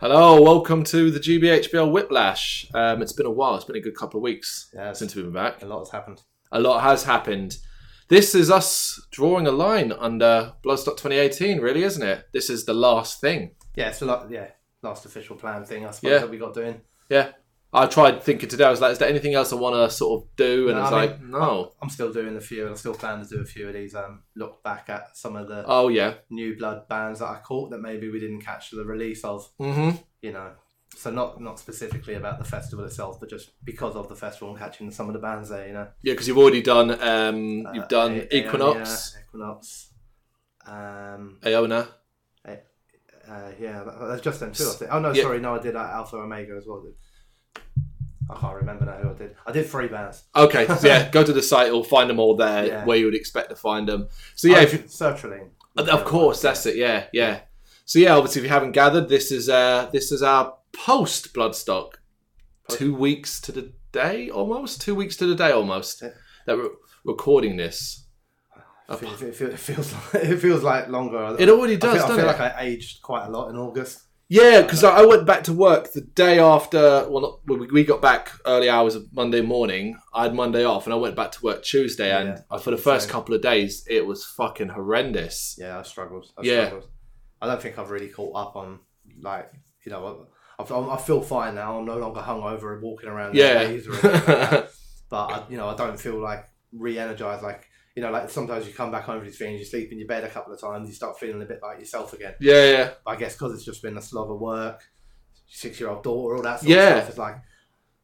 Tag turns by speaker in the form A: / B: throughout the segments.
A: Well, welcome to the GBHBL Whiplash. Um, it's been a while. It's been a good couple of weeks
B: Yeah,
A: since we've been back.
B: a lot has happened.
A: A lot has happened. This is us drawing a line under Bloodstock 2018, really, isn't it? This is the last thing.
B: Yeah, it's a lot. Yeah, last official plan thing I suppose
A: Yeah.
B: that we got doing.
A: Yeah. I tried thinking today. I was like, is there anything else I want to sort of do? And
B: No,
A: it's
B: I mean-
A: like, oh. no.
B: I'm still doing a few, and I still plan to do a few of these. Um, look back at some of the
A: Oh, yeah.
B: new blood bands that I caught that maybe we didn't catch the release of.
A: Mm-hmm.
B: You know, so not not specifically about the festival itself, but just because of the festival and catching some of the bands there. You know,
A: Yeah, because you've already done, um,
B: Uh,
A: you've done
B: A- Aeonia,
A: Equinox,
B: Equinox. Um,
A: Aona.
B: uh, yeah, that- that's just them two. I think. Oh no,
A: Yeah.
B: sorry, no, I did uh, Alpha Omega as well. I can't remember now who I did. I did three bands.
A: Okay, so yeah, go to the site or find them all there
B: Yeah.
A: where you would expect to find them. So yeah,
B: Oh,
A: if you, Uh,
B: Sertraline.
A: Of course, that's it. Yeah, yeah. So yeah, obviously, if you haven't gathered, this is uh this is our post bloodstock, two weeks to the day almost, two weeks to the day almost
B: Yeah.
A: that we're recording this.
B: It feels, it feels- it feels like, it feels like longer.
A: It already
B: I
A: does,
B: feel, I
A: doesn't
B: feel
A: it?
B: like I aged quite a lot in August.
A: Yeah, because I I went back to work the day after. Well, not, we, we got back early hours of Monday morning. I had Monday off, and I went back to work Tuesday.
B: Yeah,
A: and
B: I
A: for the
B: think
A: first
B: so.
A: couple of days, it was fucking horrendous.
B: Yeah, I struggled. I
A: Yeah.
B: struggled. I don't think I've really caught up on like you know. I, I, I feel fine now. I'm no longer hungover and walking around. in
A: Yeah,
B: haze or anything like that. but I, you know, I don't feel like re-energized. Like you know, like sometimes you come back home from these things, you sleep in your bed a couple of times, you start feeling a bit like yourself again.
A: yeah, yeah.
B: I guess because it's just been a slog of work, six year old daughter, all that sort
A: Yeah.
B: of stuff. It's like,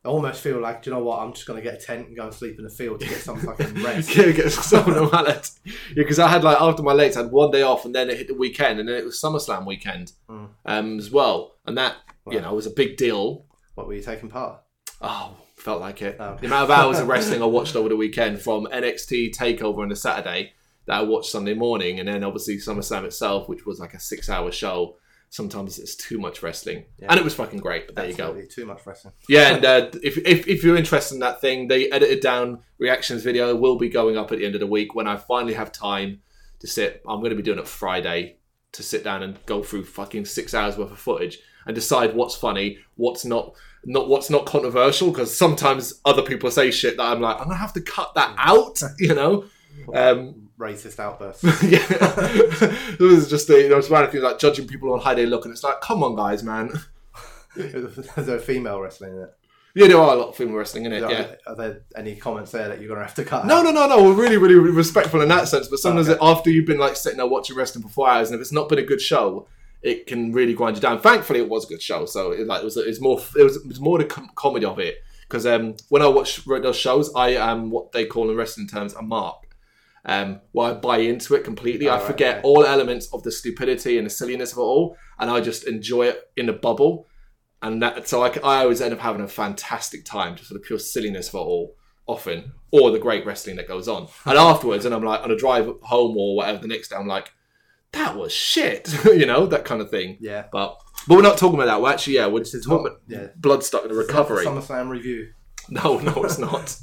B: I almost feel like, do you know what? I'm just going to get a tent and go and sleep in the field to get some fucking rest.
A: Yeah, get some normality. Yeah, because I had like after my late, I had one day off, and then it hit the weekend, and then it was SummerSlam weekend
B: Mm.
A: um, as well, and that you
B: Wow.
A: know was a big deal.
B: What were you taking part?
A: Oh, felt like it.
B: Oh.
A: The amount of hours of wrestling I watched over the weekend, from NXT Takeover on the Saturday that I watched Sunday morning, and then obviously SummerSlam itself, which was like a six-hour show. Sometimes it's too much wrestling,
B: Yeah.
A: and it was fucking great. But there you go.
B: Absolutely Too much wrestling.
A: Yeah, and uh, if, if if you're interested in that thing, the edited down reactions video will be going up at the end of the week when I finally have time to sit. I'm going to be doing it Friday to sit down and go through fucking six hours worth of footage and decide what's funny, what's not, not what's not controversial because sometimes other people say shit that I'm like, I'm gonna have to cut that out, you know. Um,
B: Racist outbursts.
A: yeah, it was just the, you know, it's one of the things like judging people on how they look, and it's like, come on, guys, man.
B: There's a female wrestling in it.
A: Yeah, there are a lot of female wrestling in it.
B: Are-
A: Yeah.
B: Are there any comments there that you're going to have to cut?
A: No,
B: out?
A: no, no, no. We're really, really respectful in that sense. But sometimes it, after you've been like sitting there watching wrestling for four hours, and if it's not been a good show, it can really grind you down. Thankfully, it was a good show, so it like it was it's more it was, it was more the com- comedy of it. Because um, when I watch those shows, I am what they call in wrestling terms a mark. Um, where I buy into it completely, I
B: Alright,
A: forget
B: okay.
A: all elements of the stupidity and the silliness of it all, and I just enjoy it in a bubble. And that, so I, c- I always end up having a fantastic time, just for the pure silliness of it all often, or the great wrestling that goes on. And
B: Hmm.
A: afterwards, and I'm like on a drive home or whatever the next day, I'm like, that was shit, you know, that kind of thing.
B: Yeah.
A: But but we're not talking about that. We're actually yeah, we're just
B: is
A: talking
B: not-
A: about
B: yeah.
A: bloodstock and the recovery.
B: SummerSlam review.
A: No, no, it's not.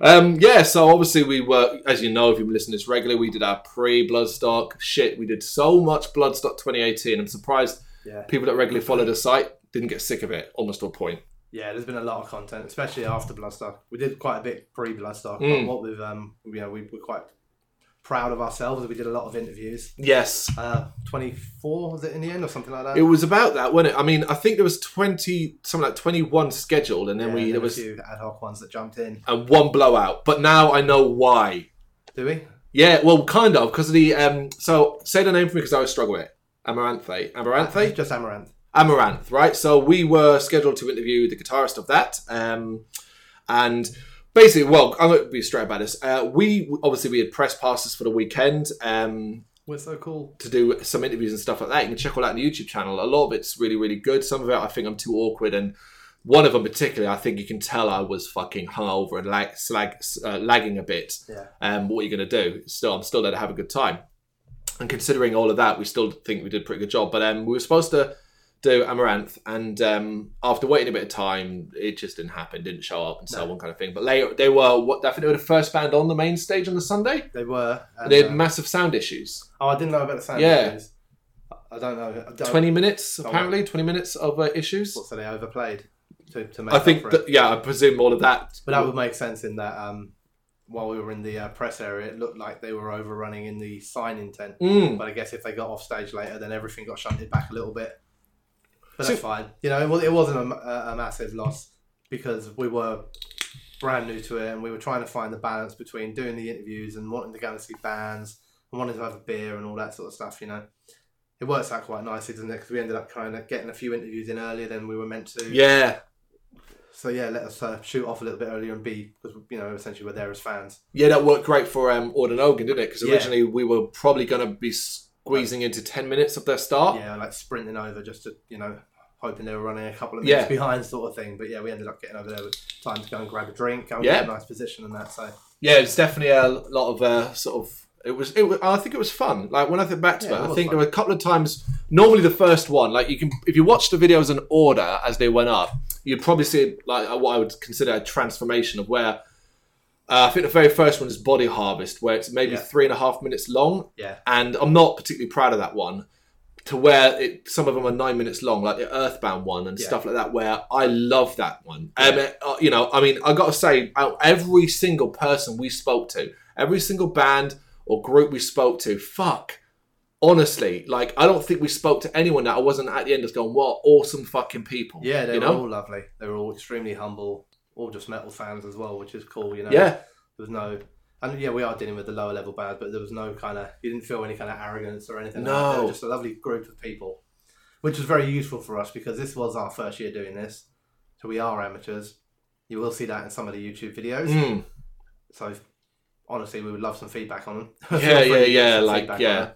A: Um, yeah, so obviously we were, as you know, if you've been listening to this regularly, we did our pre-Bloodstock shit. We did so much Bloodstock 2018. I'm surprised
B: Yeah.
A: people that regularly follow the site didn't get sick of it, almost to a point.
B: Yeah, there's been a lot of content, especially after Bloodstock. We did quite a bit pre Bloodstock,
A: Mm.
B: but what we've, um, you know, we, we're quite proud of ourselves. We did a lot of interviews.
A: Yes,
B: Uh, 24 was it in the end or something like that?
A: it was about that, wasn't it? I mean, I think there was 20, something like 21 scheduled, and then
B: Yeah,
A: we there
B: a
A: was
B: few ad hoc ones that jumped in.
A: and one blowout. But now I know why.
B: Do we?
A: Yeah, well, kind of because of the um. So say the name for me because I always struggle with it. Amaranthe, Amaranthe.
B: Just Amaranth.
A: Amaranth, right? So we were scheduled to interview the guitarist of that, um, and basically, well, I'm going to be straight about this. Uh, we obviously we had press passes for the weekend um,
B: We're so cool.
A: to do some interviews and stuff like that. You can check all that on the YouTube channel. A lot of it's really, really good. Some of it, I think, I'm too awkward, and one of them particularly, I think you can tell I was fucking hungover and lag, slag, uh, lagging a bit
B: Yeah.
A: um, what are you going to do? Still, I'm still there to have a good time. And considering all of that, we still think we did a pretty good job. But um, we were supposed to do Amaranth, and um, after waiting a bit of time, it just didn't happen. Didn't show up, and so
B: No.
A: on, kind of thing. But later, they were what I think they were the first band on the main stage on the Sunday.
B: They were. and,
A: they had
B: uh,
A: massive sound issues.
B: oh, I didn't know about the sound.
A: Yeah.
B: issues. I- I don't know. I don't-
A: Twenty minutes
B: Oh.
A: apparently. Twenty minutes of uh, issues.
B: So they overplayed to, to make
A: I
B: up
A: think
B: for it.
A: that yeah, I presume all of that.
B: But that would make sense in that um, while we were in the uh, press area, it looked like they were overrunning in the sign-in tent.
A: Mm.
B: But I guess if they got off stage later, then everything got shunted back a little bit. But
A: So-
B: that's fine. You know, it, wa- it wasn't a, ma- a a massive loss because we were brand new to it and we were trying to find the balance between doing the interviews and wanting to go and see bands and wanting to have a beer and all that sort of stuff, you know. It works out quite nicely, doesn't it? Because we ended up kind of getting a few interviews in earlier than we were meant to.
A: Yeah,
B: So yeah, let us uh, shoot off a little bit earlier and be because you know essentially we're there as fans.
A: yeah, that worked great for um, Auden Ogan, didn't it? Because
B: Yeah.
A: originally we were probably going to be squeezing into ten minutes of their start.
B: Yeah, like sprinting over just to you know hoping they were running a couple of
A: Yeah.
B: minutes behind sort of thing. But yeah, we ended up getting over there with time to go and grab a drink, go and
A: Yeah.
B: get a nice position and that. So
A: yeah, it's definitely a lot of uh, sort of. It was, it was. I think it was fun. Like when I think back to
B: Yeah, it
A: it, I
B: was
A: think
B: fun.
A: there were a couple of times. Normally, the first one, like you can, if you watch the videos in order as they went up, you'd probably see like what I would consider a transformation of where. Uh, I think the very first one is Body Harvest, where it's maybe
B: Yeah.
A: three and a half minutes long,
B: yeah,
A: and I'm not particularly proud of that one. To where it, some of them are nine minutes long, like the Earthbound one and
B: Yeah.
A: stuff like that. Where I love that one. Um,
B: Yeah.
A: it- uh, you know, I mean, I got to say, out- every single person we spoke to, every single band or group we spoke to, fuck. Honestly, like I don't think we spoke to anyone that I wasn't at the end just going, "What awesome fucking people!"
B: yeah, they
A: you
B: were
A: know,
B: all lovely. They were all extremely humble, all just metal fans as well, which is cool. You know,
A: yeah,
B: there was no. And yeah, we are dealing with the lower level bands, but there was no kind of you didn't feel any kind of arrogance or anything. like that. They
A: No.
B: were just a lovely group of people, which was very useful for us because this was our first year doing this, so we are amateurs. You will see that in some of the YouTube videos.
A: Mm.
B: So honestly, we would love some feedback on them.
A: Yeah, yeah,
B: Feel free to give
A: yeah,
B: us some
A: like,
B: feedback on
A: yeah.
B: them.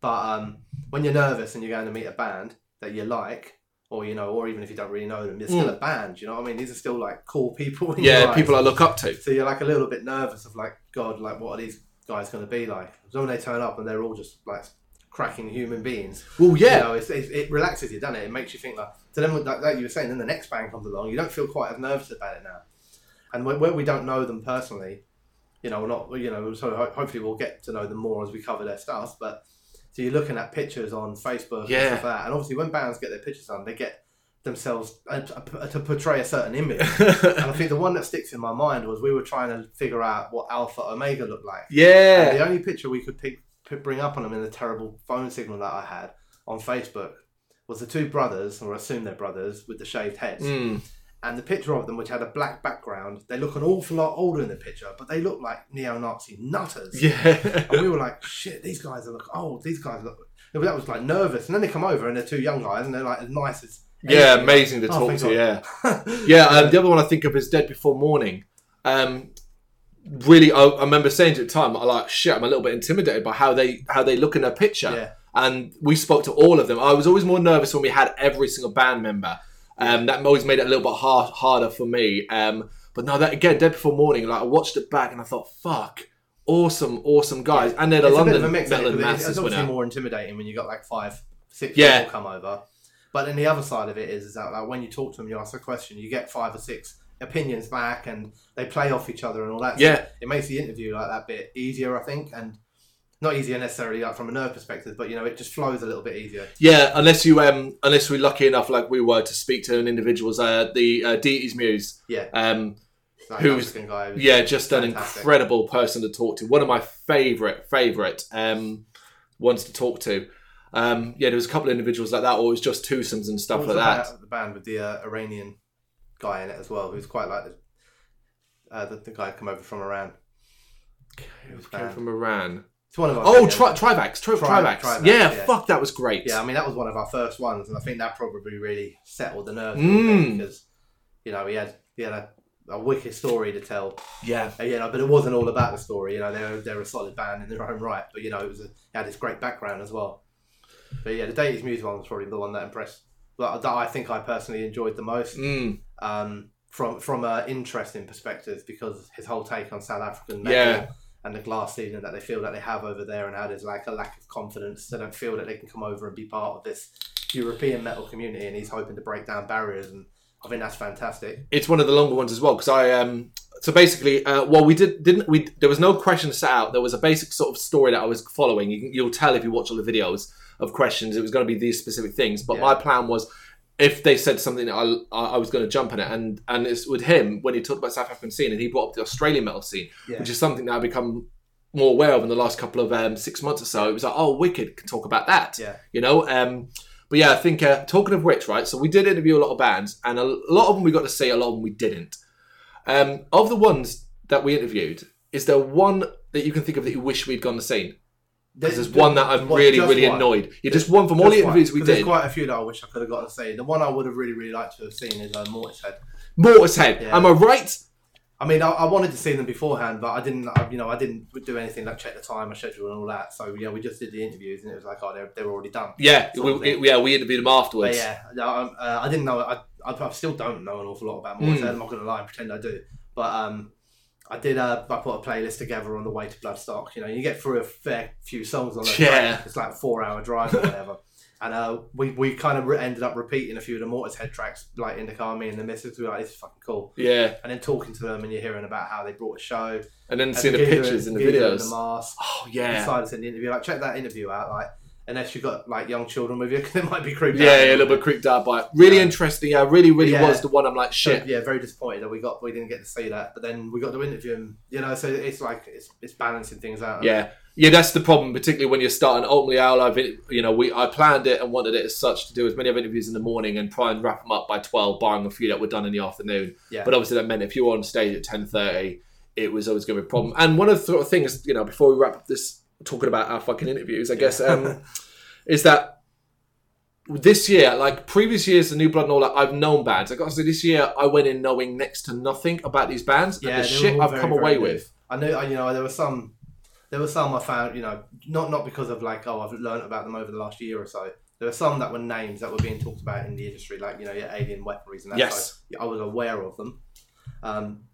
B: But um, when you're nervous and you're going to meet a band that you like, or you know, or even if you don't really know them, it's still a band. You know what I mean? These are still like cool people. in your
A: Hmm. yeah,
B: eyes.
A: people I look up to.
B: So you're like a little bit nervous of like, God, like what are these guys going to be like? So when they turn up and they're all just like cracking human beings,
A: Well, yeah,
B: you know, it's, it's, it relaxes you, doesn't it? It makes you think like. So then, like, like you were saying, then the next band comes along, you don't feel quite as nervous about it now. And when, when we don't know them personally, you know, we're not, you know, so ho- hopefully we'll get to know them more as we cover their stuff. But so you're looking at pictures on Facebook and
A: Yeah.
B: stuff like that, and obviously when bands get their pictures done, they get themselves uh, to to portray a certain image. and I think the one that sticks in my mind was we were trying to figure out what Alpha Omega looked like. And
A: yeah,
B: the only picture we could pick, pick, bring up on them in the terrible phone signal that I had on Facebook was the two brothers, or I assume they're brothers, with the shaved heads.
A: Mm.
B: And the picture of them, which had a black background, they look an awful lot older in the picture, but they look like neo-Nazi nutters.
A: yeah.
B: And we were like, shit, these guys look old. These guys look. That was like nervous. And then they come over and they're two young guys and they're like as nice as.
A: Yeah,
B: anything.
A: amazing to
B: Oh,
A: talk
B: thank
A: to. Yeah,
B: God.
A: yeah. Um, the other one I think of is Dead Before Morning. Um, really, I, I remember saying to the time, I like shit. I'm a little bit intimidated by how they how they look in their picture.
B: Yeah.
A: And we spoke to all of them. I was always more nervous when we had every single band member. Um, that always made it a little bit hard, harder for me. Um, but no, that again, Dead Before Morning. Like I watched it back and I thought, fuck, awesome, awesome guys. And they're the
B: it's
A: London
B: a bit of a mix.
A: Metal
B: isn't it?
A: and
B: 'Cause it's,
A: Masters
B: it's obviously
A: winner.
B: more intimidating when you got like five, six
A: Yeah.
B: people come over. But then the other side of it is, is that like when you talk to them, you ask a question, you get five or six opinions back, and they play off each other and all that. So
A: Yeah.
B: it makes the interview like that bit easier, I think, and not easier necessarily like from a nerve perspective, but you know it just flows a little bit easier.
A: Yeah, unless you um, unless we're lucky enough, like we were, to speak to an individual's uh, the uh, deities muse.
B: Yeah,
A: Um,
B: like
A: Who's-
B: Mexican guy. who's-
A: yeah, just an
B: Fantastic.
A: incredible person to talk to. One of my favorite favorite um, ones to talk to. Um, yeah, there was a couple of individuals like that, or it was just twosomes and stuff
B: What
A: like
B: was
A: that.
B: The, band, the band with the uh, Iranian guy in it as well, who's quite like the uh, the, the guy come over from Iran.
A: It was came from Iran.
B: It's one of our
A: Oh,
B: videos.
A: tri- Trivax, Tri-
B: Tri-
A: Trivax.
B: Trivax,
A: yeah,
B: yeah.
A: fuck, that was great.
B: Yeah, I mean that was one of our first ones, and I think that probably really settled the nerves a
A: Mm.
B: little bit because you know he had he had a, a wicked story to tell,
A: yeah,
B: Uh, you know, but it wasn't all about the story. You know, they're they're a solid band in their own right, but you know it was a, it had this great background as well. But yeah, the Deities Muse one was probably the one that impressed, well, that I think I personally enjoyed the most
A: Mm,
B: um, from from an interesting perspective because his whole take on South African metal
A: Yeah.
B: and the glass ceiling that they feel that they have over there and how there's like a lack of confidence. They don't feel that they can come over and be part of this European metal community, and he's hoping to break down barriers. And I think that's fantastic.
A: it's one of the longer ones as well because I um so basically, uh, well, we did didn't we? There was no question set out. There was a basic sort of story that I was following. You, can- you'll tell if you watch all the videos of questions. It was going to be these specific things. But
B: Yeah.
A: my plan was, if they said something, I I I was going to jump on it. And and it's with him when he talked about South African scene, and he brought up the Australian metal scene,
B: Yeah.
A: which is something that I've become more aware of in the last couple of um, six months or so. It was like, oh, Wicked can talk about that
B: Yeah.
A: you know. Um, but yeah, I think uh, talking of which, right? So we did interview a lot of bands, and a lot of them we got to see, a lot of them we didn't. Um, of the ones that we interviewed, is there one that you can think of that you wish we'd gone to see? Because there's one that I'm
B: Well,
A: really,
B: just
A: really
B: one.
A: annoyed. Yeah, just one from all the
B: Just one,
A: interviews we
B: 'cause There's
A: did.
B: quite a few that I wish I could have got to see. The one I would have really, really liked to have seen is uh, Mortishead.
A: Mortishead.
B: Yeah.
A: Am I right?
B: I mean, I, I wanted to see them beforehand, but I didn't. I, you know, I didn't do anything like check the time, or schedule, and all that. So yeah, we just did the interviews, and it was like, oh, they're, they're already done.
A: Yeah,
B: Sort of
A: we,
B: thing.
A: yeah, we interviewed them
B: But
A: afterwards.
B: yeah, no, I'm- uh, I didn't know. I, I, I still don't know an awful lot about Mortishead.
A: Mm.
B: I'm not going to lie and pretend I do. But um, I did. Uh, I put a playlist together on the way to Bloodstock. You know, you get through a fair few songs on that.
A: Yeah.
B: track. It's like a four-hour drive or whatever. And uh, we, we kind of re- ended up repeating a few of the Mortishead tracks, like in the car, me and the missus. We were like, this is fucking cool.
A: Yeah,
B: And then talking to them, and you're hearing about how they brought a show.
A: and then
B: and
A: seeing the
B: Giga-
A: pictures and the
B: Giga
A: videos.
B: the mask
A: oh
B: yeah.
A: yeah,
B: in the interview. Like, check that interview out. Like, unless you've got like young children with you, 'cause it might be creepy.
A: yeah, yeah, a little bit creeped out by. it. Really
B: Yeah.
A: interesting. Yeah, really, really
B: Yeah.
A: was the one. I'm like,
B: So,
A: shit.
B: yeah, very disappointed that we got we didn't get to see that. But then we got to interview him. You know, so it's like it's it's balancing things out.
A: Yeah, yeah, that's the problem, particularly when you're starting. Ultimately, Owl, I've you know we I planned it and wanted it as such to do as many of interviews in the morning and try and wrap them up by twelve, barring a few that were done in the afternoon.
B: Yeah.
A: But obviously, that meant if you were on stage at ten thirty, it was always going to be a problem. And one of the sort of things you know before we wrap up this talking about our fucking interviews, I guess, um, is that. This year, like previous years, the New Blood and all that, I've known bands. I got to say, this year I went in knowing next to nothing about these bands
B: Yeah,
A: and the
B: they were
A: shit
B: all
A: I've
B: very,
A: come
B: very
A: away
B: new.
A: with.
B: I knew. I, you know, there were some. There were some I found. You know, not not because of like oh I've learned about them over the last year or so. There were some that were names that were being talked about in the industry, like you know your alien weaponries and that.
A: Yes.
B: So I was aware of them. Um,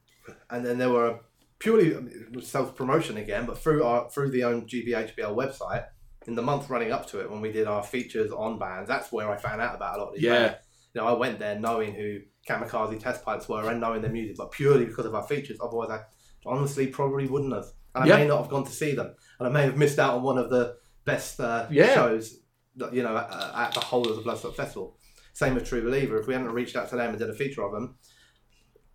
B: and then there were purely self promotion again, but through our through the own GBHBL website. In the month running up to it, when we did our features on bands, that's where I found out about a lot of these
A: Yeah.
B: bands. You know, I went there knowing who Kamikaze Test Pipes were and knowing their music, but purely because of our features. Otherwise, I honestly probably wouldn't have. And I
A: Yeah.
B: may not have gone to see them. And I may have missed out on one of the best uh,
A: Yeah.
B: shows, that, you know, at, at the whole of the Bloodstock Festival. Same with True Believer. If we hadn't reached out to them and did a feature of them,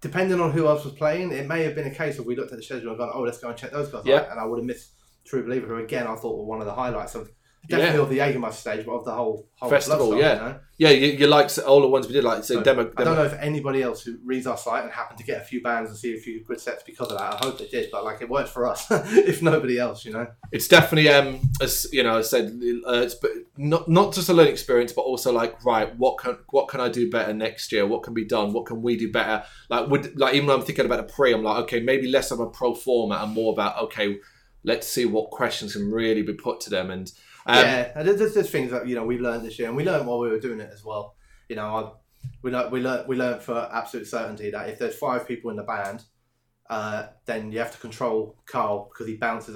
B: depending on who else was playing, it may have been a case of we looked at the schedule and gone, oh, let's go and check those guys
A: Yeah.
B: out. And I would have missed True Believer, who again I thought were one of the highlights of definitely
A: Yeah.
B: of the Jägermeister stage, but of the whole, whole
A: Festival,
B: Bloodstock,
A: yeah.
B: You know?
A: Yeah, you, you like all the ones we did, like so
B: So,
A: demo.
B: I
A: demo-
B: don't know if anybody else who reads our site and happened to get a few bands and see a few good sets because of that. I hope they did, but like it worked for us, if nobody else, you know.
A: It's definitely, um, as you know, I said, uh, it's but not not just a learning experience, but also like, right, what can what can I do better next year? What can be done? What can we do better? Like, would like even though I'm thinking about a pre, I'm like, okay, maybe less of a pro forma and more about okay, let's see what questions can really be put to them. And um,
B: yeah, and there's, there's just things that you know we learned this year, and we learned while we were doing it as well. You know, I, we learned we learned we learned for absolute certainty that if there's five people in the band, uh, then you have to control Carl because he bounces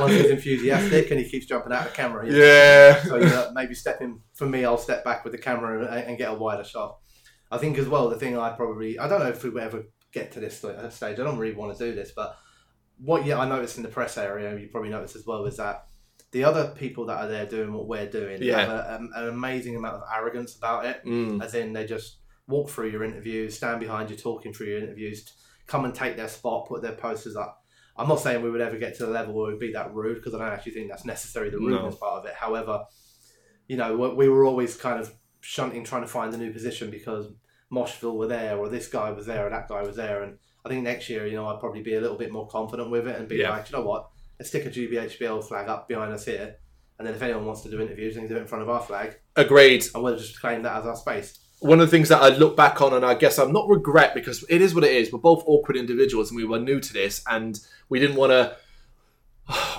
B: Once he's enthusiastic and he keeps jumping out of the camera. you know.
A: yeah,
B: So you know, maybe step in for me. I'll step back with the camera and, and get a wider shot. I think as well the thing I probably I don't know if we would ever get to this st- stage. I don't really want to do this, but what yeah I noticed in the press area, you probably noticed as well, is that the other people that are there doing what we're doing
A: Yeah.
B: have a, um, an amazing amount of arrogance about it.
A: Mm.
B: As in, they just walk through your interviews, stand behind you, talking through your interviews, come and take their spot, put their posters up. I'm not saying we would ever get to the level where we'd be that rude because I don't actually think that's necessary, the
A: No.
B: rudeness part of it. However, you know, we- we were always kind of shunting trying to find a new position because Moshville were there, or this guy was there, or that guy was there. And I think next year, you know, I'd probably be a little bit more confident with it and be
A: Yeah.
B: like, "Do you know what, let's stick a GBHBL flag up behind us here. And then if anyone wants to do interviews, they can do it in front of our flag.
A: agreed.
B: And we'll just claim that as our space.
A: one of the things that I look back on, and I guess I'm not regret because it is what it is. We're both awkward individuals, and we were new to this, and we didn't want to.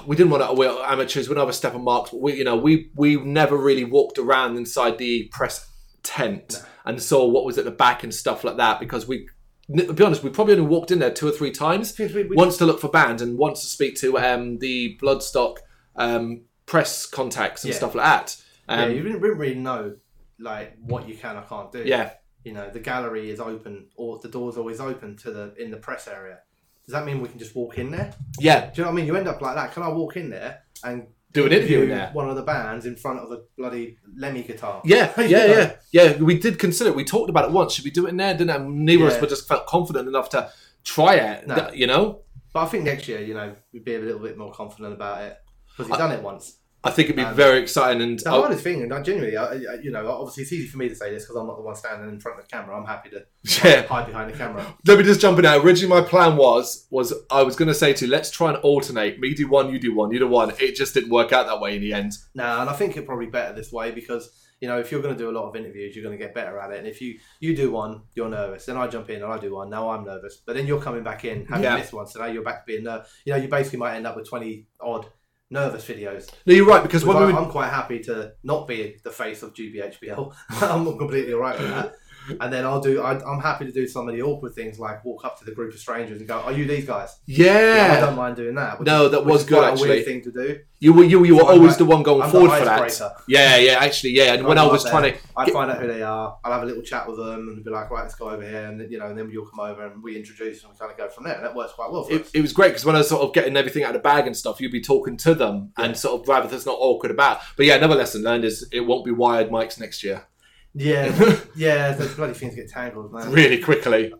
A: We didn't want to. We're amateurs. We're not a step on marks. But we, you know, we we never really walked around inside the press tent and saw what was at the back and stuff like that because we, to be honest, we probably only walked in there two or three times
B: Because we- we-
A: wants to look for bands and wants to speak to um, the Bloodstock um, press contacts and
B: Yeah.
A: stuff like that.
B: yeah,
A: Um,
B: you didn't really know like what you can or can't do.
A: yeah.
B: you know the gallery is open or the door's always open to the in the press area. Does that mean we can just walk in there?
A: Yeah,
B: Do you know what I mean? You end up like that. Can I walk in there and
A: do an interview in
B: view
A: there.
B: one of the bands in front of a bloody Lemmy guitar?
A: Yeah, yeah,
B: Yeah.
A: yeah, yeah. We did consider. it. We talked about it once. Should we do it in there? Didn't it? neither of us
B: Yeah.
A: were just felt confident enough to try it.
B: No.
A: th- You know,
B: But I think next year, you know, we'd be a little bit more confident about it because he's done it once.
A: I think it'd be
B: Um,
A: very exciting. And
B: The
A: oh,
B: hardest thing, and I genuinely, I, I- you know, obviously it's easy for me to say this because I'm not the one standing in front of the camera. I'm happy to
A: yeah,
B: hide behind the camera.
A: let me just jump in now. Originally, my plan was was I was going to say to you, let's try and alternate. Me do one, you do one, you do one. It just didn't work out that way in the end.
B: No, and I think it probably better this way because you know if you're going to do a lot of interviews, you're going to get better at it. And if you you do one, you're nervous. Then I jump in and I do one. Now I'm nervous, but then you're coming back in having
A: Yeah.
B: missed one, so now you're back to being nervous. You know, you basically might end up with twenty odd nervous videos.
A: No, you're right because
B: Which
A: when
B: I,
A: we were,
B: I'm quite happy to not be the face of GBHBL. I'm completely alright with that. And then I'll do. I, I'm happy to do some of the awkward things, like walk up to the group of strangers and go, "Are you these guys?" I
A: yeah,
B: don't mind doing that. which
A: No,
B: is-
A: that
B: which
A: was
B: is
A: good,
B: quite A
A: actually.
B: weird thing to do.
A: you were you, you were
B: I'm
A: always
B: like-
A: the one going
B: I'm the
A: forward for that.
B: icebreaker.
A: Yeah, yeah, actually, yeah. And
B: I'm
A: when I
B: not
A: was
B: there.
A: trying to,
B: I
A: Get-
B: find out who they are. I'll have a little chat with them and be like, right, let's go over here, and you know, and then you'll come over and we introduce and we kind of go from there. And that works quite well for
A: it,
B: us.
A: it was great because when I was sort of getting everything out of the bag and stuff, you'd be talking to them and sort of rather that's not awkward about. But yeah, another lesson learned is it won't be wired mics next year
B: Yeah, yeah. Those bloody things get tangled, man.
A: really quickly.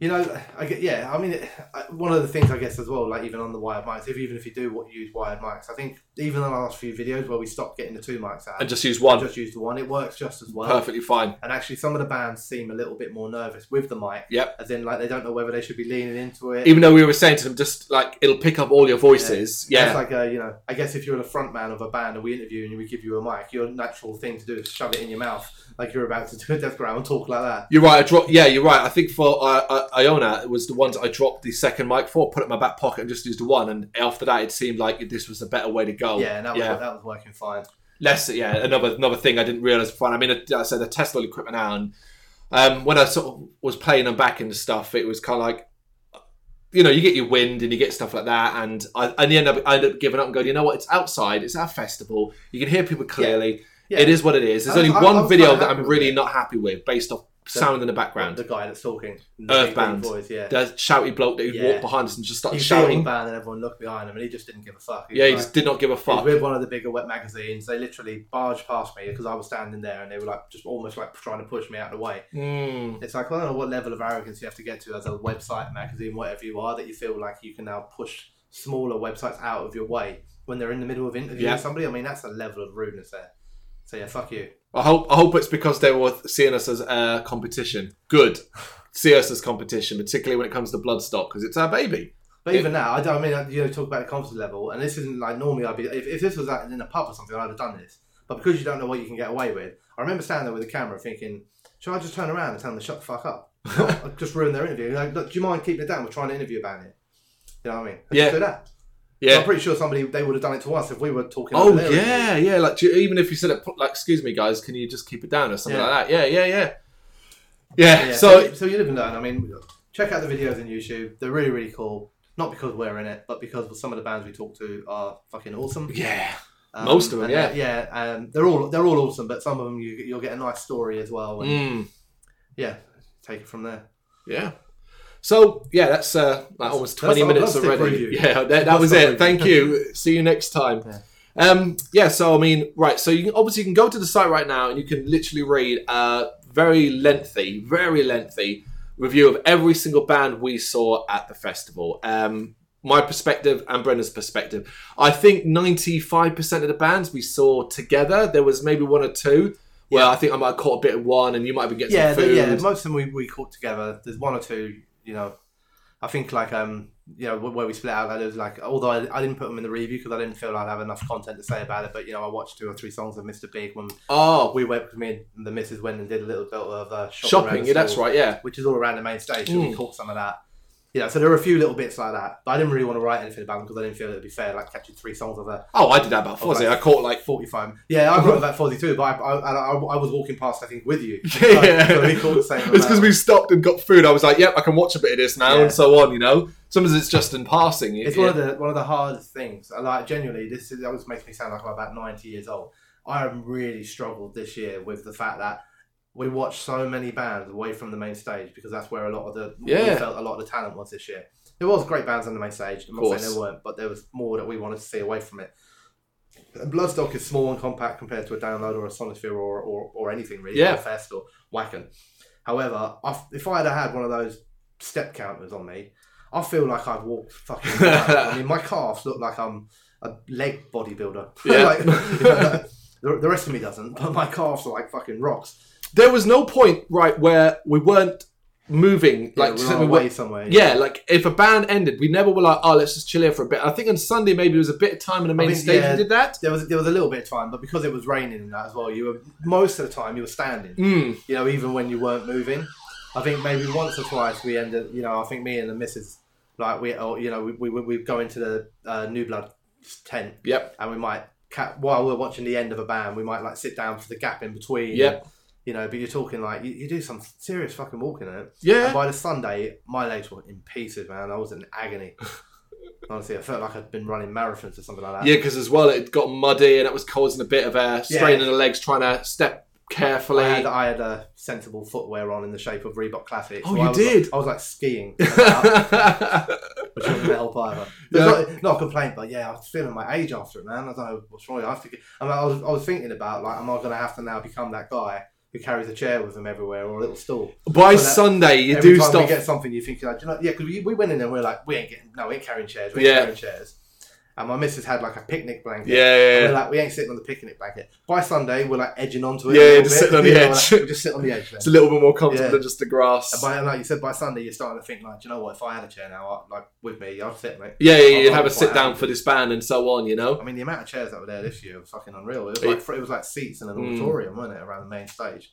B: You know, I get. Yeah, I mean, it, I, one of the things I guess as well, like even on the wired mics, if even if you do what use wired mics, I think even the last few videos where we stopped getting the two mics out
A: And just use
B: and
A: one,
B: just used the one, it works just as well.
A: perfectly fine.
B: And actually, some of the bands seem a little bit more nervous with the mic.
A: Yep.
B: As in, like they don't know whether they should be leaning into it.
A: Even though we were saying to them, just like it'll pick up all your voices. Yeah,
B: It's like a, you know, I guess if you're the front man of a band and we interview and we give you a mic, your natural thing to do is shove it in your mouth like you're about to do a death growl and talk like that.
A: You're right. I dropped. Yeah, you're right. I think for uh, uh, Iona, it was the ones I dropped the second mic for, put it in my back pocket, and just used the one. And after that, it seemed like this was a better way to go.
B: yeah, and that was,
A: Oh, yeah.
B: that was working fine.
A: Less. Yeah. Another another thing I didn't realize. Fun. I mean, I- I said I test all the equipment now, and um, when I sort of was playing them back and stuff, it was kind of like, you know, you get your wind and you get stuff like that, and I, I end up I end up giving up and going. You know what? It's outside. It's our festival. You can hear people clearly.
B: Yeah.
A: It is what it is. There's
B: I-
A: only
B: I- I
A: one
B: was
A: video
B: quite
A: that
B: happy
A: I'm
B: with
A: really
B: it.
A: not happy with, based off sound in the background
B: The guy that's talking. in the big, big
A: Earthbound.
B: Voice, yeah.
A: The shouty bloke that would
B: Yeah.
A: walk behind us and just started
B: He's shouting.
A: shouting.
B: band and everyone looked behind him and he just didn't give a fuck.
A: Yeah, he
B: was
A: just did not give a
B: like,
A: fuck.
B: he was with one of the bigger wet magazines. They literally barged past me because I was standing there and they were like just almost like trying to push me out of the way.
A: Mm.
B: It's like, I don't know what level of arrogance you have to get to as a website, magazine, whatever you are, that you feel like you can now push smaller websites out of your way when they're in the middle of interviewing
A: Yeah.
B: somebody. I mean, that's a level of rudeness there. So, yeah, fuck you.
A: I hope I hope it's because they were seeing us as uh, competition. Good, see us as competition, particularly when it comes to bloodstock because it's our baby.
B: But
A: Yeah.
B: even now, I don't I mean, you know, talk about the confidence level, and this isn't like normally I'd be, if, if this was like in a pub or something, I'd have done this. But because you don't know what you can get away with, I remember standing there with the camera thinking, should I just turn around and tell them to shut the fuck up? I've just ruined their interview. Like, Look, do you mind keeping it down? We're trying to interview about it. You know what I mean? I just
A: Yeah.
B: do that. I'm
A: Yeah.
B: pretty sure somebody they would have done it to us if we were talking.
A: Oh
B: over there.
A: yeah, yeah. Like do you- even if you said it, like, excuse me, guys, can you just keep it down or something
B: Yeah.
A: like that? Yeah, yeah, yeah, yeah.
B: Yeah,
A: so
B: so, so you live and learn. I mean, check out the videos on YouTube. They're really really cool. Not because we're in it, but because some of the bands we talk to are fucking awesome.
A: yeah,
B: Um,
A: Most of them,
B: and they're- yeah. Um, they're all they're all awesome, but some of them you, you'll get a nice story as well. And
A: Mm.
B: Yeah, take it from there.
A: Yeah. So yeah, that's uh, like almost
B: That's
A: twenty
B: our
A: minutes
B: plastic
A: already.
B: review.
A: Yeah, that, that was it.
B: Plastic review.
A: Thank you. See you next time.
B: Yeah.
A: Um, yeah. So I mean, right. So you can, obviously you can go to the site right now and you can literally read a very lengthy, very lengthy review of every single band we saw at the festival. Um, my perspective and Brendan's perspective. I think ninety-five percent of the bands we saw together. There was maybe one or two. Well, I think I might have caught a bit of one, and you might have been getting
B: Yeah,
A: some
B: the,
A: food.
B: yeah. Most of them we, we caught together. There's one or two, you know. I think like um you know where we split out. Like, there was like although I, I didn't put them in the review because I didn't feel I'd have enough content to say about it. But you know I watched two or three songs of Mr. Big when
A: Oh,
B: we went me and the missus went and did a little bit of uh, shopping, around
A: shopping.
B: the
A: Yeah, that's
B: store,
A: right. Yeah.
B: which is all around the main station we
A: Mm.
B: caught some of that you know so there were a few little bits like that but I didn't really want to write anything about them because I didn't feel it would be fair like catching three songs of a
A: Oh, I did that about Fozzy. I caught like
B: 45 yeah I wrote about 42 but I, I, I, I was walking past I think with you
A: Yeah.
B: so we caught the same
A: it's because
B: amount.
A: we stopped and got food. I was like, "Yep, I can watch a bit of this now,"
B: Yeah.
A: and so on. You know, sometimes it's just in passing.
B: It's
A: yeah.
B: one of the one of the hardest things. I Like genuinely, this is, that always makes me sound like I'm about ninety years old. I have really struggled this year with the fact that we watched so many bands away from the main stage because that's where a lot of the
A: Yeah.
B: we felt a lot of the talent was this year. There was great bands on the main stage. I'm not saying
A: course.
B: there weren't, but there was more that we wanted to see away from it. And Bloodstock is small and compact compared to a download or a Sonosphere or, or, or anything really,
A: Yeah.
B: or Fest or Wacken. However, I, if I had had one of those step counters on me, I feel like I've walked fucking. I mean, my calves look like I'm a leg bodybuilder.
A: Yeah.
B: Like, the, the rest of me doesn't, but my calves are like fucking rocks.
A: There was no point right where we weren't moving
B: Yeah,
A: like
B: we're
A: to-
B: on our way somewhere.
A: Yeah, like if a band ended, we never were like, oh, let's just chill here for a bit. I think on Sunday maybe there was a bit of time in the main
B: think,
A: stage
B: yeah.
A: we did that.
B: There was there was a little bit of time, but because it was raining and that as well, you were most of the time you were standing.
A: Mm.
B: You know, even when you weren't moving. I think maybe once or twice we ended. You know, I think me and the missus, like we, or, you know, we we we go into the uh, New Blood tent
A: Yep.
B: and we might ca- while we're watching the end of a band, we might like sit down for the gap in between.
A: Yep.
B: You know, but you're talking like you, you do some serious fucking walking in it. And
A: Yeah.
B: by the Sunday, my legs were in pieces, man. I was in agony. Honestly, I felt like I'd been running marathons or something like that.
A: Yeah, because as well it got muddy and it was causing a bit of a strain
B: Yeah.
A: in the legs trying to step carefully.
B: I had, I had a sensible footwear on in the shape of Reebok Classic.
A: Oh, you
B: I was
A: did?
B: Like, I was like skiing, which wouldn't help either. But
A: Yeah.
B: Not, not a complaint, but yeah, I was feeling my age after it, man. I don't know what's wrong. I, have to get, I, mean, I, was, I was thinking about like, am I going to have to now become that guy who carries a chair with him everywhere or a little stool?
A: By
B: So that-
A: Sunday you
B: Every
A: do
B: time
A: stuff.
B: we get something, you think like, "Do you know, yeah, because we, we went in there, and we are like, we ain't getting, no, we ain't carrying chairs, we ain't
A: Yeah.
B: carrying chairs. And my missus had like a picnic blanket.
A: Yeah, yeah,
B: And
A: yeah.
B: we're like, we ain't sitting on the picnic blanket. By Sunday, we're like edging onto it.
A: Yeah,
B: a little
A: just
B: bit.
A: sitting on the
B: You know,
A: edge.
B: like, we just sit on the edge. Then.
A: It's a little bit more comfortable
B: Yeah.
A: than just the grass.
B: And by, like you said, by Sunday, you're starting to think like, do you know what? If I had a chair now, I, like with me, I'd sit, mate.
A: yeah, yeah, you
B: I'm
A: have a
B: quite
A: sit down
B: happy.
A: for this band and so on, you know?
B: I mean, the amount of chairs that were there this year was fucking unreal. It was like, it was like seats in an
A: Mm.
B: auditorium, wasn't it, around the main stage?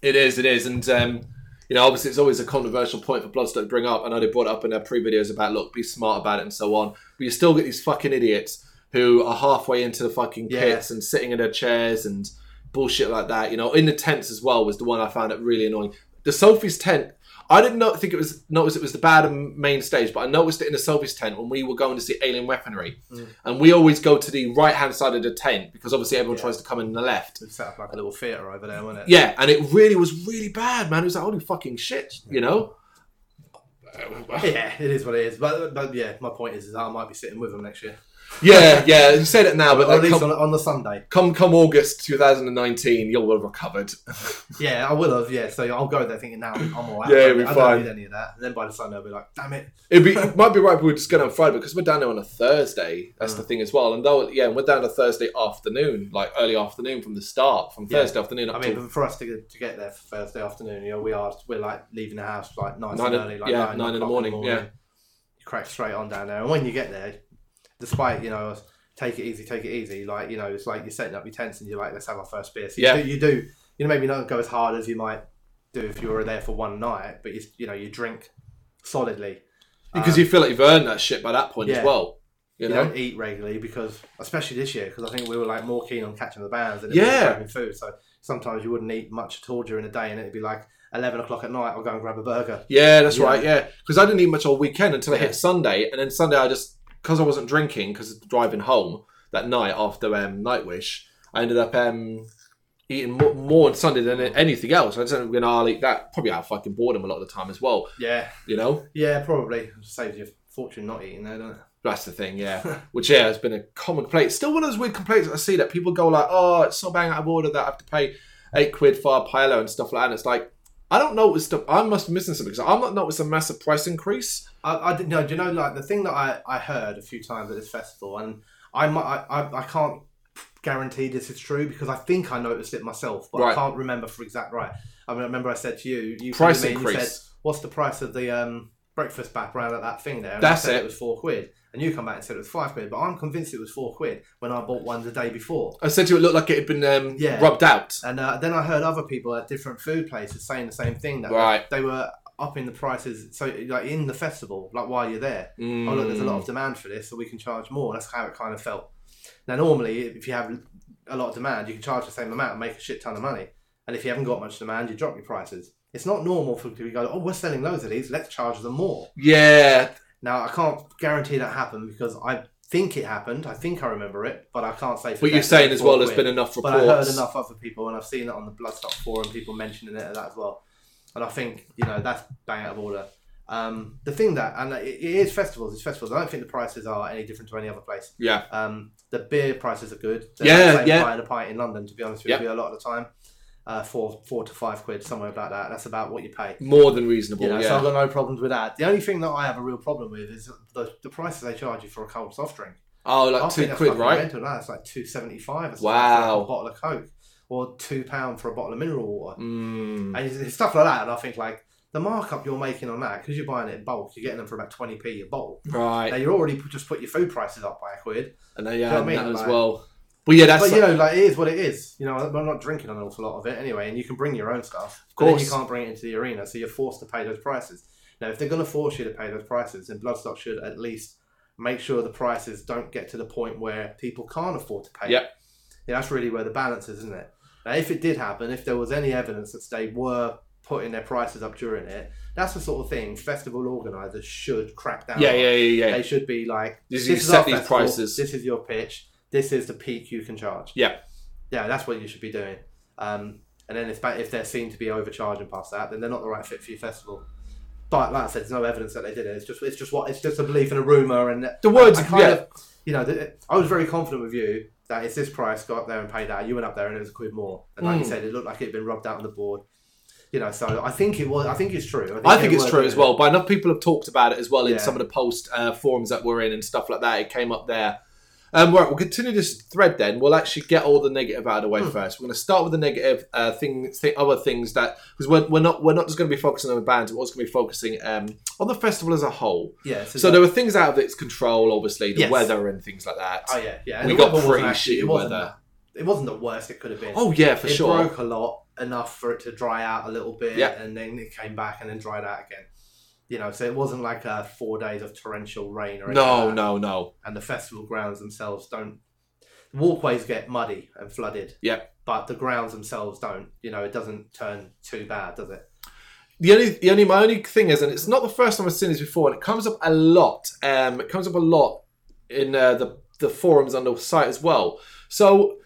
A: It is, it is. And, um, you know, obviously it's always a controversial point for Bloodstock to bring up. I know they brought it up in their pre videos about, look, be smart about it and so on. But you still get these fucking idiots who are halfway into the fucking
B: Yeah.
A: pits and sitting in their chairs and bullshit like that. You know, in the tents as well was the one I found it really annoying. The Sophie's tent. I didn't know, think it was notice it was the bad and main stage, but I noticed it in the Sophie's tent when we were going to see Alien Weaponry,
B: Mm.
A: and we always go to the right hand side of the tent because obviously everyone
B: Yeah.
A: tries to come in the left.
B: We set up like a little theatre over there, wasn't it?
A: Yeah, and it really was really bad, man. It was like holy fucking shit, you know.
B: Yeah, it is what it is. But, but yeah, my point is, is I might be sitting with them next year.
A: Yeah, yeah. You said it now, but
B: or at
A: like,
B: least
A: come,
B: on, on the Sunday.
A: come come August 2019, you'll have recovered.
B: Yeah, I will have. Yeah, so I'll go there thinking now I'm all right.
A: Yeah,
B: I
A: it'll
B: don't-
A: be
B: I
A: fine.
B: don't need any of that. And then by the Sunday, I'll be like, damn it.
A: It'd be, it might be right. if We were just going on Friday because we're down there on a Thursday. That's
B: Uh.
A: the thing as well. And though, yeah, we're down to Thursday afternoon, like early afternoon from the start, from
B: Yeah.
A: Thursday afternoon up
B: I
A: till
B: mean, for us to, get- to get there for Thursday afternoon, you know, we are we're like leaving the house like nice
A: Nine
B: and
A: in-
B: early, like
A: yeah,
B: nine,
A: nine in the
B: o'clock
A: morning, yeah.
B: you crack straight on down there. And when you get there, despite you know, take it easy, take it easy, like you know, it's like you're setting up your tents and you're like, let's have our first beer. So
A: Yeah.
B: you, do, you do, you know, maybe not go as hard as you might do if you were there for one night, but you you know, you drink solidly.
A: because you feel like you've earned that shit by that point as
B: uh, yeah.
A: well. You
B: you
A: know,
B: don't eat regularly because, especially this year, because I think we were like more keen on catching the bands and
A: Yeah.
B: grabbing food. So sometimes you wouldn't eat much at all during the day, and it'd be like eleven o'clock at night. I'll go and grab a burger.
A: Yeah, that's
B: Yeah.
A: right. Yeah, because I didn't eat much all weekend until I
B: Yeah.
A: hit Sunday, and then Sunday I just because I wasn't drinking because driving home that night after um, Nightwish, I ended up um, eating more, more on Sunday than anything else. I just ended up going, "Oh, I'll eat that probably out of fucking boredom a lot of the time as well.
B: Yeah,
A: You know,
B: yeah, probably saves you a fortune not eating there, doesn't it?
A: that's the thing. Yeah, which yeah has been a common complaint. It's Still one of those weird complaints that I see that people go like, "Oh, it's so bang out of order that I have to pay eight quid for a pilo and stuff like that." And it's like. I don't notice the. I must be missing something because I'm not noticing a massive price increase.
B: I, I didn't know. Do you know like the thing that I, I heard a few times at this festival, and I might I, I, I can't guarantee this is true because I think I noticed it myself, but
A: Right.
B: I can't remember for exact right. I mean, I remember I said to you, you
A: Price
B: said to me, you
A: increase.
B: said, "What's the price of the um, breakfast back round at that thing there?" And
A: That's
B: I said
A: it.
B: It was four quid, and you come back and said it was five quid, but I'm convinced it was four quid when I bought one the day before.
A: I said to you, it looked like it had been um,
B: Yeah.
A: rubbed out.
B: And uh, then I heard other people at different food places saying the same thing that
A: Right.
B: they were upping the prices. So like in the festival, like while you're there
A: Mm.
B: oh look, there's a lot of demand for this, so we can charge more. That's how it kind of felt. Now, normally, if you have a lot of demand, you can charge the same amount and make a shit ton of money. And if you haven't got much demand, you drop your prices. It's not normal for people to go, oh, we're selling loads of these, let's charge them more.
A: Yeah,
B: Now, I can't guarantee that happened because I think it happened. I think I remember it, but I can't say. For
A: What you're
B: definite
A: saying as
B: before
A: well, there's
B: we're-
A: been enough
B: But I heard
A: reports.
B: enough other people, and I've seen it on the Bloodstock forum, people mentioning it and that as well. And I think you know that's bang out of order. Um, the thing that and it, it is festivals. It's festivals. I don't think the prices are any different to any other place.
A: Yeah,
B: Um, the beer prices are good.
A: Yeah,
B: the same
A: yeah.
B: Pint a pint in London, to be honest with
A: Yep.
B: you, a lot of the time, uh, four four to five quid somewhere about that. That's about what you pay.
A: more than reasonable.
B: You know,
A: yeah.
B: so I've got no problems with that. The only thing that I have a real problem with is the, the prices they charge you for a cold soft drink.
A: oh,
B: I
A: like
B: think
A: two
B: that's
A: quid,
B: fucking
A: right?
B: Mental. No, it's like two seventy five.
A: Wow.
B: for a bottle of Coke or two pound for a bottle of mineral water,
A: Mm.
B: and it's, it's stuff like that. And I think like the markup you're making on that because you're buying it in bulk, you're getting them for about twenty p a bottle. Now
A: Right,
B: you're already put, just put your food prices up by a quid,
A: and they
B: know
A: had
B: what I mean?
A: that as
B: Like-
A: well. But yeah, that's
B: but you
A: like-
B: know like it is what it is. You know I'm not drinking an awful lot of it anyway, and you can bring your own stuff.
A: Of
B: but then you
A: course.
B: can't bring it into the arena, so you're forced to pay those prices. Now if they're going to force you to pay those prices, then Bloodstock should at least make sure the prices don't get to the point where people can't afford to pay.
A: Yep.
B: Yeah, that's really where the balance is, isn't it? Now, if it did happen, if there was any evidence that they were putting their prices up during it, that's the sort of thing festival organisers should crack down.
A: yeah,
B: on.
A: yeah, yeah, yeah.
B: They should be like,
A: This
B: this,
A: is-
B: is
A: set
B: our
A: these
B: festival,
A: prices."
B: This is your pitch. This is the peak you can charge.
A: Yeah.
B: yeah, that's what you should be doing. Um, and then if ba- if they're seen to be overcharging past that, then they're not the right fit for your festival. But like I said, there's no evidence that they did it. It's just it's just what it's just a belief and a rumor and
A: The words,
B: I kind
A: yeah,
B: of, you know, th- I was very confident with you that it's this price, go up there and pay that. You went up there and it was a quid more, and like you
A: Mm.
B: said, it looked like it had been rubbed out on the board. You know, so I think it was. I think it's true.
A: I think
B: they
A: it's
B: were
A: true
B: doing
A: as
B: it.
A: well. But enough people have talked about it as well in
B: Yeah.
A: some of the post uh, forums that we're in and stuff like that. It came up there. Um, right, we'll continue this thread then. We'll actually get all the negative out of the
B: Hmm.
A: way first. We're going to start with the negative uh, things, th- other things that because we're, we're not we're not just going to be focusing on the bands. We're also going to be focusing um, on the festival as a whole.
B: Yeah.
A: So there were things out of its control, obviously the
B: Yes.
A: weather and things like that.
B: Oh yeah, yeah.
A: We
B: the
A: got
B: weather wasn't
A: pretty
B: actually-
A: shitty
B: it wasn't
A: weather.
B: the- It wasn't the worst it could have been.
A: Oh, yeah, for
B: it
A: sure.
B: broke a lot enough for it to dry out a little bit,
A: Yeah.
B: and then it came back and then dried out again. You know, so it wasn't like a four days of torrential rain or anything
A: no,
B: like that.
A: no, no.
B: and the festival grounds themselves don't. The walkways get muddy and flooded.
A: Yep.
B: But the grounds themselves don't. You know, it doesn't turn too bad, does it?
A: The only, the only, my only thing is, and it's not the first time I've seen this before, and it comes up a lot. Um, it comes up a lot in uh, the the forums on the site as well. So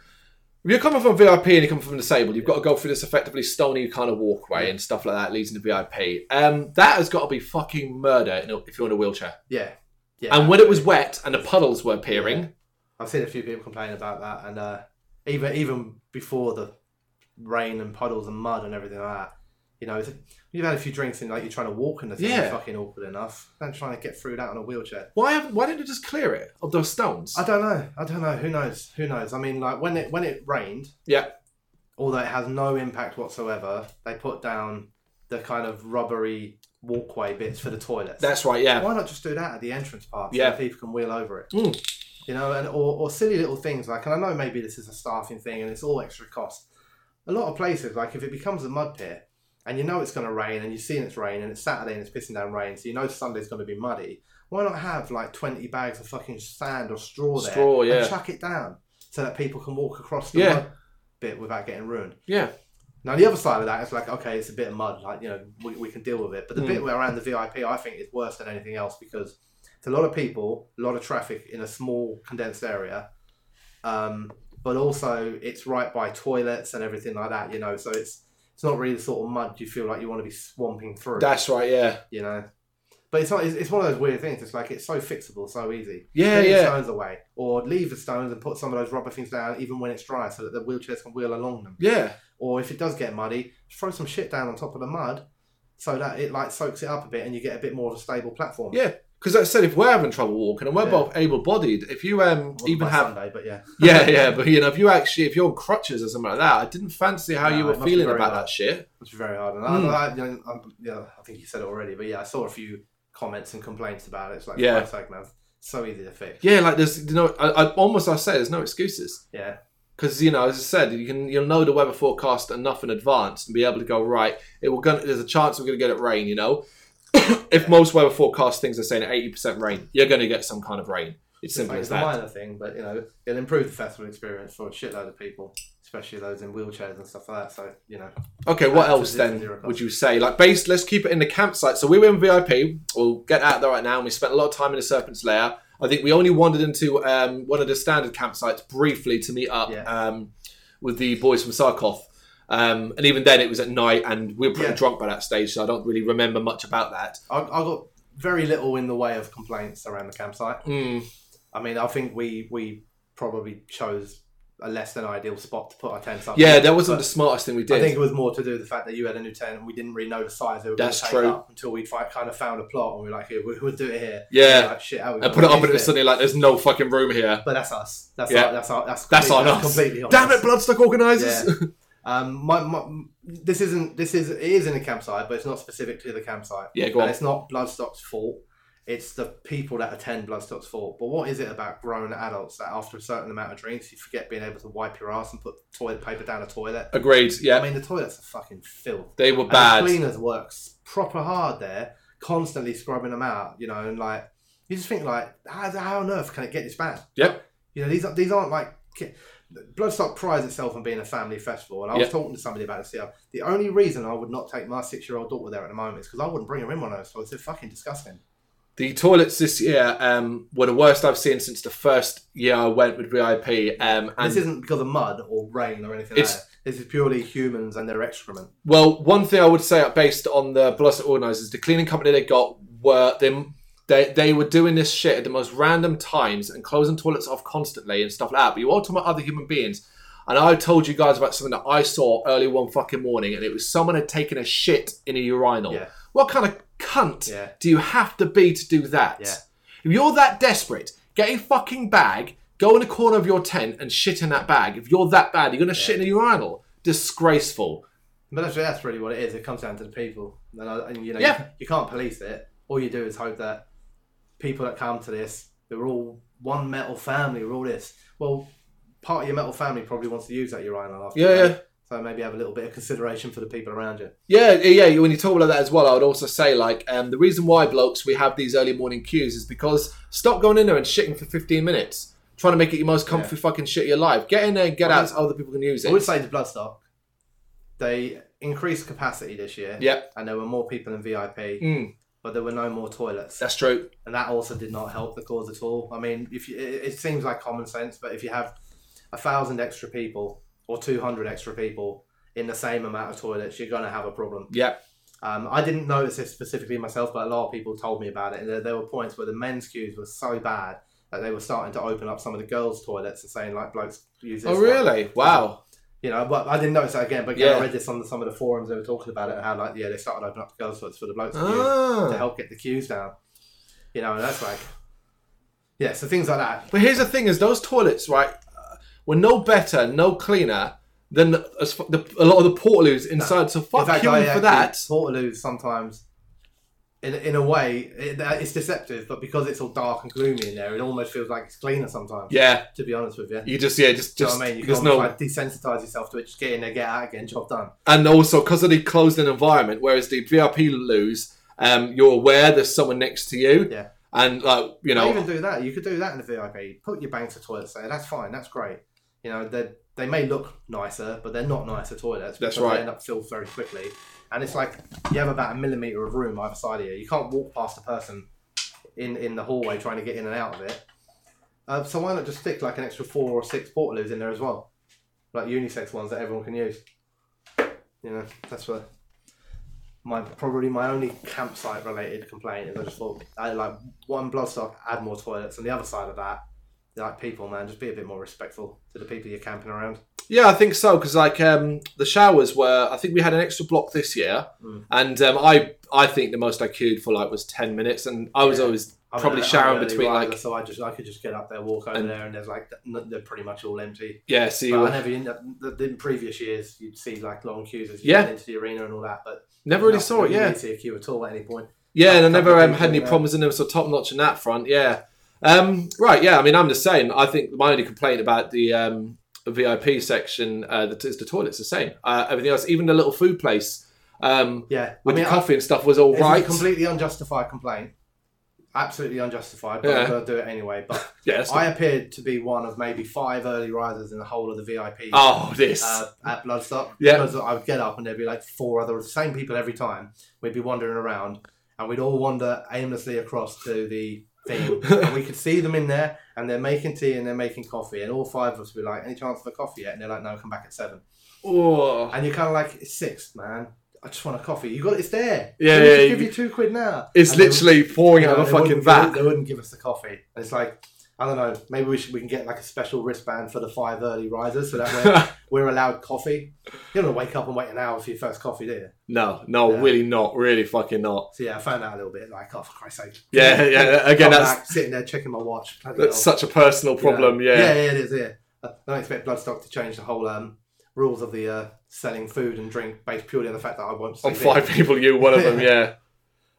A: if you're coming from VIP and you come from disabled, you've got to go through this effectively stony kind of walkway and stuff like that, leads into VIP. Um, that has got to be fucking murder in a- if you're in a wheelchair.
B: Yeah. Yeah.
A: and when it was wet and the puddles were appearing,
B: I've seen a few people complain about that, and uh, even even before the rain and puddles and mud and everything like that, you know, it's, you've had a few drinks and like you're trying to walk in the thing,
A: Yeah.
B: it's fucking awkward enough. I'm trying to get through that on a wheelchair.
A: why haven't, why didn't they just clear it of those stones?
B: I don't know. I don't know. Who knows? Who knows? I mean, like when it when it rained,
A: yeah,
B: although it has no impact whatsoever, they put down the kind of rubbery walkway bits for the toilets.
A: that's right. Yeah,
B: Why not just do that at the entrance part so
A: Yeah.
B: that people can wheel over it?
A: Mm.
B: You know, and or, or silly little things like, and I know maybe this is a staffing thing and it's all extra cost. A lot of places, like if it becomes a mud pit and you know it's going to rain and you've seen it's rain and it's Saturday and it's pissing down rain, so you know Sunday's going to be muddy, why not have like 20 bags of fucking sand or straw there
A: Straw, yeah.
B: and chuck it down so that people can walk across the
A: Yeah.
B: mud bit without getting ruined?
A: yeah.
B: Now the other side of that is like, okay, it's a bit of mud, like you know, we, we can deal with it. But the
A: Mm.
B: bit around the VIP, I think, is worse than anything else because it's a lot of people, a lot of traffic in a small condensed area, um, but also it's right by toilets and everything like that, you know. So it's it's not really the sort of mud you feel like you want to be swamping through,
A: That's right. Yeah,
B: you know. But it's not. It's, it's one of those weird things. It's like it's so fixable, so easy.
A: yeah,
B: Take the
A: yeah.
B: stones away, or leave the stones and put some of those rubber things down, even when it's dry, so that the wheelchairs can wheel along them
A: Yeah,
B: or if it does get muddy, throw some shit down on top of the mud so that it like soaks it up a bit and you get a bit more of a stable platform.
A: Yeah, because like I said, if we're having trouble walking and we're
B: Yeah.
A: both able-bodied, if you um
B: Wasn't
A: even
B: my
A: have
B: Sunday, but yeah,
A: yeah yeah, but you know if you actually if you're on crutches or something like that, I didn't fancy how
B: No,
A: you
B: it
A: were
B: must be
A: feeling
B: very
A: about
B: hard.
A: that shit.
B: which is very hard. And
A: Mm.
B: I, I, you know, I, you know, I think you said it already, but yeah, I saw a few comments and complaints about it. It's like,
A: Yeah.
B: yeah, sake, man, so easy to fix.
A: Yeah, like there's you know I, I almost I say there's no excuses
B: Yeah,
A: because you know as I said you can you'll know the weather forecast enough in advance and be able to go right. It will gonna there's a chance we're gonna get it rain. You know, if most weather forecast things are saying eighty percent rain, you're gonna get some kind of rain. It's
B: It's, like,
A: simple as
B: it's a
A: that.
B: minor thing, but you know, it'll improve the festival experience for a shitload of people, especially those in wheelchairs and stuff like that. So you know,
A: Okay, what
B: Uh,
A: else
B: to
A: then
B: zero cost.
A: would you say? Like, based, let's keep it in the campsite. So we were in VIP. We'll get out there right now, and we spent a lot of time in the Serpent's Lair. I think we only wandered into um, one of the standard campsites briefly to meet up
B: Yeah.
A: um, with the boys from Sarkoth. Um, and even then, it was at night, and we were pretty
B: Yeah.
A: drunk by that stage, so I don't really remember much about that.
B: I, I got very little in the way of complaints around the campsite.
A: Mm,
B: I mean, I think we we probably chose a less than ideal spot to put our tents up.
A: Yeah, that wasn't
B: But
A: the smartest thing we did.
B: I think it was more to do with the fact that you had a new tent and we didn't really know the size they were going
A: That's
B: to take
A: true.
B: up until we fi- kind of found a plot and we were like, here, we, we'll do it here.
A: Yeah.
B: And we're like, Shit, how are
A: and
B: we gonna
A: put it up, and
B: do
A: it was
B: this?
A: suddenly like, there's no fucking room here.
B: But that's us. That's
A: Yeah.
B: our, that's our, that's
A: That's
B: completely-
A: on us.
B: Completely on
A: Damn
B: us.
A: it, Bloodstock organisers!
B: Um, my, my, this isn't this is it is in a campsite, but it's not specific to the campsite.
A: Yeah, go on.
B: And it's not Bloodstock's fault. It's the people that attend Bloodstock's fault. But what is it about grown adults that after a certain amount of drinks, you forget being able to wipe your ass and put toilet paper down a toilet?
A: Agreed, yeah.
B: I mean, the toilets are fucking filth.
A: they were
B: And
A: bad.
B: The cleaners works proper hard there, constantly scrubbing them out. You know, and like you just think like, how, how on earth can it get this bad?
A: Yep.
B: You know, these are these aren't like. ki- Bloodstock prides itself on being a family festival, and I was
A: Yep.
B: talking to somebody about this. The other- the only reason I would not take my six-year-old daughter there at the moment is because I wouldn't bring her in one of those. So it's fucking disgusting.
A: The toilets this year um, were the worst I've seen since the first year I went with VIP. Um, and
B: this isn't because of mud or rain or anything. like
A: It's-
B: that. This is purely humans and their excrement.
A: well, one thing I would say, uh, based on the Bloodstock organisers, the cleaning company they got were they, they they were doing this shit at the most random times and closing toilets off constantly and stuff like that. But you are talking about other human beings, and I told you guys about something that I saw early one fucking morning, and it was someone had taken a shit in a urinal.
B: Yeah.
A: What kind of cunt
B: Yeah.
A: do you have to be to do that?
B: Yeah.
A: If you're that desperate, get a fucking bag, go in a corner of your tent and shit in that bag. If you're that bad, you're gonna shit in a urinal. Disgraceful.
B: But that's, that's really what it is. It comes down to the people, and, I, and you know,
A: Yeah.
B: you, you can't police it. All you do is hope that people that come to this, they're all one metal family. We're all this. Well, part of your metal family probably wants to use that urinal after.
A: Yeah,
B: you
A: yeah.
B: know? So maybe have a little bit of consideration for the people around you.
A: Yeah, yeah, yeah. When you talk about that as well, I would also say like um, the reason why blokes we have these early morning queues is because stop going in there and shitting for 15 minutes, trying to make it your most comfy fucking shit of your life. Get in there and get out so other people can use
B: I would
A: it.
B: say to Bloodstock, they increased capacity this year.
A: Yep.
B: And there were more people in VIP,
A: Mm,
B: but there were no more toilets.
A: that's true.
B: and that also did not help the cause at all. I mean, if you, it, it seems like common sense, but if you have a thousand extra people or two hundred extra people in the same amount of toilets, you're going to have a problem.
A: Yeah,
B: Um, I didn't notice this specifically myself, but a lot of people told me about it, and there, there were points where the men's queues were so bad that they were starting to open up some of the girls' toilets and saying like blokes use this.
A: Oh,
B: one."
A: really? Wow.
B: You know, but I didn't notice that again. But yeah,
A: Yeah.
B: I read this on some of the forums. They were talking about it and how like yeah, they started opening up the girls' toilets for the blokes. to use to
A: Ah.
B: help get the queues down. You know, and that's like, yeah, so things like that.
A: But here's the thing: is those toilets right uh, were no better, no cleaner than the, as, fu- the, a lot of the portaloos inside. So fuck
B: In fact,
A: you
B: I
A: for
B: actually-
A: that.
B: Waterloo sometimes, in, in a way, it, it's deceptive, but because it's all dark and gloomy in there, it almost feels like it's cleaner sometimes.
A: Yeah,
B: To be honest with you.
A: you just yeah just
B: Do you know
A: just
B: what I mean? You can
A: there's
B: almost
A: no
B: like desensitize yourself to it, just get in there, get out again, job done.
A: and also because of the closed-in environment, whereas the VIP loos, um, you're aware there's someone next to you.
B: Yeah.
A: And like you
B: You
A: know,
B: even do that. You could do that in the VIP. Put your banks of toilets there. That's fine. That's great. You know, they they may look nicer, but they're not nicer toilets.
A: That's
B: because
A: right.
B: They end up filled very quickly, and it's like you have about a millimeter of room either side of you. You can't walk past a person in in the hallway trying to get in and out of it. Uh, so why not just stick like an extra four or six portaloos in there as well, like unisex ones that everyone can use. You know, that's what my probably my only campsite related complaint is I just thought I like one bloodstock add more toilets and the other side of that like people man just be a bit more respectful to the people you're camping around
A: yeah, I think so because like um, the showers were. I think we had an extra block this year,
B: Mm.
A: and um, I I think the most I queued for like was ten minutes, and I was
B: Yeah.
A: always
B: I'm
A: probably
B: an- I'm
A: showering
B: an early
A: between
B: riser,
A: like
B: so I just I could just get up there walk over
A: And-
B: there and there's like n- they're pretty much all empty
A: yeah. So you
B: but
A: were,
B: I never in, the- in previous years you'd see like long queues as you
A: Yeah.
B: went into the arena and all that but
A: never really
B: no,
A: saw it.
B: you
A: Yeah.
B: didn't see a queue at all at any point
A: Yeah, and I never
B: Couple of
A: um,
B: people
A: had any
B: there.
A: problems in them, so top notch in that front. Yeah. Um, right. Yeah. I mean, I'm the same. I think my only complaint about the um, VIP section uh, the, is the toilets. The same. Uh, everything else, even the little food place um,
B: yeah
A: with
B: I mean
A: the coffee and stuff, was all
B: It's
A: right.
B: a completely unjustified complaint. absolutely unjustified, but
A: Yeah.
B: I'm gonna do it anyway. But
A: Yeah, that's
B: I
A: not-
B: appeared to be one of maybe five early risers in the whole of the VIP
A: oh, this.
B: uh, at Bloodstock.
A: Yeah.
B: Because I would get up and there'd be like four other the same people every time. We'd be wandering around and we'd all wander aimlessly across to the thing. and we could see them in there and they're making tea and they're making coffee. And all five of us would be like, any chance of a coffee yet? And they're like, no, come back at seven.
A: oh,
B: And you're kind of like, it's six, man. I just want a coffee. You got it, it's there.
A: Yeah,
B: We'll just
A: yeah,
B: Give
A: you-
B: you two quid now.
A: it's
B: And they-
A: literally pouring
B: you
A: out
B: know,
A: of a
B: they
A: fucking
B: wouldn't- they wouldn't-
A: vat.
B: They wouldn't give us the coffee. And it's like, I don't know. Maybe we should we can get like a special wristband for the five early risers, so that way we're allowed coffee. You don't wake up and wait an hour for your first coffee, do you?
A: no, no,
B: Yeah.
A: really not. Really fucking not.
B: So yeah, I found out a little bit. Like, oh for Christ's sake!
A: Yeah, yeah. Again,
B: Come
A: that's
B: back, sitting there checking my watch. bloody
A: that's
B: hell.
A: such a personal
B: You know?
A: problem.
B: yeah,
A: Yeah.
B: yeah, it is. Yeah, I don't expect Bloodstock to change the whole um, rules of the uh, selling food and drink based purely on the fact that I won't
A: on
B: sleep. in.
A: Oh, five people, you one of them. Yeah.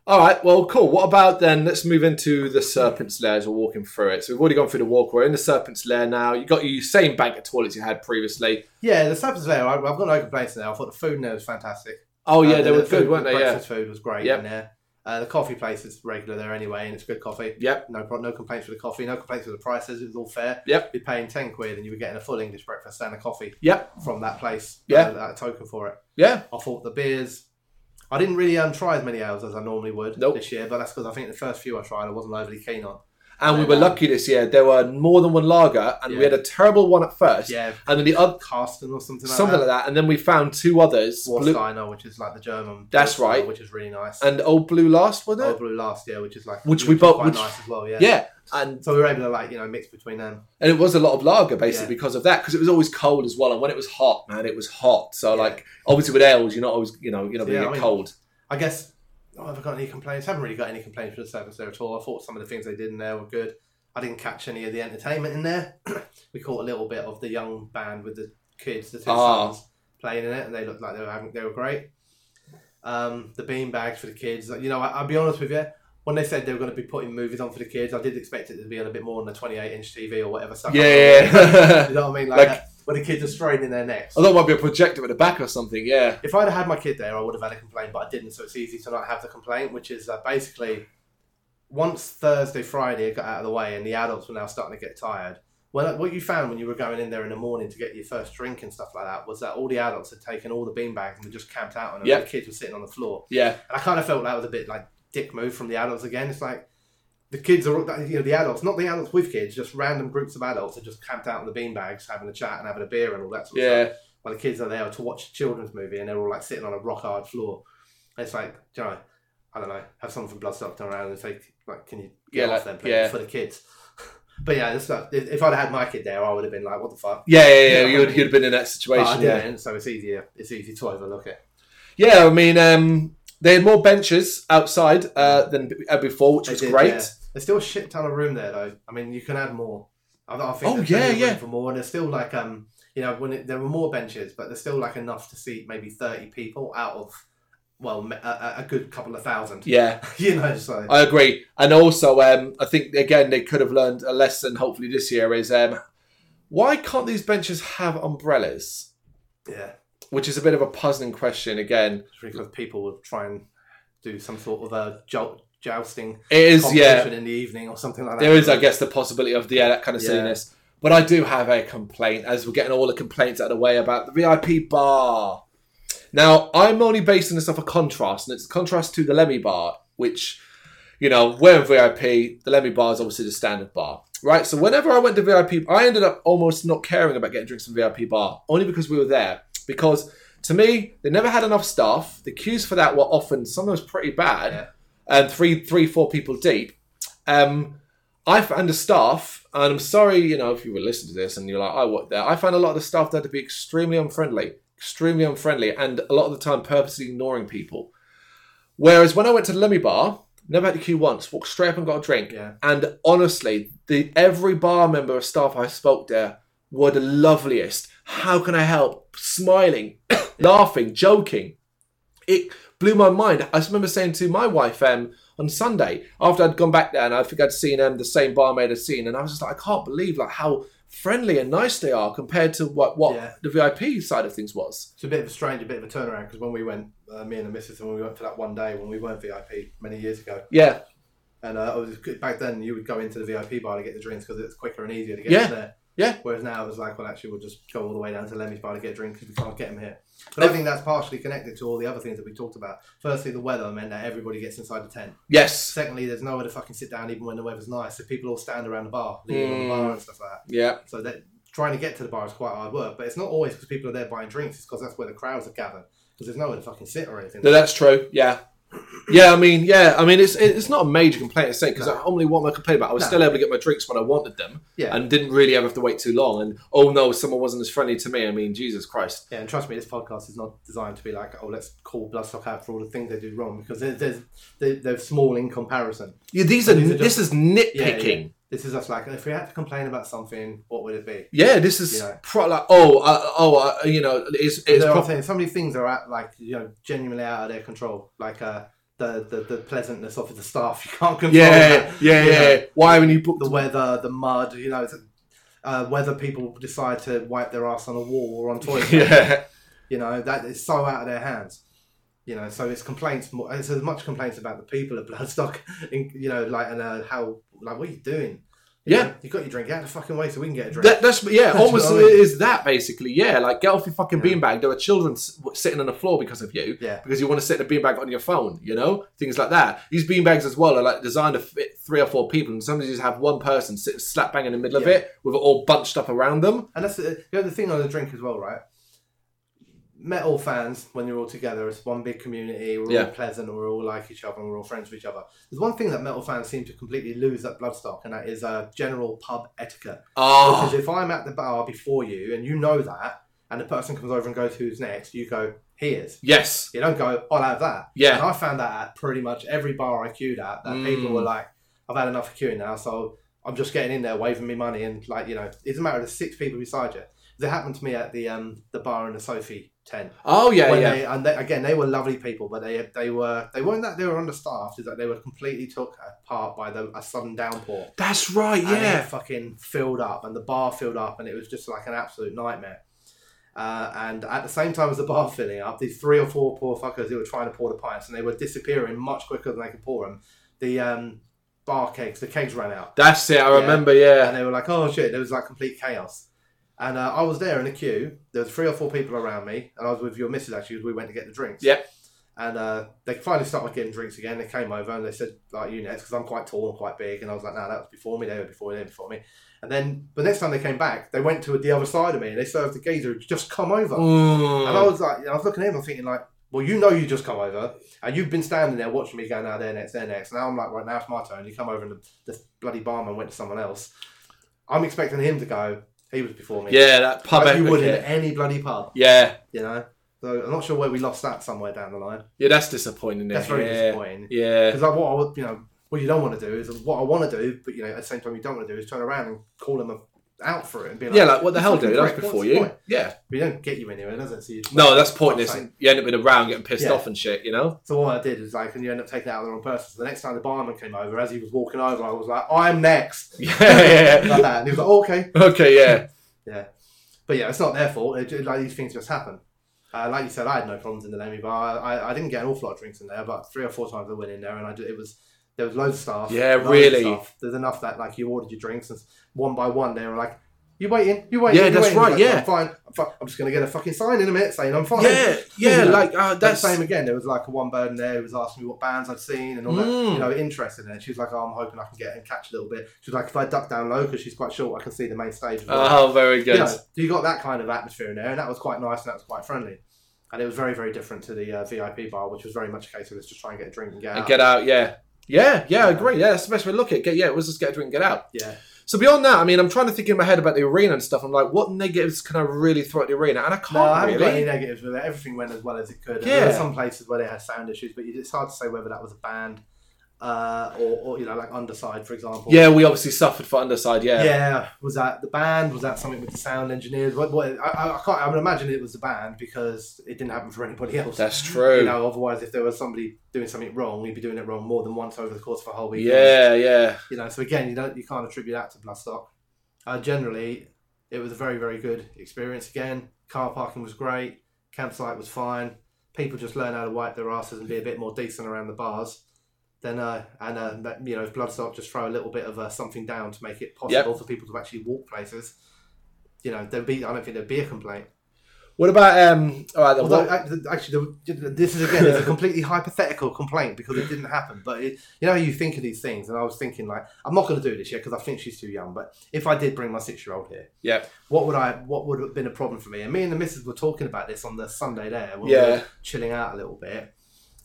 A: All right. Well, cool. What about then? Let's move into the serpent's lair as we're walking through it. So we've already gone through the walk. We're in the serpent's lair now. You got your same bank of toilets you had previously.
B: Yeah, the serpent's there. I've got no complaints there. I thought the food in there was fantastic.
A: Oh yeah,
B: Uh,
A: they
B: the
A: were
B: food-
A: good, weren't
B: the
A: they? Yeah.
B: Breakfast food was great
A: Yep.
B: in there. Uh, the coffee place is regular there anyway, and it's good coffee.
A: Yep.
B: No, pro- no complaints with the coffee. No complaints with the prices. It was all fair.
A: Yep.
B: You're paying ten quid, and you were getting a full English breakfast and a coffee.
A: Yep.
B: From that place.
A: Yeah.
B: Uh, that token for it.
A: Yeah.
B: I thought the beers. I didn't really um, try as many ales as I normally would
A: Nope.
B: this year, but that's because I think the first few I tried I wasn't overly keen on.
A: And we were lucky this year. There were more than one lager, and we
B: Yeah.
A: had a terrible one at first.
B: Yeah,
A: And then the other,
B: Carsten or something like
A: something
B: that.
A: like that. And then we found two others. Blue-
B: Warsteiner, which is like the German.
A: That's
B: Pilsner,
A: right.
B: Which is really nice.
A: and old blue last, wasn't
B: Old
A: it?
B: Blue last year, which is like
A: Which we
B: is
A: both-
B: quite
A: which-
B: nice as well. Yeah.
A: yeah. And
B: So we were able to like you know mix between them.
A: and it was a lot of lager basically
B: Yeah.
A: because of that because it was always cold as well. And when it was hot, man, it was hot. So
B: Yeah.
A: like obviously with ales, you're not always you know you know
B: So,
A: being
B: yeah,
A: get
B: I mean-
A: cold.
B: I guess oh, have I got any complaints? I haven't really got any complaints from the service there at all. I thought some of the things they did in there were good. I didn't catch any of the entertainment in there. we caught a little bit of the young band with the kids, the two
A: Ah.
B: sons playing in it, and they looked like they were having they were great. Um, the bean bags for the kids. You know, I, I'll be honest with you. When they said they were going to be putting movies on for the kids, I did expect it to be on a bit more than a 28 inch TV or whatever. stuff.
A: Yeah, yeah. yeah.
B: You know what I mean?
A: Like-
B: Like, that, where the kids are straining their necks.
A: Although it might be a projector at the back or something. Yeah.
B: If I'd have had my kid there, I would have had a complaint, but I didn't, so it's easy to not have the complaint, which is uh, basically once Thursday, Friday got out of the way and the adults were now starting to get tired. Well, what you found when you were going in there in the morning to get your first drink and stuff like that was that all the adults had taken all the beanbags and were just camped out on them.
A: Yeah.
B: and The kids were sitting on the floor.
A: Yeah.
B: And I kind of felt that was a bit like dick move from the adults again. It's like the kids are, you know, the adults, not the adults with kids, just random groups of adults are just camped out on the beanbags having a chat and having a beer and all that sort of stuff
A: Yeah.
B: while the kids are there to watch a children's movie and they're all like sitting on a rock hard floor. And it's like, do you know, I don't know, have someone from Bloodstock turn around and say, like, can you
A: Yeah,
B: get off
A: like-
B: them, please,
A: yeah.
B: for the kids? but yeah, it's like, if if I'd had my kid there, I would have been like, what the fuck?
A: Yeah, yeah, yeah.
B: Yeah,
A: You'd,
B: I
A: you'd been in that
B: But
A: situation.
B: I
A: yeah.
B: didn't, so it's easier. It's easy to overlook it.
A: Yeah, I mean, um, they had more benches outside uh, than b- uh, before, which
B: They
A: was
B: did,
A: great.
B: yeah. There's still a shit ton of room there, though. I mean, you can add more. I, I think
A: Oh,
B: there's
A: yeah,
B: plenty of room
A: yeah.
B: for more, and there's still like um, you know, when it, there were more benches, but there's still like enough to seat maybe thirty people out of, well, me- a- a, a good couple of thousand.
A: Yeah,
B: you know, so
A: I agree. And also, um, I think again they could have learned a lesson. Hopefully, this year is um, why can't these benches have umbrellas?
B: yeah,
A: Which is a bit of a puzzling question. Again,
B: it's because people will try and do some sort of a jolt, jousting
A: it is yeah.
B: competition in the evening or something like that.
A: There is, I guess, the possibility of yeah that kind of
B: Yeah.
A: silliness. But I do have a complaint as we're getting all the complaints out of the way about the VIP bar. Now, I'm only basing this off a contrast, and it's a contrast to the Lemmy bar, which, you know, we're in VIP. The Lemmy bar is obviously the standard bar, right? So whenever I went to VIP, I ended up almost not caring about getting drinks from VIP bar, only because we were there. Because to me, they never had enough staff. The queues for that were often sometimes pretty bad,
B: Yeah.
A: and three, three, four people deep. Um, I found the staff, and I'm sorry, you know, if you were listening to this and you're like, I worked there. I found a lot of the staff there to be extremely unfriendly, extremely unfriendly, and a lot of the time purposely ignoring people. Whereas when I went to the Lemmy Bar, never had to queue once, walked straight up and got a drink.
B: Yeah.
A: And honestly, the every bar member of staff I spoke there were the loveliest. How can I help? Smiling, laughing, joking. It blew my mind. I just remember saying to my wife, um, on Sunday after I'd gone back there and I think I'd seen um, the same barmaid I'd seen and I was just like I can't believe like how friendly and nice they are compared to what what
B: Yeah.
A: the VIP side of things was.
B: It's a bit of a strange, a bit of a turnaround because when we went, uh, me and the missus, and when we went for that one day when we weren't VIP many years ago,
A: Yeah,
B: uh, And uh, I was back then you would go into the VIP bar to get the drinks because it's quicker and easier to get
A: Yeah.
B: in there.
A: Yeah.
B: Whereas now it was like, well, actually, we'll just go all the way down to Lemmy's bar to get a drink because we can't get them here. But I think that's partially connected to all the other things that we talked about. Firstly, the weather meant that everybody gets inside the tent.
A: Yes.
B: Secondly, there's nowhere to fucking sit down even when the weather's nice. So people all stand around the bar, leaning
A: Hmm.
B: on the bar and stuff like that.
A: Yeah.
B: So that trying to get to the bar is quite hard work. But it's not always because people are there buying drinks. It's because that's where the crowds are gathered. Because there's nowhere to fucking sit or anything.
A: No, that's true. Yeah. Yeah, I mean, yeah, I mean, it's it's not a major complaint, it's because
B: No.
A: I only want my complaint about. I was
B: No.
A: still able to get my drinks when I wanted them,
B: Yeah.
A: and didn't really ever have to wait too long. And oh no, someone wasn't as friendly to me. I mean, Jesus Christ.
B: Yeah, and trust me, this podcast is not designed to be like, oh, let's call Bloodstock out for all the things they do wrong because there's, there's they're, they're small in comparison.
A: Yeah, these are,
B: These are just-
A: this is nitpicking.
B: Yeah, yeah. This is us like, if we had to complain about something, what would it be?
A: Yeah, this is
B: Yeah.
A: pro- like oh uh, oh uh, you know it's it's
B: No, I'm
A: pro-
B: saying some of these things are out, like you know genuinely out of their control, like uh, the, the the pleasantness of the staff you can't control.
A: yeah,
B: that.
A: yeah
B: You know,
A: yeah why haven't you booked
B: The weather, the mud, you know, it's, uh, whether people decide to wipe their ass on a wall or on toilet.
A: yeah
B: You know that is so out of their hands. You know, so it's complaints. More, it's as much complaints about the people at Bloodstock. In, you know, like and uh, how like what are you doing? You
A: Yeah.
B: know, you got your drink out of the fucking way so we can get a drink.
A: that, that's yeah
B: That's
A: almost
B: what I mean.
A: is that basically yeah like get off your fucking
B: Yeah.
A: beanbag there are children s- sitting on the floor because of you
B: yeah,
A: because you want to sit in a beanbag on your phone you know things like that these beanbags as well are like designed to fit three or four people and sometimes you just have one person sit slap bang in the middle of
B: Yeah.
A: it with it all bunched up around them
B: and that's the, the other thing on the drink as well, right? Metal fans, when you're all together, it's one big community. We're
A: Yeah.
B: all pleasant. We're all like each other. and We're all friends with each other. There's one thing that metal fans seem to completely lose at Bloodstock, and that is uh, general pub etiquette. Because
A: oh
B: if I'm at the bar before you and you know that, and the person comes over and goes, who's next, you go, he is.
A: yes
B: You don't go, I'll have that. And
A: yeah
B: I found that at pretty much every bar I queued at, that
A: Mm.
B: people were like, I've had enough of queuing now, so I'm just getting in there, waving me money, and like, you know, it doesn't matter, there's six people beside you. That happened to me at the um, the bar in the Sophie tent.
A: oh yeah
B: When
A: yeah
B: they- and they, again, they were lovely people, but they they were they weren't that they were understaffed. Is that they were completely took apart by the, a sudden downpour.
A: that's right
B: And it
A: yeah
B: fucking filled up, and the bar filled up, and it was just like an absolute nightmare. Uh, and at the same time as the bar filling up, these three or four poor fuckers who were trying to pour the pints, and they were disappearing much quicker than they could pour them. The um, bar kegs, the kegs ran out,
A: that's it I
B: Yeah.
A: remember yeah
B: and they were like, "Oh shit!" There was like complete chaos. And uh, I was there in a queue. There was three or four people around me, and I was with your missus actually. 'cause We went to get the drinks.
A: Yep.
B: And uh, they finally started getting drinks again. They came over and they said, like, you next, because I'm quite tall and quite big. And I was like, no, that was before me. They were before me. They were before me. And then the next time they came back, they went to the other side of me and they served the geezer who'd just come over.
A: Mm.
B: And I was like, I was looking at him, I'm thinking, like, well, you know, you just come over and you've been standing there watching me go, now they're next, they're next. Now I'm like, right, now it's my turn. You come over and the, the bloody barman went to someone else. I'm expecting him to go, he was before me.
A: Yeah, that pub
B: Like you would in
A: advocate.
B: any bloody pub,
A: Yeah,
B: you know? So I'm not sure where we lost that somewhere down the line.
A: yeah, that's disappointing.
B: That's
A: isn't it?
B: very
A: yeah.
B: disappointing.
A: Yeah,
B: Because like what I would, you know, what you don't want to do is what I want to do, but you know, at the same time you don't want to do is turn around and call them out for it and be like,
A: yeah, like what the hell, dude? That was
B: Correct.
A: before
B: What's the
A: you.
B: point?
A: Yeah,
B: we don't get you anywhere, does it? So you,
A: no, that's pointless.
B: Fuck's sake.
A: You end up in a round getting pissed
B: Yeah.
A: off and shit. You know?
B: So what I did is like, and you end up taking it out of the wrong person. So the next time the barman came over, as he was walking over, I was like, I'm next.
A: Yeah, yeah,
B: like that, and he was like, oh, okay.
A: yeah. okay, yeah,
B: But yeah, it's not their fault. It, like these things just happen. Uh, like you said, I had no problems in the Lemmy bar. I, I didn't get an awful lot of drinks in there, but three or four times I went in there, and I did, it was there was loads of staff.
A: Yeah,
B: loads of
A: really.
B: staff. There's enough that like you ordered your drinks, and one by one they were like, "You waiting? You waiting?
A: Yeah,
B: you
A: that's
B: waiting?"
A: right,
B: Like,
A: yeah.
B: I'm fine. I'm fine. I'm just gonna get a fucking sign in a minute saying I'm fine.
A: yeah, yeah.
B: Yeah.
A: Like uh,
B: That's
A: that's
B: the same again. There was like a one bird in there who was asking me what bands I'd seen and all that,
A: Mm.
B: you know, interest in it. She was like, "Oh, I'm hoping I can get and catch a little bit." She was like, "If I duck down low, because she's quite short, I can see the main stage." as well."
A: Oh, very
B: you
A: good.
B: know, so you got that kind of atmosphere in there, and that was quite nice and that was quite friendly. And it was very, very different to the uh, VIP bar, which was very much a case of let's just try and get a drink and get
A: And
B: out.
A: get out. Yeah, yeah, yeah. I
B: Yeah.
A: agree. Yeah, that's the best way to look at. it. Get yeah, let's just get a drink, and get out.
B: Yeah,
A: So beyond that, I mean, I'm trying to think in my head about the arena and stuff. I'm like, what negatives can I really throw at the arena? And I can't
B: no, I haven't got any
A: Oh, really.
B: negatives with it. Everything went as well as it could. And There were
A: Yeah.
B: some places where they had sound issues, but it's hard to say whether that was a band uh, or, or you know, like underside, for example.
A: Yeah, we obviously suffered for underside.
B: Yeah. was that the band? Was that something with the sound engineers? What? what I- I, I can't. I would imagine it was the band because it didn't happen for anybody else.
A: That's true.
B: You know, otherwise, if there was somebody doing something wrong, you'd be doing it wrong more than once over the course of a whole weekend.
A: yeah, yeah.
B: You know, so again, you don't you can't attribute that to Bloodstock. Uh, generally, it was a very very good experience. Again, car parking was great. Campsite was fine. People just learn how to wipe their asses and be a bit more decent around the bars. Then, uh, and uh, that- you know, if Bloodstock just throw a little bit of uh, something down to make it possible for people to actually walk places, you know, there'd be I don't think there'd be a complaint.
A: What about um? All right, then.
B: Although,
A: what-
B: act- actually, the, this is again it's a completely hypothetical complaint because it didn't happen. But it, you know, how you think of these things, and I was thinking like, I'm not going to do this yet because I think she's too young. But if I did bring my six year old here,
A: yeah,
B: what would I? What would have been a problem for me? And me and the missus were talking about this on the Sunday there when we
A: yeah.
B: were chilling out a little bit,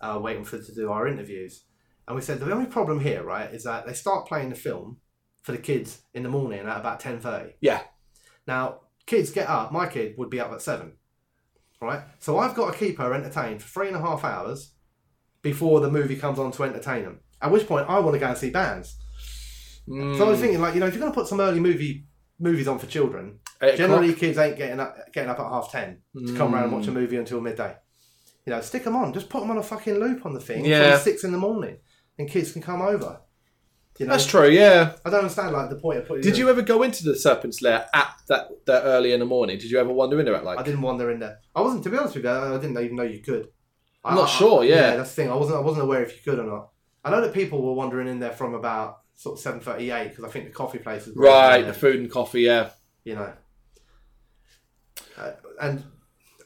B: uh, waiting for to do our interviews. And we said the only problem here, right, is that they start playing the film for the kids in the morning at about ten thirty.
A: Yeah.
B: Now kids get up. My kid would be up at seven, right? So I've got to keep her entertained for three and a half hours before the movie comes on to entertain them. At which point I want to go and see bands. So I was
A: Mm,
B: thinking, like, you know, if you're going to put some early movie movies on for children,
A: eight
B: generally kids ain't getting up getting up at half ten
A: o'clock.
B: to come around and
A: Mm.
B: watch a movie until midday. You know, stick them on. Just put them on a fucking loop on the thing
A: Yeah.
B: from six in the morning, and kids can come over. You know,
A: That's true. Yeah.
B: I don't understand like the point of putting.
A: Did you ever go into the serpent's lair at that that early in the morning? Did you ever wander in there at like?
B: I didn't wander in there. I wasn't, to be honest with you, I I didn't even know you could.
A: I'm
B: I-
A: not
B: I-
A: sure, yeah.
B: that's the thing. I wasn't. I wasn't aware if you could or not. I know that people were wandering in there from about sort of seven thirty-eight because I think the coffee place was
A: Right, the
B: there,
A: food and coffee. Yeah.
B: You know, uh, and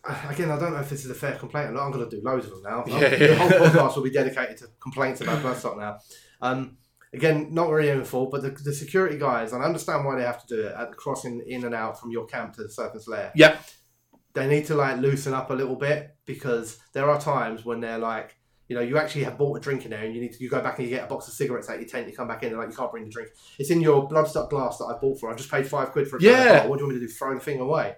B: uh, again, I don't know if this is a fair complaint. or not. I'm going to do loads of them now.
A: Yeah.
B: The whole podcast will be dedicated to complaints about Bloodstock now. Um, again, not really in full, but the, the security guys, and I understand why they have to do it at the crossing in and out from your camp to the Serpent's Lair
A: Yep.
B: they need to like loosen up a little bit because there are times when they're like, you know, you actually have bought a drink in there and you need to you go back and you get a box of cigarettes out your tent, you come back in and like you can't bring the drink. It's in your bloodstock glass that I bought for. I just paid five quid for a can of
A: Yeah.
B: bar. "Oh, What do you want me to do? Throw the thing away.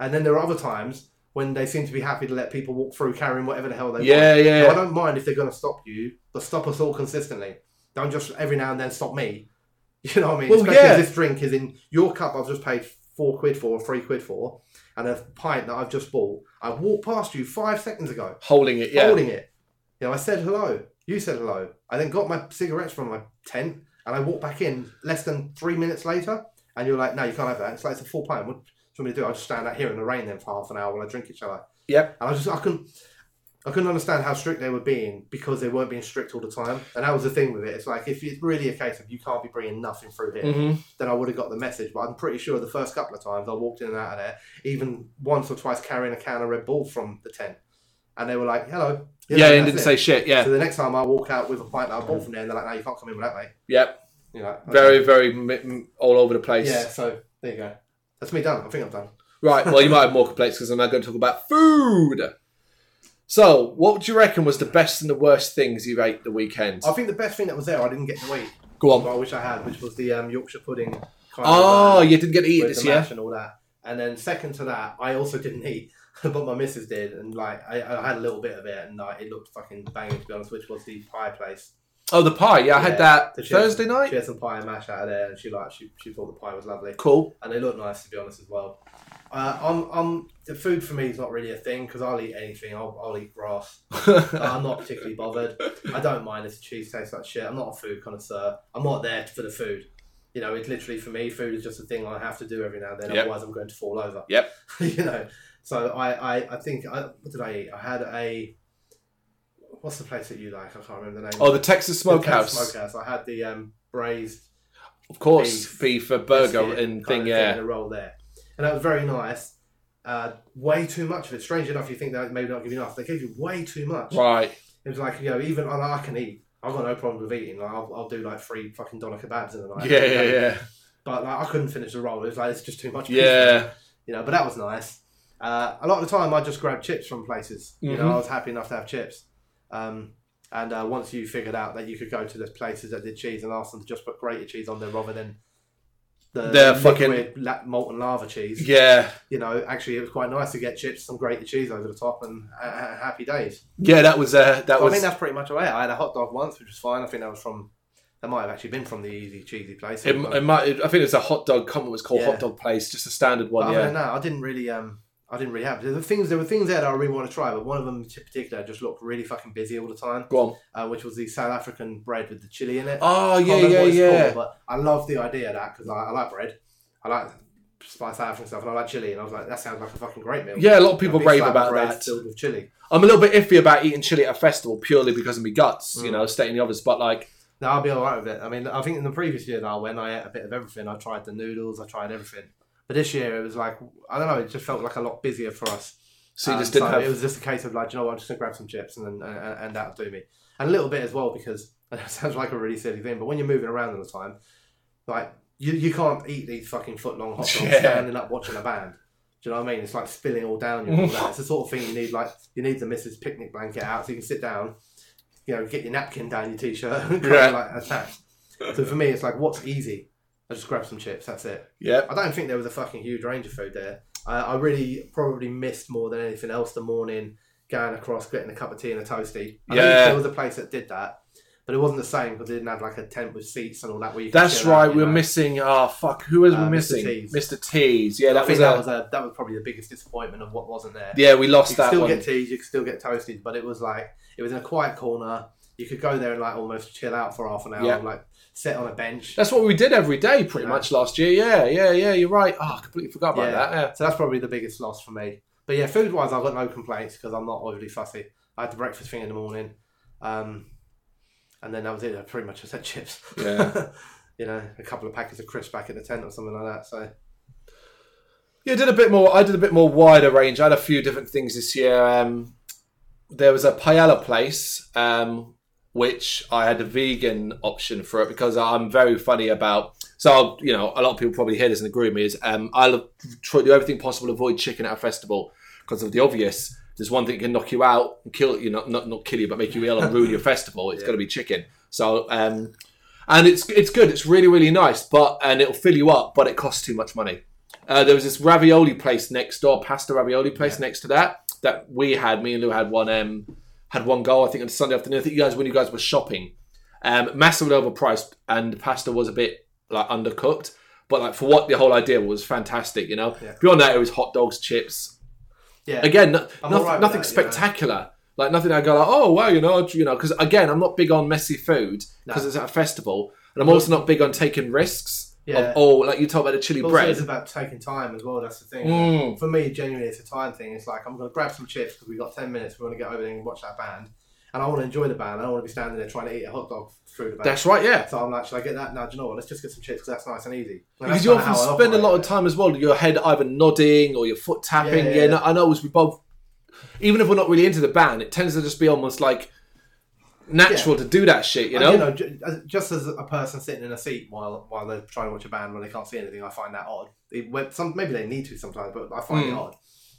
B: And then there are other times when they seem to be happy to let people walk through carrying whatever the hell they want.
A: Yeah.
B: Now, I
A: Yeah.
B: don't mind if they're gonna stop you, but stop us all consistently. Don't just every now and then stop me. You know what I mean?
A: Well,
B: Especially
A: yeah.
B: if this drink is in your cup I've just paid four quid for, three quid for, and a pint that I've just bought. I walked past you five seconds ago,
A: Holding it. Yeah.
B: holding it. You know, I said hello. You said hello. I then got my cigarettes from my tent and I walked back in less than three minutes later and you're like, No, you can't have that. It's like it's a full pint. What do you want me to do? I'll just stand out here in the rain then for half an hour while I drink it, shall I?
A: Yep.
B: And I just I couldn't I couldn't understand how strict they were being because they weren't being strict all the time. And that was the thing with it. It's like if it's really a case of you can't be bringing nothing through here,
A: hmm
B: then I would have got the message. But I'm pretty sure the first couple of times I walked in and out of there, even once or twice carrying a can of Red Bull from the tent, and they were like, "Hello."
A: Yeah.
B: You know,
A: And
B: that's
A: didn't
B: it.
A: say shit. Yeah.
B: So the next time I walk out with a pint that I bought from there, and they're like, "No, you can't come in with that, mate."
A: Yep.
B: You know, okay.
A: Very, very m- m- all over the place.
B: Yeah. So there you go. That's me done. I think I'm done.
A: Right. Well, you might have more complaints because I'm now going to talk about food. So, what do you reckon was the best and the worst things you ate the weekend?
B: I think the best thing that was there, I didn't get to eat.
A: Go
B: but
A: on.
B: I wish I had, which was the um, Yorkshire pudding. Kind of,
A: Oh,
B: um,
A: you didn't get to eat
B: with
A: this
B: the
A: year.
B: mash and all that. And then second to that, I also didn't eat, but my missus did, and like I, I had a little bit of it, and like, it looked fucking banging to be honest. Which was the pie place.
A: Oh, the pie. Yeah, I
B: Yeah,
A: had that
B: the chips.
A: Thursday night.
B: She had some pie and mash out of there, and she like she, she thought the pie was lovely,
A: Cool.
B: and they looked nice to be honest as well. Uh, I'm, I'm the food for me is not really a thing because I'll eat anything. I'll, I'll eat grass. I'm not particularly bothered. I don't mind if the cheese tastes like shit. I'm not a food connoisseur. I'm not there for the food. You know, it's literally for me, food is just a thing I have to do every now and then.
A: Yep.
B: Otherwise, I'm going to fall over.
A: Yep.
B: you know, so I, I, I think, I, what did I eat? I had a, what's the place that you like? I can't remember the name.
A: oh, the Texas
B: The Texas
A: Smokehouse.
B: Smokehouse. I had the um, braised
A: Of course,
B: Beef.
A: beef, a burger
B: biscuit
A: and
B: kind
A: thing.
B: of
A: Yeah.
B: in a roll there, and that was very nice. Uh, way too much of it. Strange enough, you think that maybe not give you enough. They gave you way too much.
A: Right.
B: It was like you know, even and I can eat. I've got no problem with eating. Like I'll, I'll do like three fucking doner kebabs in the night.
A: Yeah, yeah, yeah.
B: But like I couldn't finish the roll. It was like it's just too much.
A: Yeah.
B: You know, but that was nice. Uh, a lot of the time, I just grabbed chips from places. You know,
A: Mhm.
B: I was happy enough to have chips. Um, and uh, once you figured out that you could go to the places that did cheese and ask them to just put grated cheese on there rather than the
A: Their fucking-
B: liquid la- molten lava cheese,
A: Yeah.
B: you know, actually it was quite nice to get chips, some grated cheese over the top, and uh, happy days.
A: Yeah, that was uh, that
B: So,
A: was
B: I mean, that's pretty much all I ate. I had a hot dog once, which was fine. I think that was from. That might have actually been from the easy cheesy place.
A: It,
B: But
A: it might. I think it's a hot dog. Can't remember what it's called.
B: Yeah.
A: Hot dog place. Just a standard one.
B: other
A: yeah.
B: than that, I didn't really. Um, I didn't really have. There were things. There were things there that I really want to try, but one of them in particular just looked really fucking busy all the time,
A: Go on.
B: uh, which was the South African bread with the chili in it.
A: Oh yeah,
B: can't remember
A: yeah,
B: what it's
A: yeah.
B: called, but I love the idea of that because I, I like bread. I like spice out and stuff, and I like chili, and I was like, that sounds like a fucking great meal.
A: Yeah, a lot of people
B: A big
A: rave
B: flat
A: about
B: bread
A: that.
B: Filled with chili.
A: I'm a little bit iffy about eating chili at a festival purely because of my guts, you
B: Mm.
A: know, stating the obvious. But like,
B: No, I'll be all right with it. I mean, I think in the previous year that I went, I ate a bit of everything. I tried the noodles, I tried everything. But this year it was like, I don't know, it just felt like a lot busier for us.
A: so you
B: Um,
A: just didn't
B: so
A: have.
B: It was just a case of like, you know what, I'm just gonna grab some chips and then and, and that'll do me. And a little bit as well because that sounds like a really silly thing, but when you're moving around all the time, like you, you can't eat these fucking foot long hot dogs
A: Yeah.
B: standing up watching a band. Do you know what I mean? It's like spilling all down you. and all that. It's the sort of thing you need. Like you need the missus picnic blanket out so you can sit down. You know, get your napkin down your t-shirt. And kind
A: Yeah.
B: of like attached. So for me, it's like what's easy. I just grab some chips. That's it.
A: yeah,
B: I don't think there was a fucking huge range of food there. I, I really probably missed more than anything else the morning going across, getting a cup of tea and a toasty. I think
A: Yeah.
B: there was a place that did that, but it wasn't the same because they didn't have like a tent with seats and all that. Where you could
A: that's
B: chill out,
A: right.
B: you
A: we were
B: know.
A: missing. Ah, fuck. Who was
B: Uh,
A: we
B: Mr.
A: missing?
B: Tees.
A: Mr. Tees. Yeah,
B: I
A: that was,
B: think that
A: a,
B: was a, that was probably the biggest disappointment of what wasn't there.
A: Yeah, we lost
B: you could
A: that
B: still
A: one.
B: get teas, you could still get toasties, but it was like it was in a quiet corner. You could go there and like almost chill out for half an hour,
A: Yeah.
B: and, like sit on a bench.
A: That's what we did every day pretty
B: Yeah.
A: much last year. Yeah, yeah, yeah. You're right. Ah, I completely forgot about
B: Yeah.
A: that. Yeah.
B: So that's probably the biggest loss for me. But yeah, food wise, I've got no complaints because I'm not overly fussy. I had the breakfast thing in the morning, um, and then that was it. I pretty much just had chips.
A: Yeah.
B: you know, a couple of packets of crisps back at the tent or something like that. So
A: Yeah, I did a bit more. I did a bit more wider range. I had a few different things this year. Um, there was a paella place, um, which I had a vegan option for it because I'm very funny about. So you know, a lot of people probably hear this and agree with me. Is um, I'll try to do everything possible to avoid chicken at a festival because of the obvious. There's one thing that can knock you out and kill you, not not, not kill you, but make you ill and ruin your festival. It's
B: Yeah.
A: going to be chicken. So um, and it's it's good. It's really really nice, but and it'll fill you up, but it costs too much money. Uh, there was this ravioli place next door, pasta ravioli place next to that that we had. Me and Lou had one um had one go. I think on Sunday afternoon. I think you guys when you guys were shopping, um, massively overpriced, and the pasta was a bit like undercooked. But like for what the whole idea was fantastic, you know.
B: Yeah.
A: Beyond that, it was hot dogs, chips.
B: yeah,
A: Again, no,
B: I'm
A: nothing,
B: all right with
A: nothing
B: that, you know.
A: spectacular. Like nothing I go like, oh wow, you know, you know. Because again, I'm not big on messy food because
B: No.
A: it's at a festival, and I'm also not big on taking risks.
B: Yeah.
A: Of, oh, like you talk about the chili
B: also
A: bread.
B: it's about taking time as well. That's the thing.
A: Mm.
B: For me, genuinely, it's a time thing. It's like I'm gonna grab some chips because we've got ten minutes. We want to get over there and watch that band, and I want to enjoy the band. I don't want to be standing there trying to eat a hot dog through the band.
A: That's right, yeah.
B: so I'm like, should I get that? No, do you know what? Let's just get some chips because that's nice and easy. And
A: Because
B: that's
A: you
B: kinda
A: often
B: how I
A: spend a
B: operate.
A: lot of time as well, your head either nodding or your foot tapping. Yeah,
B: Yeah, yeah,
A: no, I know as we both, even if we're not really into the band, it tends to just be almost like natural to do that shit, you know?
B: And, ju- as- just as a person sitting in a seat while while they're trying to watch a band when they can't see anything, I find that odd. It, when, some maybe they need to sometimes, but I find it
A: Mm.
B: odd.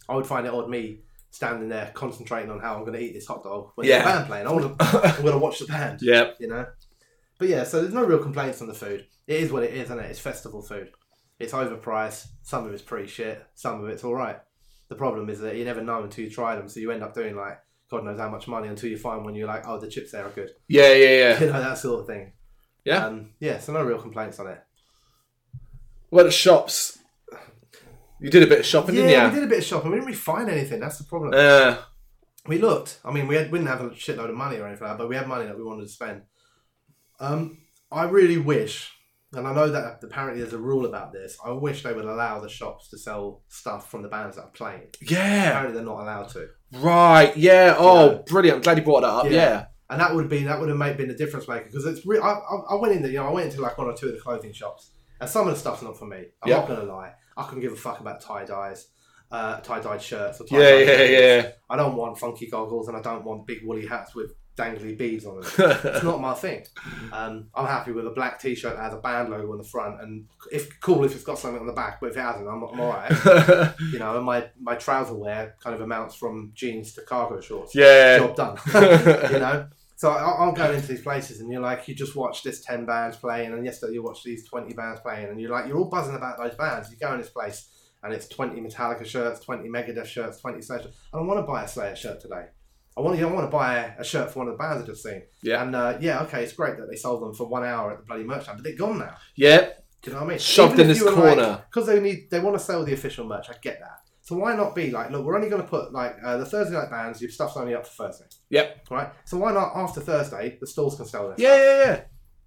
B: I would find it odd me standing there concentrating on how I'm going to eat this hot dog when
A: Yeah.
B: there's a band playing. I want to, I'm going to watch the band,
A: Yeah.
B: you know. But yeah, so there's no real complaints on the food. It is what it is, isn't it? It's festival food. It's overpriced. Some of it's pretty shit. Some of it's all right. The problem is that you never know until you try them, so you end up doing like God knows how much money until you find when you're like, oh, the chips there are good
A: Yeah, yeah, yeah.
B: you know that sort of thing.
A: Yeah.
B: um, yeah. So no real complaints on it.
A: What the shops? You did a bit of shopping,
B: yeah, we
A: didn't
B: did a bit of shopping. We didn't really find anything. That's the problem.
A: you? Uh,
B: we looked. I mean, we, had, we didn't have a shitload of money or anything like that, but we had money that we wanted to spend. Um, I really wish, and I know that apparently there's a rule about this. I wish they would allow the shops to sell stuff from the bands that are playing.
A: yeah.
B: Apparently, they're not allowed to.
A: Right. Yeah. Oh,
B: Yeah.
A: brilliant. I'm glad you brought that up. Yeah.
B: Yeah. and that would have been that would have made been a difference maker because it's re- I, I I went in there, you know, I went into like one or two of the clothing shops, and some of the stuff's not for me. I'm
A: Yeah.
B: not gonna lie, I couldn't give a fuck about tie dyes, uh, tie dyed shirts. Or
A: Yeah,
B: tie-dyed
A: yeah, yeah.
B: I don't want funky goggles, and I don't want big woolly hats with dangly beads on them.
A: yeah.
B: It's not my thing. Um, I'm happy with a black T-shirt that has a band logo on the front, and if cool if it's got something on the back, but if it hasn't, I'm, I'm alright. you know, and my my trouser wear kind of amounts from jeans to cargo shorts.
A: yeah.
B: Job done.
A: yeah.
B: you know. So I, I'll go into these places, and you're like, you just watch this ten bands playing, and yesterday you watched these twenty bands playing, and you're like, you're all buzzing about those bands. You go in this place, and it's twenty Metallica shirts, twenty Megadeth shirts, twenty Slayer. Shirts. I don't want to buy a Slayer shirt today. I want. You don't want to buy a shirt for one of the bands I just seen.
A: Yeah.
B: And uh, yeah, okay, it's great that they sold them for one hour at the bloody merch stand, but they're gone now. Do you know what I mean?
A: Shoved in this corner.
B: because they need they want to sell the official merch. I get that. So why not be like, look, we're only going to put like uh, the Thursday night bands. Your stuff's only up for Thursday.
A: Yep.
B: Right. So why not after Thursday the stalls can sell their
A: Yeah.
B: stuff,
A: Yeah. Yeah.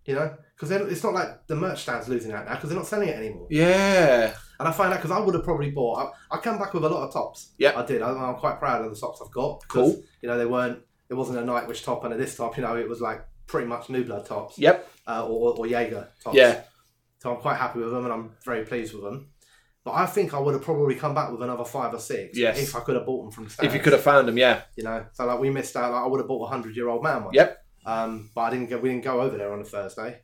B: You know, because it's not like the merch stands losing out now because they're not selling it anymore.
A: Yeah.
B: And And I find that because I would have probably bought. I, I come back with a lot of tops.
A: Yep.
B: I did. I, I'm quite proud of the tops I've got. because,
A: Cool.
B: You know, they weren't. It wasn't a Nightwish top and a this top. You know, it was like pretty much New Blood tops
A: Yep.
B: uh, or, or Jaeger tops.
A: Yeah.
B: So I'm quite happy with them and I'm very pleased with them. But I think I would have probably come back with another five or six
A: Yes.
B: if I could have bought them from the
A: If you
B: stands,
A: could have found them, yeah.
B: You know, so like we missed out. Like I would have bought a hundred year old man one.
A: Yep.
B: Um, but I didn't go. We didn't go over there on a Thursday,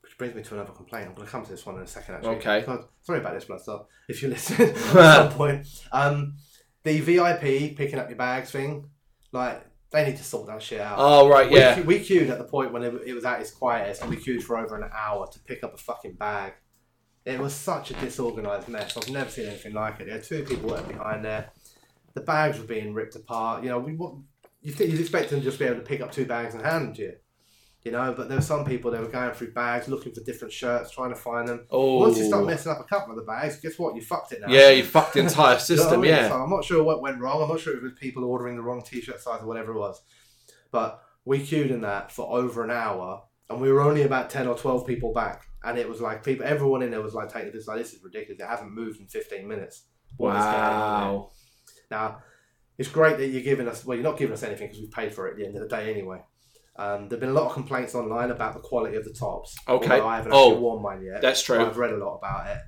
B: which brings me to another complaint. I'm going to come to this one in a second. Actually,
A: Okay.
B: God, sorry about this, Bloodstock. If you listen at some point, um, the VIP picking up your bags thing, like they need to sort that shit out.
A: Oh right,
B: We,
A: yeah.
B: que- we queued at the point when it, it was at its quietest, and we queued for over an hour to pick up a fucking bag. It was such a disorganised mess. I've never seen anything like it. There were two people working behind there. The bags were being ripped apart. You know, we what you think you'd expect them to just be able to pick up two bags and hand them to you. You know, but there were some people that were going through bags, looking for different shirts, trying to find them.
A: Oh.
B: Once you start messing up a couple of the bags, guess what? You fucked it now.
A: Yeah, you fucked the entire
B: You know what I
A: system.
B: mean?
A: Yeah.
B: So I'm not sure what went wrong. I'm not sure if it was people ordering the wrong t-shirt size or whatever it was. But we queued in that for over an hour, and we were only about ten or twelve people back, and it was like people, everyone in there was like taking this like this is ridiculous. It hasn't moved in fifteen minutes. What is going on here?
A: Wow.
B: Now, it's great that you're giving us, well, you're not giving us anything because we've paid for it at the end of the day anyway. Um, there have been a lot of complaints online about the quality of the tops.
A: Okay.
B: although I haven't
A: Oh,
B: actually worn mine yet.
A: that's true.
B: I've read a lot about it.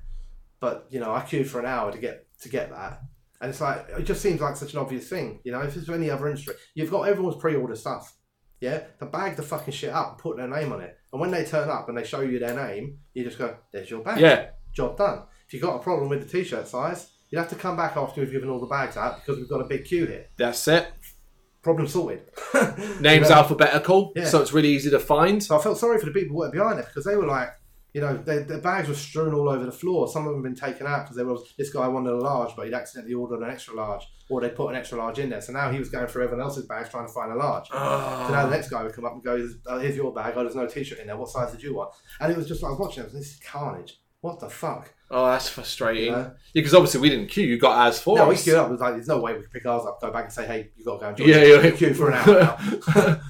B: But, you know, I queued for an hour to get to get that. And it's like, it just seems like such an obvious thing. You know, if it's any other industry, you've got everyone's pre order stuff. Yeah? They bag the fucking shit up and put their name on it. And when they turn up and they show you their name, you just go, there's your bag
A: Yeah.
B: job done. If you've got a problem with the t-shirt size, you'd have to come back after we've given all the bags out because we've got a big queue here.
A: That's it.
B: Problem sorted.
A: Names
B: You know?
A: alphabetical,
B: Yeah.
A: so it's really easy to find.
B: So I felt sorry for the people who were behind it because they were like, you know, their, their bags were strewn all over the floor. Some of them had been taken out because there was this guy wanted a large, but he'd accidentally ordered an extra large, or they put an extra large in there. So now he was going through everyone else's bags trying to find a large. So now the next guy would come up and go, oh, here's your bag. Oh, there's no t-shirt in there. What size did you want? And it was just like I was watching it. This is carnage. What the fuck?
A: Oh, that's frustrating.
B: You
A: Yeah,
B: know?
A: because obviously we didn't queue. You got ours for
B: No, we
A: us.
B: queued up. It was like, there's no way we could pick ours up, go back and say, hey, you got to go and join
A: Yeah,
B: us."
A: yeah,
B: We
A: yeah.
B: queued for an hour. now.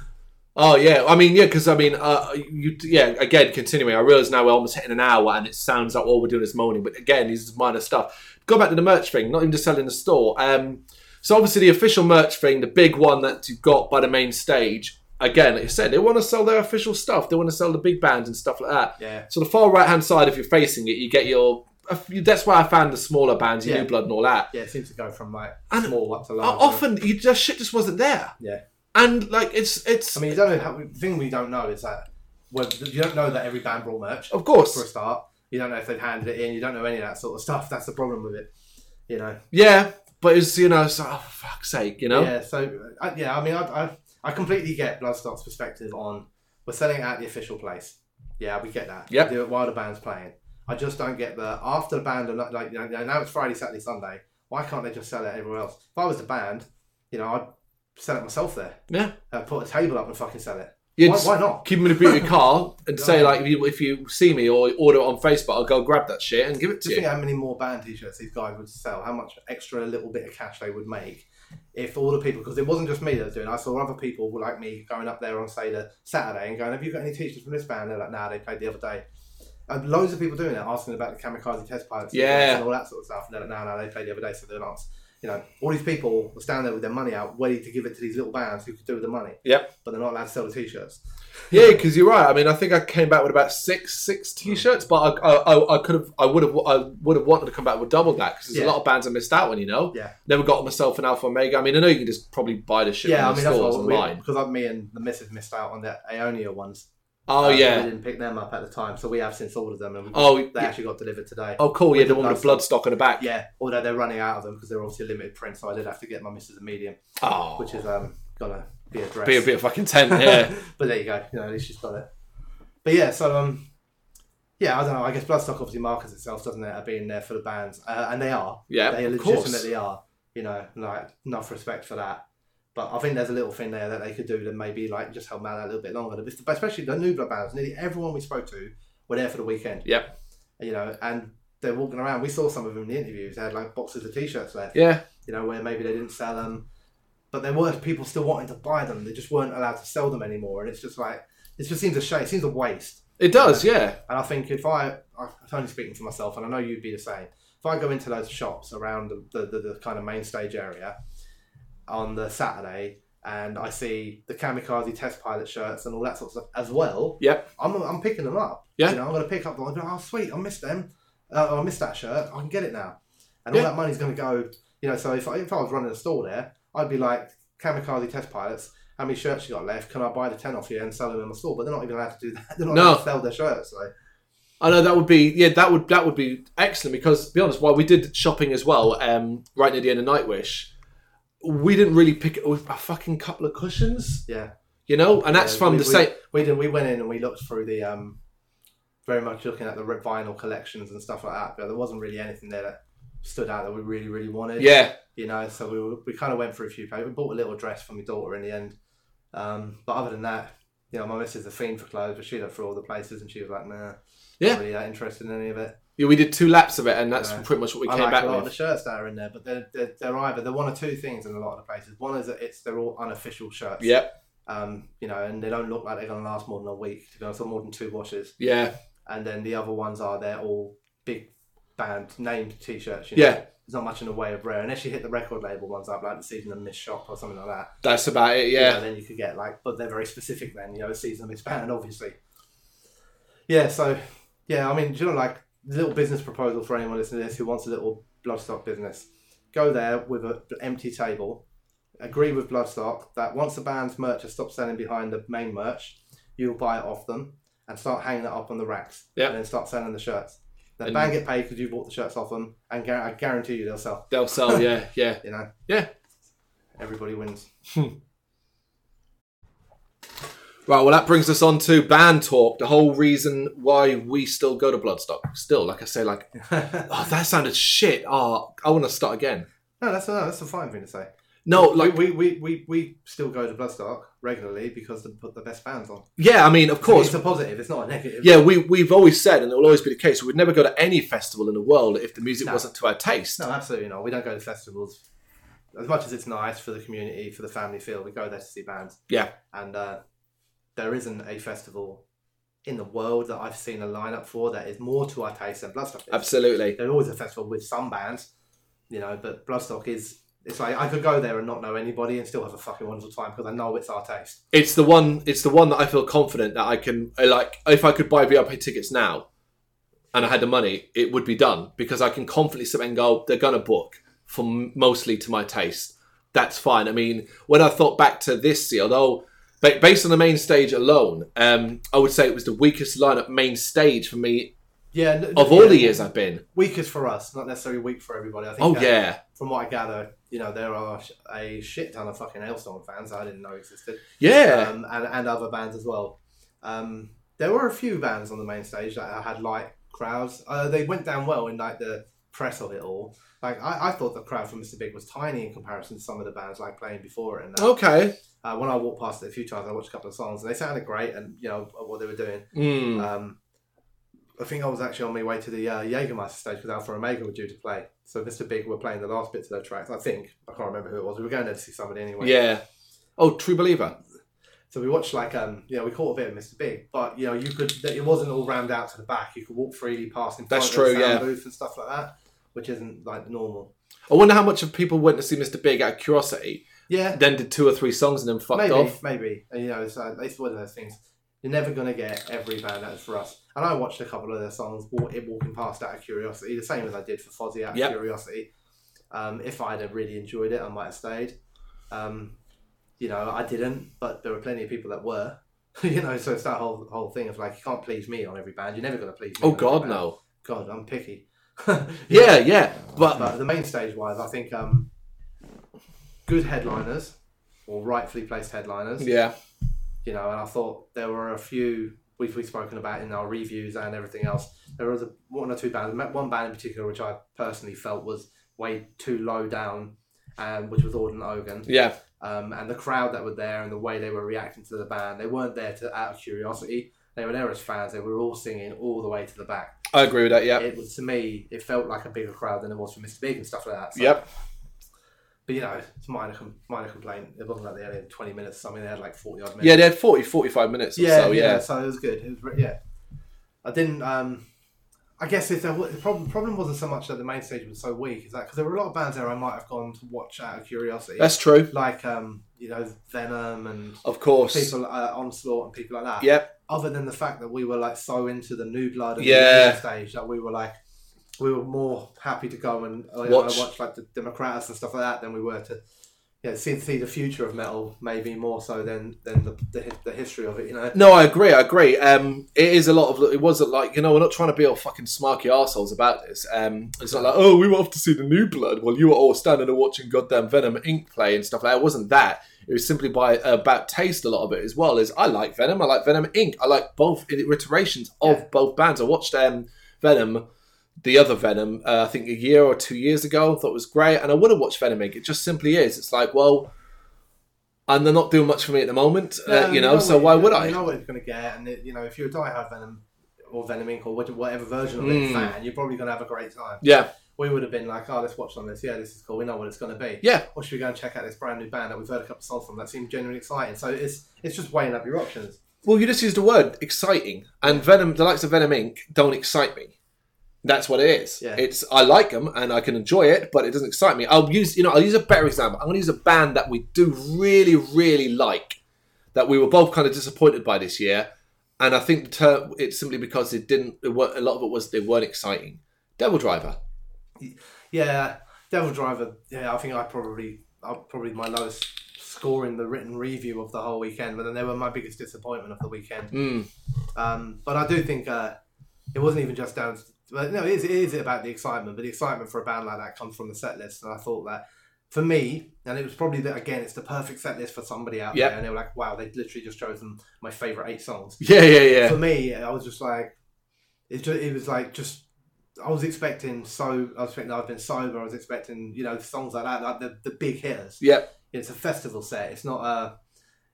A: oh yeah, I mean yeah, because I mean uh, you yeah again continuing. I realize now we're almost hitting an hour, and it sounds like all we're doing is moaning. But again, these is minor stuff. Go back to the merch thing, not even just selling the store. Um, so obviously the official merch thing, the big one that you got by the main stage. Again, like you said, they want to sell their official stuff. They want to sell the big bands and stuff like that.
B: Yeah.
A: So the far right hand side, if you're facing it, you get your. That's why I found the smaller bands, your
B: Yeah.
A: New Blood and all that.
B: Yeah, it seems to go from like
A: And-
B: small up to large.
A: Uh, often you just shit just wasn't there.
B: Yeah.
A: And like it's it's
B: I mean, you don't know how. The thing we don't know is that well, you don't know that every band brought merch
A: of
B: for a
A: course.
B: start. You don't know if they've handed it in. You don't know any of that sort of stuff. That's the problem with it. You know.
A: Yeah. But it's you know, it's like, oh for fuck's sake, you know?
B: Yeah. So I, yeah, I mean, I, I I completely get Bloodstock's perspective on we're selling it at the official place. Yeah, we get that.
A: Yep.
B: We Do it while the band's playing. I just don't get the after the band are not like you know now it's Friday, Saturday, Sunday. Why can't they just sell it everywhere else? If I was the band, you know, I'd sell it myself there.
A: Yeah.
B: Uh, put a table up and fucking sell it.
A: You
B: why,
A: just
B: why not?
A: keep them in the boot of your car and
B: Yeah.
A: say like if you if you see me or order it on Facebook, I'll go grab that shit and give it to
B: Just think
A: you.
B: how many more band t-shirts these guys would sell. How much extra little bit of cash they would make if all the people. Because it wasn't just me that was doing. it. I saw other people like me going up there on say the Saturday and going, "Have you got any t-shirts from this band?" They're like, "Nah, they played the other day." And loads of people doing it, asking about the kamikaze test pilots, and
A: Yeah.
B: and all that sort of stuff. And they're like, "No, no, they played the other day, so they're not." You know, all these people were standing there with their money out, waiting to give it to these little bands who could do with the money.
A: Yep.
B: But they're not allowed to sell the t-shirts.
A: Yeah, because you're right. I mean, I think I came back with about six six t-shirts, but I I, I, I could have I would have I would have wanted to come back with double that because there's
B: Yeah.
A: a lot of bands I missed out on. You know,
B: Yeah.
A: never got myself an Alpha Omega. I mean, I know you can just probably buy the shit from
B: Yeah, I mean
A: the
B: that's
A: stores
B: what we
A: online.
B: because me and the missus missed out on the Aonia ones.
A: Oh
B: Uh,
A: yeah,
B: we didn't pick them up at the time, so we have since ordered them, and
A: Oh,
B: they
A: yeah.
B: actually got delivered today.
A: Oh, cool. Yeah, the
B: With
A: one with the
B: the
A: blood stock on the back.
B: Yeah, although they're running out of them because they're obviously a limited print, so I did have to get my missus a medium,
A: Oh,
B: which is um gonna be a dress.
A: be a bit of fucking tent. Yeah.
B: but there you go. You know, at least she's got it. But yeah, so um, yeah, I don't know. I guess Bloodstock obviously markets itself, doesn't it, at being there for the bands, uh, and they are.
A: Yeah,
B: they
A: of
B: legitimately are. You know, like enough respect for that. But I think there's a little thing there that they could do that maybe like just help man out a little bit longer. But especially the new blood bands, nearly everyone we spoke to were there for the weekend.
A: Yep.
B: You know, and they're walking around. We saw some of them in the interviews. They had like boxes of t-shirts left
A: yeah.
B: you know, where maybe they didn't sell them, but there were people still wanting to buy them. They just weren't allowed to sell them anymore, and it's just like it just seems a shame. It seems a waste.
A: It does, yeah.
B: And I think if I, I- I'm only speaking for myself, and I know you'd be the same. if I go into those shops around the, the, the, the kind of main stage area on the Saturday and I see the kamikaze test pilot shirts and all that sort of stuff as well,
A: Yep.
B: I'm, I'm picking them up.
A: Yeah.
B: You know, I'm going to pick up the one. Oh, sweet, I missed them. Uh, oh, I missed that shirt. I can get it now. And all
A: Yeah.
B: that money's going to go, you know, so if I, if I was running a store there, I'd be like, kamikaze test pilots, how many shirts you got left? Can I buy the 10 off you and sell them in my store? But they're not even allowed to do that. They're not
A: No.
B: allowed to sell their shirts. So.
A: I know that would be yeah that would that would be excellent because to be honest while we did shopping as well um, right near the end of Nightwish we didn't really pick it with a fucking couple of cushions
B: Yeah.
A: you know and that's
B: Yeah,
A: from
B: we-
A: the same
B: We did. We went in and we looked through the um, very much looking at the rip vinyl collections and stuff like that. But there wasn't really anything there that stood out that we really, really wanted.
A: yeah
B: You know, so we were, we kind of went through a few. places. We bought a little dress for my daughter in the end. Um, but other than that, you know, my missus is a fiend for clothes, but she looked through all the places and she was like, nah,
A: Yeah.
B: not really that interested in any of it.
A: yeah we did two laps of it and that's
B: Yeah.
A: pretty much what we
B: I
A: came
B: like
A: back
B: a lot of
A: with
B: the shirts that are in there, but they're, they're, they're either they're one or two things in a lot of the places. One is that it's they're all unofficial shirts.
A: yep
B: Um, you know, and they don't look like they're going to last more than a week, to be honest, or more than two washes.
A: yeah
B: And then the other ones are they're all big band named t shirts. You know?
A: Yeah.
B: There's not much in the way of rare, unless you hit the record label ones up, like the Season of Miss Shop or something like that.
A: that's about it
B: You
A: yeah
B: know, then you could get like, but they're very specific then, you know, Season of Miss Band, obviously. Yeah, so, yeah, I mean, do you know, like, little business proposal for anyone listening to this who wants a little bloodstock business. Go there with an empty table, agree with Bloodstock that once the band's merch has stopped selling behind the main merch, you'll buy it off them and start hanging it up on the racks
A: Yeah.
B: and then start selling the shirts. The
A: And-
B: band get paid because you bought the shirts off them and gar- I guarantee you they'll sell,
A: they'll sell yeah yeah
B: you know?
A: Yeah.
B: Everybody wins.
A: right well that brings us on to band talk the whole reason why we still go to Bloodstock still like I say like oh that sounded shit oh I want to start again
B: No, that's no, that's a fine thing to say.
A: no like
B: we, we, we, we still go to Bloodstock regularly because they put the best bands on. Of
A: yeah I mean of course
B: it's a positive. It's not a negative.
A: Yeah, we, we've always said, and it will always be the case, we'd never go to any festival in the world if the music
B: No.
A: wasn't to our taste.
B: No, absolutely not. We don't go to festivals. As much as it's nice for the community, for the family feel, we go there to see bands.
A: Yeah.
B: And uh, there isn't a festival in the world that I've seen a lineup for that is more to our taste than Bloodstock. Is.
A: Absolutely.
B: There's always a festival with some bands, you know, but Bloodstock is. It's like I could go there and not know anybody and still have a fucking wonderful time because I know it's our taste.
A: It's the one it's the one that I feel confident that I can I like if I could buy VIP tickets now and I had the money, it would be done because I can confidently sit and go, they're gonna book for m- mostly to my taste. That's fine. I mean, when I thought back to this year, although ba- based on the main stage alone, um, I would say it was the weakest lineup main stage for me
B: Yeah, n-
A: of all
B: yeah.
A: the years I've been.
B: weakest for us, not necessarily weak for everybody. I think.
A: Oh
B: uh,
A: yeah.
B: From what I gather, you know, there are sh- a shit ton of fucking Hailstorm fans that I didn't know existed,
A: Yeah.
B: um, and and other bands as well. Um, there were a few bands on the main stage that had light crowds. Uh, they went down well in like the press of it all. Like I, I thought the crowd for Mr. Big was tiny in comparison to some of the bands like playing before it. And that.
A: okay.
B: Uh, when I walked past it a few times, I watched a couple of songs and they sounded great and you know what they were doing.
A: Mm.
B: Um, I think I was actually on my way to the uh, Jägermeister stage because Alpha Omega were due to play. So Mr. Big were playing the last bits of their tracks. I think I can't remember who it was. We were going there to see somebody anyway.
A: Yeah. Oh, True Believer.
B: So we watched like um yeah we caught a bit of Mr. Big, but you know you could it wasn't all rammed out to the back. You could walk freely past in front
A: That's
B: of the
A: true,
B: sound
A: yeah.
B: booth and stuff like that, which isn't like normal.
A: I wonder how much of people went to see Mr. Big out of curiosity,
B: Yeah,
A: then did two or three songs and then fucked
B: maybe
A: off.
B: maybe And, you know it's, uh, it's one of those things. You're never gonna get every band that's for us. And I watched a couple of their songs wa- walking past out of curiosity, the same as I did for Fozzy out of
A: Yep.
B: curiosity. Um, if I'd have really enjoyed it, I might have stayed. Um, you know, I didn't, but there were plenty of people that were. you know, so it's that whole whole thing of like you can't please me on every band. You're never gonna please me.
A: Oh
B: on every
A: God,
B: band.
A: no.
B: God, I'm picky.
A: Yeah, yeah. But
B: But the main stage wise, I think um, good headliners or rightfully placed headliners
A: yeah,
B: you know, and I thought there were a few we've, we've spoken about in our reviews and everything else. There was a, one or two bands, ma- one band in particular, which I personally felt was way too low down, um, which was Auden Ogan.
A: yeah,
B: Um, and the crowd that were there and the way they were reacting to the band, they weren't there to out of curiosity. They were there as fans. They were all singing all the way to the back.
A: I agree with that. Yeah,
B: It was to me, it felt like a bigger crowd than it was for Mr. Big and stuff like that. So-
A: yep.
B: But you know, it's a minor com- minor complaint. It wasn't like they had 20 minutes or something. They had like 40 odd minutes.
A: Yeah, they had 40, 45 minutes or so. Yeah,
B: So it was good. It was re- yeah. I didn't. Um, I guess if there was, the problem, problem wasn't so much that the main stage was so weak, is that because there were a lot of bands there I might have gone to watch out of curiosity,
A: That's true.
B: like um, you know Venom and
A: Of course.
B: people uh, Onslaught and people like that.
A: Yep.
B: Other than the fact that we were like so into the new blood and
A: Yeah.
B: the new stage that we were like we were more happy to go and uh,
A: Watch.
B: watch. like the Democrats and stuff like that than we were to yeah see see the future of metal maybe more so than than the the, hi- the history of it. You know.
A: No, I agree. I agree. Um, it is a lot of. It wasn't like you know we're not trying to be all fucking smarky arseholes about this. Um, it's not like oh we were off to see the new blood while you were all standing and watching goddamn Venom Inc. play and stuff like that. It wasn't that. It was simply by uh, about taste a lot of it as well. Is I like Venom. I like Venom Inc. I like both iterations of
B: Yeah.
A: both bands. I watched um, Venom. The other Venom, uh, I think a year or two years ago, thought it was great, and I would have watched Venom Inc. It just simply is. It's like, well, and they're not doing much for me at the moment, uh,
B: Um,
A: you know. So
B: what-
A: why would I?
B: You know what it's going to get, and it, you know if you're a diehard Venom or Venom Inc. or what- whatever version of
A: Mm.
B: it fan, you're probably going to have a great time.
A: Yeah,
B: We would have been like, oh, let's watch some of this. Yeah, this is cool. We know what it's going to be.
A: yeah,
B: or should we go and check out this brand new band that we've heard a couple of songs from that seem genuinely exciting? So it's it's just weighing up your options.
A: Well, you just used the word exciting, and Venom, the likes of Venom Inc. don't excite me. That's what it is.
B: Yeah.
A: It's I like them and I can enjoy it, but it doesn't excite me. I'll use you know I'll use a better example. I'm going to use a band that we do really really like that we were both kind of disappointed by this year, and I think the term, it's simply because it didn't. It were, a lot of it was they weren't exciting. Devil Driver.
B: Yeah, Devil Driver. Yeah, I think I probably I probably my lowest score in the written review of the whole weekend, but then they were my biggest disappointment of the weekend.
A: Mm.
B: Um, but I do think uh, it wasn't even just down. But no, it is, it is about the excitement. But the excitement for a band like that comes from the set list, and I thought that for me, and it was probably that again, it's the perfect set list for somebody out
A: Yeah.
B: there, and they were like, wow, they've literally just chosen my favorite eight songs.
A: Yeah, yeah, yeah.
B: for me, I was just like, it, ju it was like just. I was expecting so. I was expecting I've been sober. I was expecting you know songs like that, like the, the big hitters.
A: Yep.
B: It's a festival set. It's not a.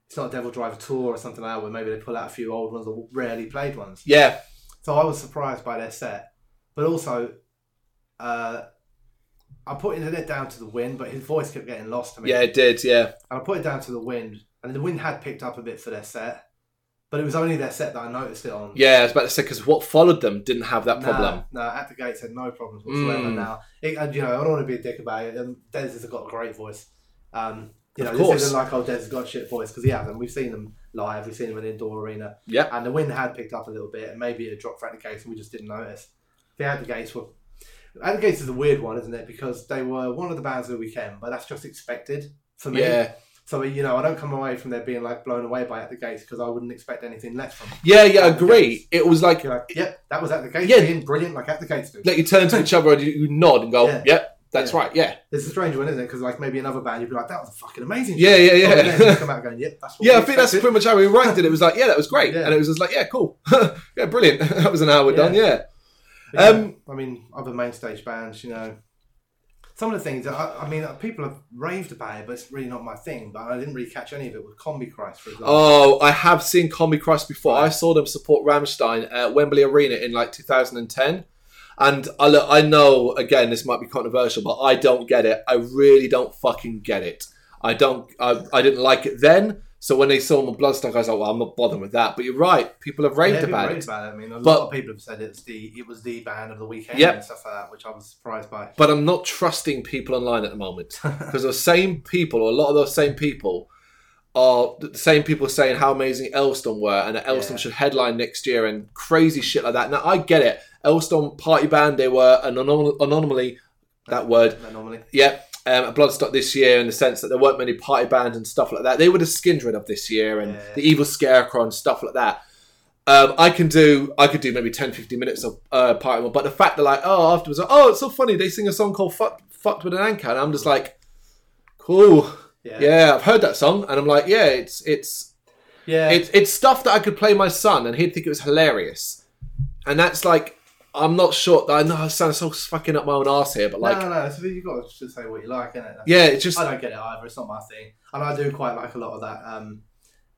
B: It's not a Devil Driver tour or something like that, where maybe they pull out a few old ones or rarely played ones.
A: Yeah.
B: So I was surprised by their set, but also, uh, I put it down to the wind, but his voice kept getting lost to me.
A: Yeah, it did. Yeah.
B: And I put it down to the wind, and the wind had picked up a bit for their set, but it was only their set that I noticed it on.
A: Yeah, I was about to say because what followed them didn't have that problem.
B: No, at the gates had no problems whatsoever.
A: Mm.
B: Now, it, and you know, I don't want to be a dick about it. And Dez has got a great voice. Um, you
A: Of
B: know,
A: course.
B: this isn't like oh, Dez has got a shit voice because he hasn't. We've seen him live. We've seen him in an indoor arena,
A: Yep.
B: and the wind had picked up a little bit, and maybe it dropped for at the gates, and we just didn't notice. The at the gates were. At the gates is a weird one, isn't it? Because they were one of the bands of the weekend, but that's just expected for me.
A: Yeah.
B: So you know, I don't come away from there being like blown away by at the gates because I wouldn't expect anything less from. Them.
A: Yeah, yeah, I
B: At the
A: agree.
B: gates.
A: It was like
B: You're like, yep, that was at the gates.
A: Yeah.
B: being brilliant, like at the gates. Dude.
A: like you turn to each other and you, you nod and go,
B: Yeah.
A: "Yep, that's
B: Yeah.
A: right." Yeah,
B: It's a strange one, isn't it? Because like maybe another band, you'd be like, "That was fucking amazing."
A: yeah, yeah,
B: Oh, and then you
A: yeah.
B: come out going, "Yep, that's what."
A: yeah,
B: we
A: I think that's
B: expected."
A: pretty much how we ranked it. It was like, "Yeah, that was great,"
B: Yeah.
A: and it was just like, "Yeah, cool, yeah, brilliant." that was an hour done. Yeah,
B: But, yeah,
A: um,
B: I mean, other main stage bands, you know, some of the things. I, I mean, people have raved about it, but it's really not my thing. But I didn't really catch any of it with Combi Christ, for example.
A: Oh, I have seen Combi Christ before. I saw them support Ramstein at Wembley Arena in like 2010. And I, look, I know, again, this might be controversial, but I don't get it. I really don't fucking get it. I don't. I, I didn't like it then. So when they saw my Bloodstock, I was like, well, I'm not bothering with that. But you're right. People have
B: Yeah,
A: raved
B: people
A: about
B: raved
A: it.
B: about it. I mean, a
A: But-
B: lot of people have said it's the it was the band of the weekend
A: Yep.
B: and stuff like that, which I was surprised by.
A: But I'm not trusting people online at the moment because the same people, or a lot of those same people, are the same people saying how amazing Elston were and that Elston
B: Yeah.
A: should headline next year and crazy shit like that. Now I get it. Elston party band, they were an anom- anomaly. That word,
B: They're normally.
A: yeah. Um, at Bloodstock this year, in the sense that there weren't many party bands and stuff like that. They were the Skindred of this year and
B: Yeah.
A: the Evil Scarecrow and stuff like that. Um, I can do, I could do maybe 10, 15 minutes of uh, party, but the fact that like, oh, afterwards, oh, it's so funny. They sing a song called "Fuck, Fucked with an Anchor," and I'm just like, cool,
B: Yeah.
A: yeah. I've heard that song, and I'm like, yeah, it's it's
B: Yeah.
A: it's it's stuff that I could play my son, and he'd think it was hilarious, and that's like. I'm not sure. I know I sound so fucking up my own ass here, but like,
B: no, no, no. So you've got to just say what you like, innit? That's-
A: yeah, it's just
B: I don't get it either. It's not my thing, and I do quite like a lot of that. Um,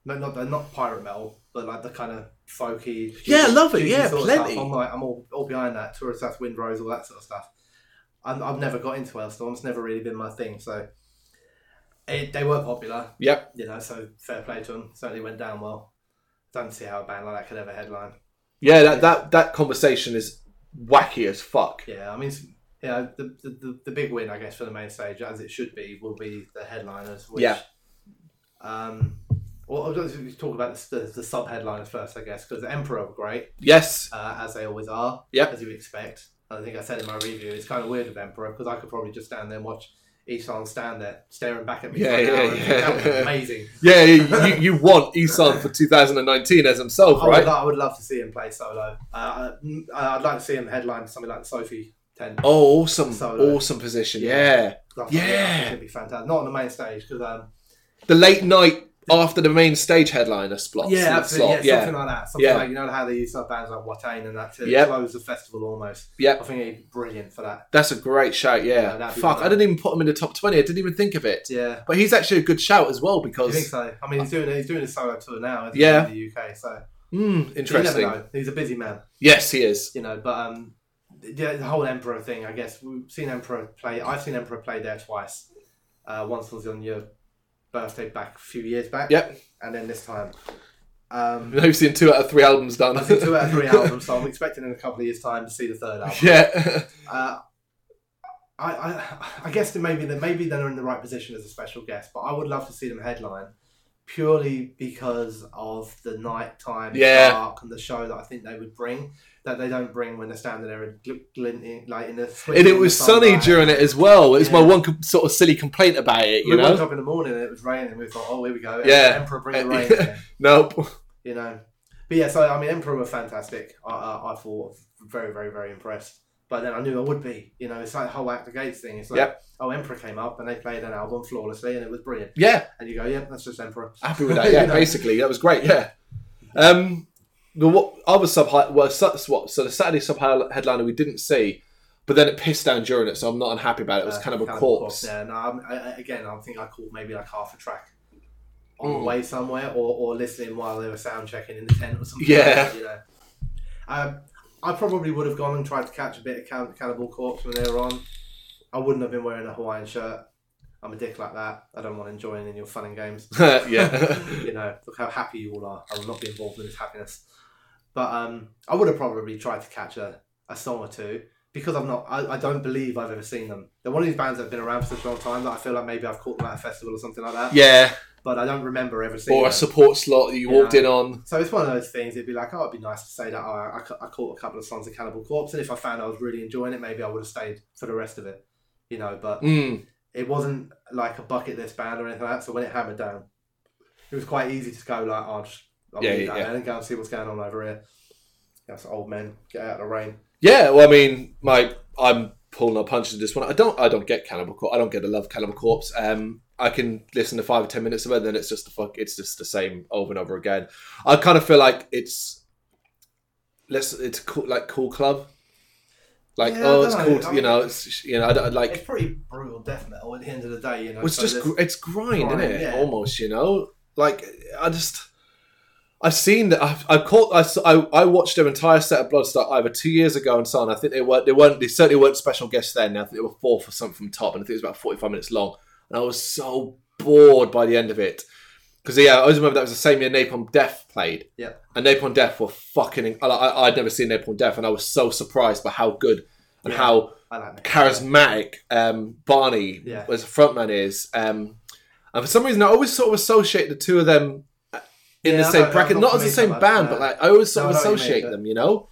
B: no, not the- not pirate metal, but like the kind of folky.
A: Yeah, I
B: juicy-
A: love it.
B: juicy
A: Yeah,
B: sort of
A: plenty.
B: Stuff. I'm like, I'm all, all behind that. Tourist South Windrose, all that sort of stuff. I'm, I've never got into Elstorm. It's never really been my thing. So it, they were popular,
A: yep.
B: you know. So fair play to them. Certainly went down well. Don't see how a band like that could ever headline.
A: Yeah, that, that that conversation is wacky as fuck.
B: Yeah, I mean, s- yeah, the, the- the the big win, I guess, for the main stage, as it should be, will be the headliners. Which,
A: Yeah.
B: Um, well, I'll just we talk about the, the, the sub headliners first, I guess, because the Emperor were great,
A: Yes,
B: uh, as they always are,
A: Yep.
B: as you would expect. I think I said in my review, it's kind of weird with Emperor because I could probably just stand there and watch Isan stand there staring back at me.
A: Yeah,
B: for an
A: yeah,
B: hour and think, That would
A: yeah.
B: be amazing.
A: yeah, you, you- you want Isan for 2019 as himself,
B: I would,
A: right?
B: lo- I would love to see him play solo. Uh, I- I'd like to see him headline something like the Sophie 10.
A: Oh, awesome,
B: Solo.
A: awesome position.
B: Yeah.
A: Yeah,
B: I think- I think
A: Yeah.
B: it'd be fantastic. Not on the main stage because um,
A: the late night after the main stage headliner slot.
B: Yeah,
A: slot,
B: absolutely.
A: slot,
B: Yeah,
A: yeah.
B: something like that. Something
A: Yeah.
B: like you know how they use like bands like Watane and that to
A: Yep.
B: close the festival almost.
A: Yep.
B: I think it'd be brilliant for that.
A: That's a great shout. Yeah,
B: Yeah, that'd be
A: fuck,
B: fun.
A: I didn't even put him in the top 20. I didn't even think of it.
B: Yeah.
A: But he's actually a good shout as well
B: I think
A: because,
B: so. I mean, he's doing he's doing a solo tour now. Isn't
A: Yeah.
B: he, in the UK. So
A: Hmm,
B: You
A: interesting.
B: never know. He's a busy man,
A: Yes, he is.
B: you know. But um, yeah, the whole Emperor thing. I guess we've seen Emperor play. I've seen Emperor play there twice. Uh, once was on your birthday back a few years back.
A: Yep.
B: And then this time. Um,
A: I've seen two out of three albums done.
B: I've seen two out of three albums, so I'm expecting in a couple of years' time to see the third album.
A: yeah,
B: Uh, I, I, I guess that maybe that maybe they're in the right position as a special guest, but I would love to see them headline purely because of the night time, it's
A: Yeah.
B: dark, and the show that I think they would bring that they don't bring when they're standing there and gl- glinting like in the
A: and it was sunny during it as well. It's my
B: Yeah.
A: one com- sort of silly complaint about it,
B: We
A: you
B: woke
A: know.
B: up in the morning and it was raining. We thought, oh, here we go.
A: Yeah.
B: Emperor bring the
A: Uh,
B: rain. again,
A: Nope.
B: you know, but yeah. So I mean, Emperor were fantastic. I, I, I thought very, very, very impressed. But then I knew I would be. You know, it's like the whole act the gates thing. It's like,
A: Yep.
B: oh, Emperor came up and they played an album flawlessly and it was brilliant.
A: Yeah,
B: And you go, yeah, that's just Emperor.
A: happy with that. Yeah,
B: You know.
A: basically, that was great. Yeah. Um, the what other sub well, su- what so the Saturday sub headliner we didn't see, but then it pissed down during it, so I'm not unhappy about it. It was
B: Uh,
A: kind of a corpse.
B: Yeah, no, I'm, I, I- again, I think I caught maybe like half a track on
A: Mm.
B: the way somewhere or, or listening while they were sound checking in the tent or something.
A: Yeah.
B: Like that, you know, um, I probably would have gone and tried to catch a bit of Can- Cannibal Corpse when they were on. I wouldn't have been wearing a Hawaiian shirt. I'm a dick like that. I don't want to join in your fun and games.
A: yeah.
B: you know, look how happy you all are. I will not be involved in this happiness. But um, I would have probably tried to catch a, a song or two because I'm not. I, I don't believe I've ever seen them. They're one of these bands that have been around for such a long time that I feel like maybe I've caught them at a festival or something like that.
A: Yeah,
B: But I don't remember ever seeing
A: or a
B: them.
A: support slot that you
B: Yeah.
A: walked in on.
B: so it's one of those things. It'd be like, oh, it'd be nice to say that oh, I, I ca- I caught a couple of songs of Cannibal Corpse, and if I found I was really enjoying it, maybe I would have stayed for the rest of it. You know, but
A: Mm.
B: it wasn't like a bucket list band or anything like that. So when it hammered down, it was quite easy to go like, "I'll just I'll
A: Yeah,
B: leave
A: yeah,
B: that
A: yeah.
B: there and go and see what's going on over here." That's old men get out of the rain.
A: Yeah, well, I mean, my I'm pulling our punches in this one. I don't, I don't get Cannibal Corpse. I don't get to love Cannibal Corpse. Um, I can listen to five or ten minutes of it, then it's just the fuck. It's just the same over and over again. I kind of feel like it's, let's, it's cool, like cool club, like
B: Yeah, I
A: oh,
B: don't
A: it's
B: know.
A: cool.
B: I
A: you
B: mean-
A: know, it's you know, I don't like.
B: It's pretty brutal death metal at the end of the day, you know.
A: It's
B: so
A: just
B: there's-
A: gr- it's grind,
B: grind,
A: isn't it?
B: yeah.
A: Almost, you know. Like I just, I've seen that. I've, I've caught. I, s- I- I watched their entire set of Bloodstock either two years ago and so on. I think they weren't. They weren't. They certainly weren't special guests then. I think they were fourth or something from top, and I think it was about forty-five minutes long. And I was so bored by the end of it because yeah, I always remember that was the same year Napalm Death played.
B: Yeah.
A: and Napalm Death were fucking. I, I, I'd never seen Napalm Death, and I was so surprised by how good and
B: Yeah.
A: how
B: I like that.
A: charismatic um, Barney
B: Yeah.
A: as a frontman is. Um, and for some reason, I always sort of associate the two of them uh, in
B: Yeah,
A: the
B: I
A: same
B: don't-
A: bracket,
B: I'm
A: not
B: not
A: as the
B: familiar
A: same
B: with
A: band,
B: that.
A: but like I always sort
B: No,
A: of
B: I know what you
A: associate
B: mean,
A: them, you know.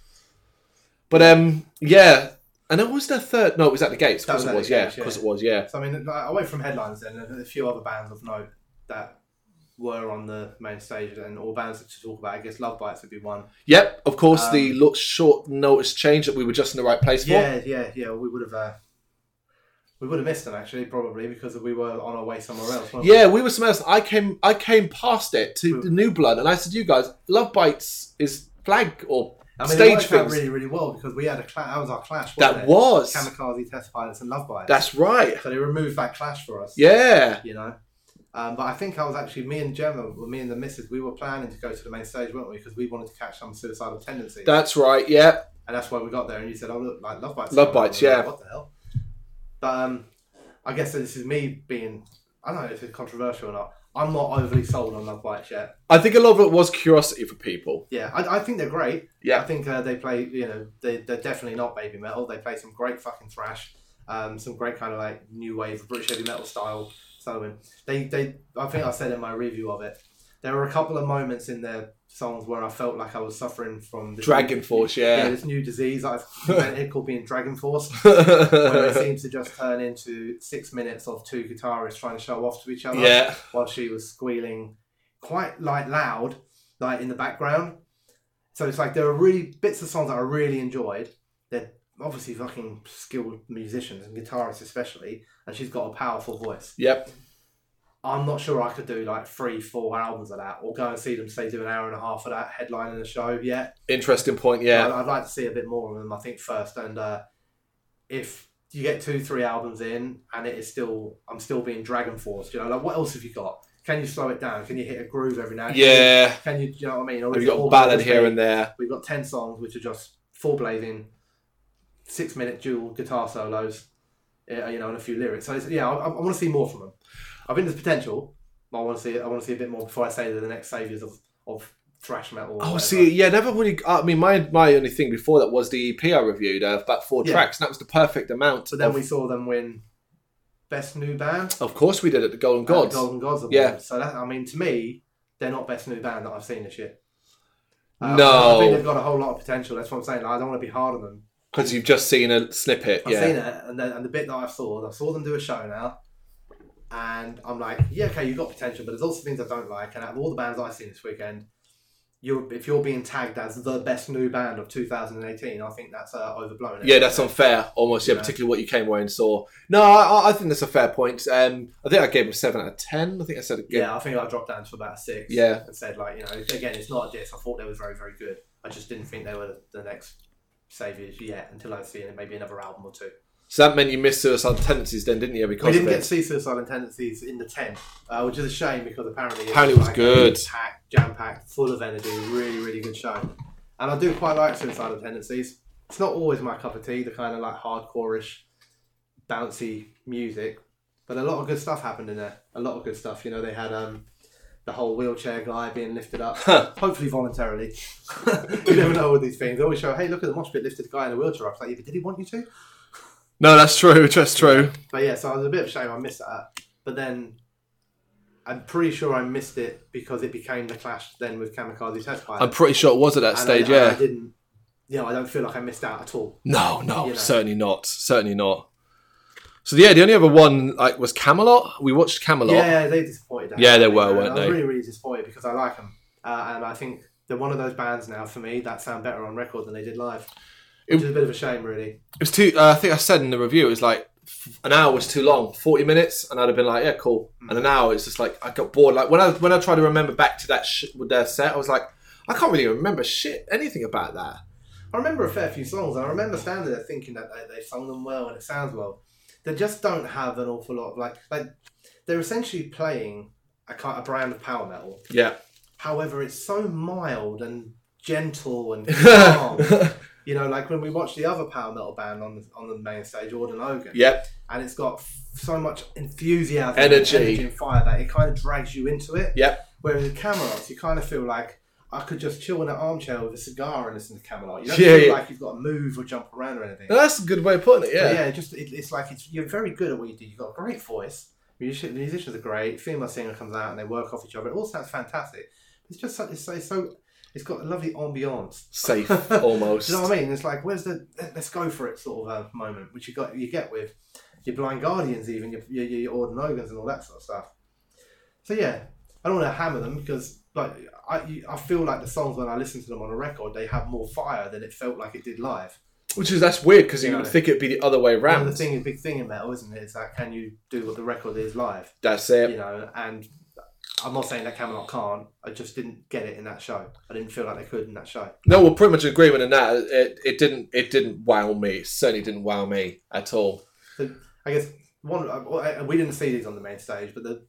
A: But um, yeah, and it was their third. No, it was at the gates.
B: That
A: Because
B: was
A: it
B: at the
A: was, yeah,
B: Gates, yeah.
A: because it was, yeah.
B: So I mean, like, away from headlines, then there's a few other bands of note that were on the main stage, and all bands to talk about. I guess Love Bites would be one.
A: Yep, of course, the
B: Um,
A: look short notice change that we were just in the right place for.
B: Yeah, yeah, yeah. We would have. Uh, we would have missed them actually, probably because we were on our way somewhere else. weren't we?
A: Yeah, we were somewhere else. I came, I came past it to
B: Hmm.
A: the New Blood, and I said, "You guys, Love Bites is flag or
B: I mean,
A: stage
B: it worked out
A: things."
B: really, really well because we had a cla- that was our clash. Wasn't
A: that
B: it?
A: was
B: Kamikaze Test Pilots and Love Bites.
A: That's right.
B: so they removed that clash for us.
A: Yeah.
B: you know. Um, but I think I was actually me and Gemma, well, me and the missus, we were planning to go to the main stage, weren't we? Because we wanted to catch some suicidal tendencies,
A: That's right. Yeah.
B: and that's why we got there. And you said, "Oh look, like Love Bites."
A: Love Bites,
B: And I
A: yeah.
B: was like, What the hell? But um, I guess this is me being. I don't know if it's controversial or not. I'm not overly sold on Love Bites yet.
A: I think a lot of it was curiosity for people.
B: Yeah, I, I think they're great. I
A: Yeah.
B: think uh, they play, you know, they, they're definitely not baby metal. They play some great fucking thrash, um, some great kind of like new wave British heavy metal style. So they, they, I think I said in my review of it, there were a couple of moments in their songs where I felt like I was suffering from this
A: Dragon Force,
B: yeah,
A: yeah.
B: this new disease I've invented called being Dragon Force, where it
A: yeah.
B: seems to just turn into six minutes of two guitarists trying to show off to each other while she was squealing quite like loud, like in the background. So it's like there are really bits of songs that I really enjoyed. They're obviously fucking skilled musicians and guitarists especially, and she's got a powerful voice.
A: Yep.
B: I'm not sure I could do like three, four albums of that, or go and see them say do an hour and a half of that headline in a show yet.
A: Interesting point, yeah.
B: I'd, I'd like to see a bit more of them, I think, first. And uh, if you get two, three albums in and it is still, I'm still being Dragon Force, you know, like what else have you got? Can you slow it down? Can you hit a groove every now and then?
A: Yeah.
B: Can you, do you know what I mean? Or
A: We've
B: is it
A: got
B: all
A: ballad
B: just
A: here
B: me?
A: and there.
B: We've got 10 songs which are just four blazing, six minute dual guitar solos, uh, you know, and a few lyrics. So it's, yeah, I, I want to see more from them. I think there's potential. but I want to see. I want to see a bit more before I say they're the next saviors of, of thrash metal. or
A: Oh,
B: whatever.
A: see, yeah, never really. I mean, my my only thing before that was the EP I reviewed uh, about four
B: Yeah.
A: tracks, and that was the perfect amount.
B: So then
A: of,
B: we saw them win best new band.
A: of course, we did at the Golden
B: at the
A: Gods.
B: Golden Gods Award.
A: Yeah.
B: So that I mean, to me, they're not best new band that I've seen this year. Uh,
A: No.
B: I think they've got a whole lot of potential. That's what I'm saying. Like, I don't want to be hard on them.
A: Because you've just seen a snippet,
B: I've
A: yeah.
B: seen it, and the, and the bit that I saw, I saw them do a show now, and I'm like, yeah, okay, you've got potential, but there's also things I don't like. And out of all the bands I've seen this weekend, you're if you're being tagged as the best new band of 2018, I think that's uh, overblown.
A: Yeah, that's unfair, almost. Yeah,
B: Yeah.
A: particularly what you came away and saw. No, I, I- I think that's a fair point. Um, I think I gave him seven out of ten. I think I said
B: Yeah,
A: again.
B: I think I dropped down to about a six.
A: Yeah.
B: And said, like, you know, again, it's not a diss. I thought they were very, very good. I just didn't think they were the next saviors yet until I'd seen maybe another album or two.
A: So that meant you missed Suicide Tendencies, then, didn't you? Because
B: we didn't
A: of
B: get to
A: it.
B: see Suicidal Tendencies in the 10, uh, which is a shame because apparently
A: Apparently it was good.
B: Packed, jam packed, full of energy, really, really good show. And I do quite like Suicidal Tendencies. It's not always my cup of tea, the kind of like hardcore ish, bouncy music, but a lot of good stuff happened in there. A lot of good stuff. You know, they had um, the whole wheelchair guy being lifted up, hopefully voluntarily. you never know with these things. They always show, hey, look at the mosh pit lifted guy in a wheelchair up. It's like, yeah, but did he want you to?
A: No, that's true. That's true.
B: But yeah, so I was a bit of a shame I missed that. But then I'm pretty sure I missed it because it became the clash then with Kamikaze Test Pilot.
A: I'm pretty sure it was at that
B: And I-
A: stage.
B: and I
A: yeah.
B: didn't. Yeah, I don't feel like I missed out at all.
A: No, no,
B: You know.
A: certainly not. Certainly not. So yeah, the only other one like was Camelot. We watched Camelot.
B: Yeah, they disappointed.
A: Yeah, they
B: actually,
A: were,
B: man.
A: weren't
B: I
A: they?
B: was really, really disappointed because I like them, uh, and I think they're one of those bands now for me that sound better on record than they did live. Which
A: It-
B: is a bit of a shame, really.
A: It was too. Uh, I think I said in the review it was like f- an hour was too long, forty minutes, and I'd have been like, yeah, cool.
B: Mm.
A: And an hour, it's just like I got bored. Like when I when I tried to remember back to that sh- with their set, I was like, I can't really remember shit anything about that.
B: I remember a fair few songs. and I remember standing there thinking that they, they sung them well and it sounds well. They just don't have an awful lot of like like they're essentially playing a kind a brand of power metal.
A: Yeah,
B: However, it's so mild and gentle and calm. you know, like when we watch the other power metal band on the, on the main stage, Orden Logan,
A: yeah,
B: and it's got f- so much enthusiasm,
A: Energy.
B: and, energy and fire that it kind of drags you into it.
A: yeah.
B: Whereas in Camelot, you kind of feel like I could just chill in an armchair with a cigar and listen to Camelot. You don't
A: Yeah,
B: feel
A: yeah.
B: like you've got to move or jump around or anything.
A: No, that's a good way of putting it. Yeah,
B: But yeah, it just it, it's like it's, you're very good at what you do. You've got a great voice. Music, musicians are great. Female singer comes out and they work off each other. It all sounds fantastic. It's just so it's so, it's, so, it's got a lovely ambiance.
A: safe
B: Do
A: almost.
B: you know what I mean? It's like where's the let- let's go for it sort of uh, moment, which you got you get with your blind guardians, even your your, your Orden Ogans and all that sort of stuff. So yeah, I don't want to hammer them because but I you, I feel like the songs when I listen to them on a record they have more fire than it felt like it did live.
A: Which is that's weird because you
B: Yeah.
A: would think it'd be the other way
B: Round
A: around.
B: the thing, the big thing in metal, isn't it? It's like can you do what the record is live?
A: that's it.
B: You know, and I'm not saying that Camelot can't. I just didn't get it in that show. I didn't feel like they could in that show.
A: No, we're pretty much in agreement in that. It, it didn't it didn't wow me. It certainly didn't wow me at all.
B: I guess one uh, well, uh, we didn't see these on the main stage, but the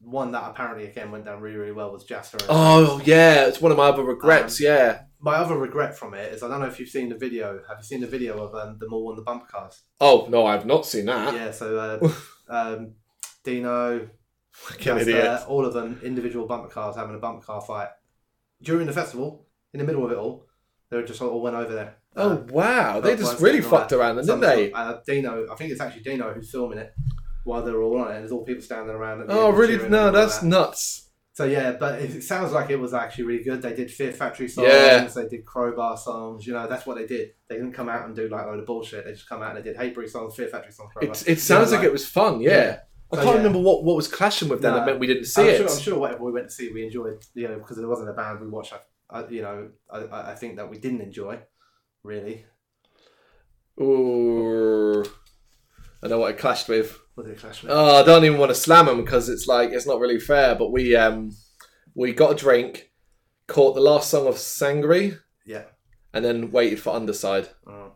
B: one that apparently again went down really really well was Jasper. And-
A: Oh yeah, it's one of my other
B: Um,
A: regrets. yeah.
B: My other regret from it is I don't know if you've seen the video. Have you seen the video of um, them all on the bumper cars?
A: Uh. Oh no, I've not seen that.
B: Yeah, so uh, um, Dino,
A: Fucking
B: That's,
A: idiot.
B: uh, all of them individual bumper cars having a bumper car fight during the festival. In the middle of it all, they just all went over there.
A: oh
B: Uh,
A: wow, they
B: Rob
A: just
B: Weinstein
A: really
B: and all
A: fucked
B: that.
A: around, them, didn't
B: Some-
A: they?
B: Uh, Dino, I think it's actually Dino who's filming it while they're all on it, and there's all people standing around. At the
A: Oh
B: end
A: really?
B: cheering and
A: No,
B: all
A: that's
B: that.
A: nuts.
B: so yeah. But it, it sounds like it was actually really good. They did Fear Factory songs,
A: Yeah.
B: they did Crowbar songs. You know, that's what they did. They didn't come out and do like a load of bullshit. They just come out and they did Hatebreed songs, Fear Factory songs, Crowbar.
A: It, it sounds
B: Yeah,
A: like it was fun. Yeah.
B: Yeah.
A: I
B: So,
A: can't
B: yeah.
A: remember what, what was clashing with them
B: No.
A: that meant we didn't see
B: I'm
A: it.
B: sure, I'm sure whatever we went to see, we enjoyed. You know, because there wasn't a band we watched. I, I, you know, I- I, I think that we didn't enjoy, really.
A: Ooh. I know what it clashed with.
B: What did it clash with?
A: Oh, I don't even want to slam them because it's like it's not really fair. But we um we got a drink, caught the last song of Sangri,
B: yeah.
A: and then waited for Underside.
B: Oh.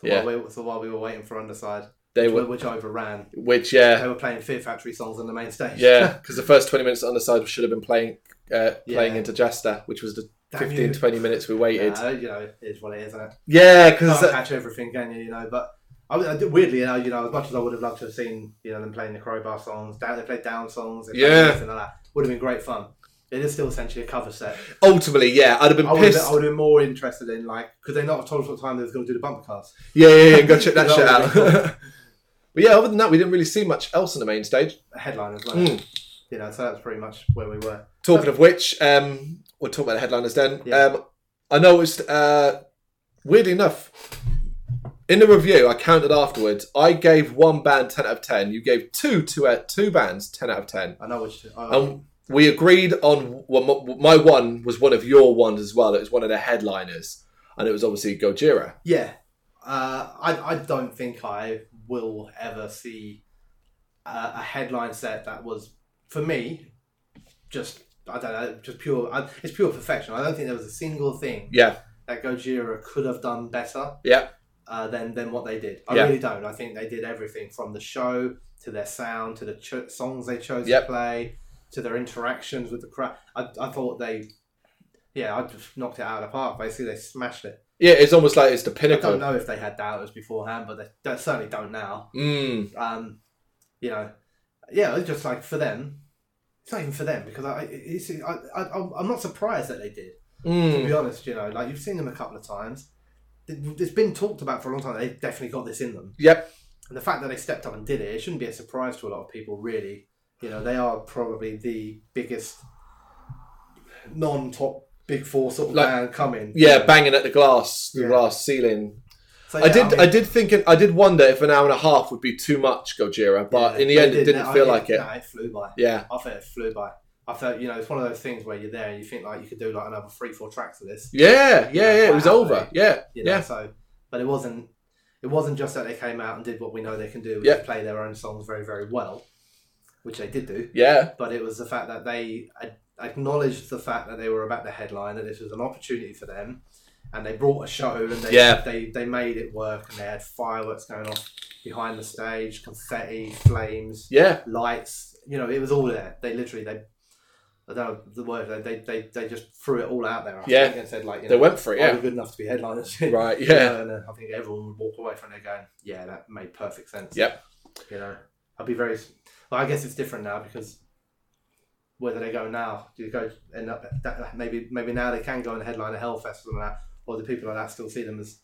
B: So,
A: Yeah.
B: while we, so while we were waiting for Underside,
A: They
B: which,
A: were,
B: which overran,
A: which yeah,
B: they were playing Fear Factory songs on the main stage.
A: yeah, because the first twenty minutes of Underside should have been playing uh, playing
B: Yeah.
A: into Jasta, which was the
B: Damn
A: 15,
B: you.
A: 20 minutes we waited.
B: Yeah, you know, it is what it is, isn't it?
A: Yeah, uh,
B: Can't
A: because
B: catch everything, can you? You know, but I, I, did- weirdly, you know, you know, as much as I would have loved to have seen, you know, them playing the crowbar songs, down, they played down songs, they played
A: Yeah.
B: this and all that, would have been great fun. It is still essentially a cover set.
A: ultimately, yeah, I'd have been
B: I would have,
A: pissed.
B: been, I would have been more interested in like, could they not have told us what time they was going to do the bumper cars?
A: Yeah, yeah, yeah. Go check that
B: That
A: shit out.
B: would've been
A: but yeah, other than that, we didn't really see much else on the main stage.
B: A headline as well.
A: Mm.
B: You know, so that's pretty much where we were.
A: Talking of which, um, we'll talk about the headliners then.
B: Yeah.
A: Um, I noticed, uh, weirdly enough, in the review, I counted afterwards. I gave one band ten out of ten. You gave two two out two bands ten out of ten.
B: I know which. I,
A: Um, we agreed on well, m- my one was one of your ones as well. It was one of the headliners, and it was obviously Gojira.
B: Yeah, uh, I, I don't think I will ever see a, a headline set that was for me just I don't know just pure I, it's pure perfection. I don't think there was a single thing
A: Yeah,
B: that Gojira could have done better
A: yeah,
B: uh, than than what they did. I
A: Yeah.
B: really don't. I think they did everything from the show to their sound to the cho- songs they chose
A: Yep.
B: to play to their interactions with the crowd. I, I thought they. Yeah, I just knocked it out of the park. Basically, they smashed it.
A: yeah. It's almost like it's the
B: I don't
A: pinnacle.
B: know if they had doubters beforehand, but they, they certainly don't now.
A: Mm,
B: Um, you know, yeah, it's just like for them, it's not even for them because I, it's, I, I, I'm- I'm not surprised that they did.
A: mm.
B: To be honest, you know, like you've seen them a couple of times. It- It's been talked about for a long time. They've definitely got this in them,
A: Yep.
B: and the fact that they stepped up and did it, it shouldn't be a surprise to a lot of people, really. You know, they are probably the biggest non-top big four sort of
A: Like-
B: band coming.
A: Yeah, banging at the glass, the
B: Yeah.
A: glass ceiling.
B: So,
A: I
B: yeah,
A: did, I,
B: mean-
A: did think, it, I did wonder if an hour and a half would be too much, Gojira. But
B: Yeah,
A: in the
B: they
A: end, it
B: did.
A: didn't
B: No,
A: feel like it.
B: No, it flew by.
A: Yeah,
B: I thought it flew by. I thought, you know, it's one of those things where you're there and you think like you could do like another three, four tracks of this.
A: yeah, yeah, yeah. It was
B: Wow,
A: over.
B: mate.
A: Yeah,
B: You know,
A: Yeah.
B: So, but it wasn't. It wasn't just that they came out and did what we know they can do, which
A: Yeah.
B: is play their own songs very, very well, which they did do.
A: yeah,
B: But it was the fact that they ad- acknowledged the fact that they were about the headline, that this was an opportunity for them, and they brought a show and they
A: Yeah.
B: they, they made it work and they had fireworks going off behind the stage, confetti, flames,
A: yeah.
B: lights. You know, it was all there. They literally they. I don't know the word. They they, they, they just threw it all out there. I
A: Yeah.
B: think, and said like you
A: They
B: know,
A: went for it.
B: "Are we
A: Yeah,
B: good enough to be headliners.
A: right.
B: You
A: Yeah,
B: know, and uh, I think everyone would walk away from there going, yeah, that made perfect sense.
A: Yep.
B: You know, I'd be very. Well, I guess it's different now because whether they go now, do you go end up that, maybe maybe now they can go and headline a Hellfest or that, or the people like that still see them as.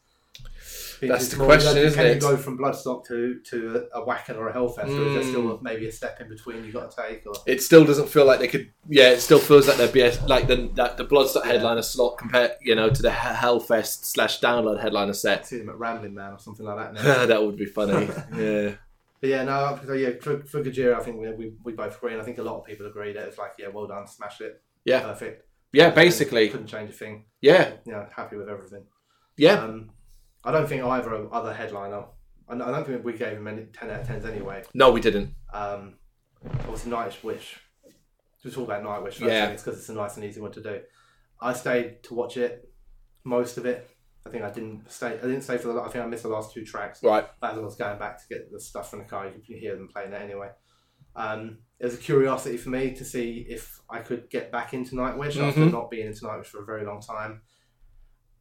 B: being
A: That's
B: just
A: the
B: more-
A: question,
B: can
A: isn't
B: you
A: it?
B: go from Bloodstock to to a, a Wacken or a Hellfest, or is there still
A: Mm.
B: maybe a step in between you got to take? Or
A: it still doesn't feel like they could. Yeah, it still feels like there'd be a, like the that the Bloodstock
B: Yeah.
A: headliner slot compared, you know, to the He- Hellfest slash Download headliner
B: I
A: set.
B: see them at Rambling Man or something like that. Now.
A: that would be funny. Yeah,
B: But yeah, no, so yeah, for, for Gajira, I think we, we, we both agree, and I think a lot of people agree that it's like, yeah, well done, smash it,
A: Yeah.
B: perfect.
A: yeah. Basically,
B: couldn't change a thing.
A: yeah,
B: You know, happy with everything.
A: yeah.
B: Um, I don't think either other headliner. I don't I don't think we gave him any ten out of tens anyway.
A: No, we didn't.
B: Um, obviously, Night's Wish. Just all about Night Wish. and I
A: Yeah.
B: think It's because it's a nice and easy one to do. I stayed to watch it, most of it. I think I didn't stay. I didn't stay for the. la- I think I missed the last two tracks.
A: Right.
B: But as I was going back to get the stuff from the car, you could hear them playing it anyway. Um, it was a curiosity for me to see if I could get back into Nightwish after
A: Mhm.
B: not being into Nightwish for a very long time.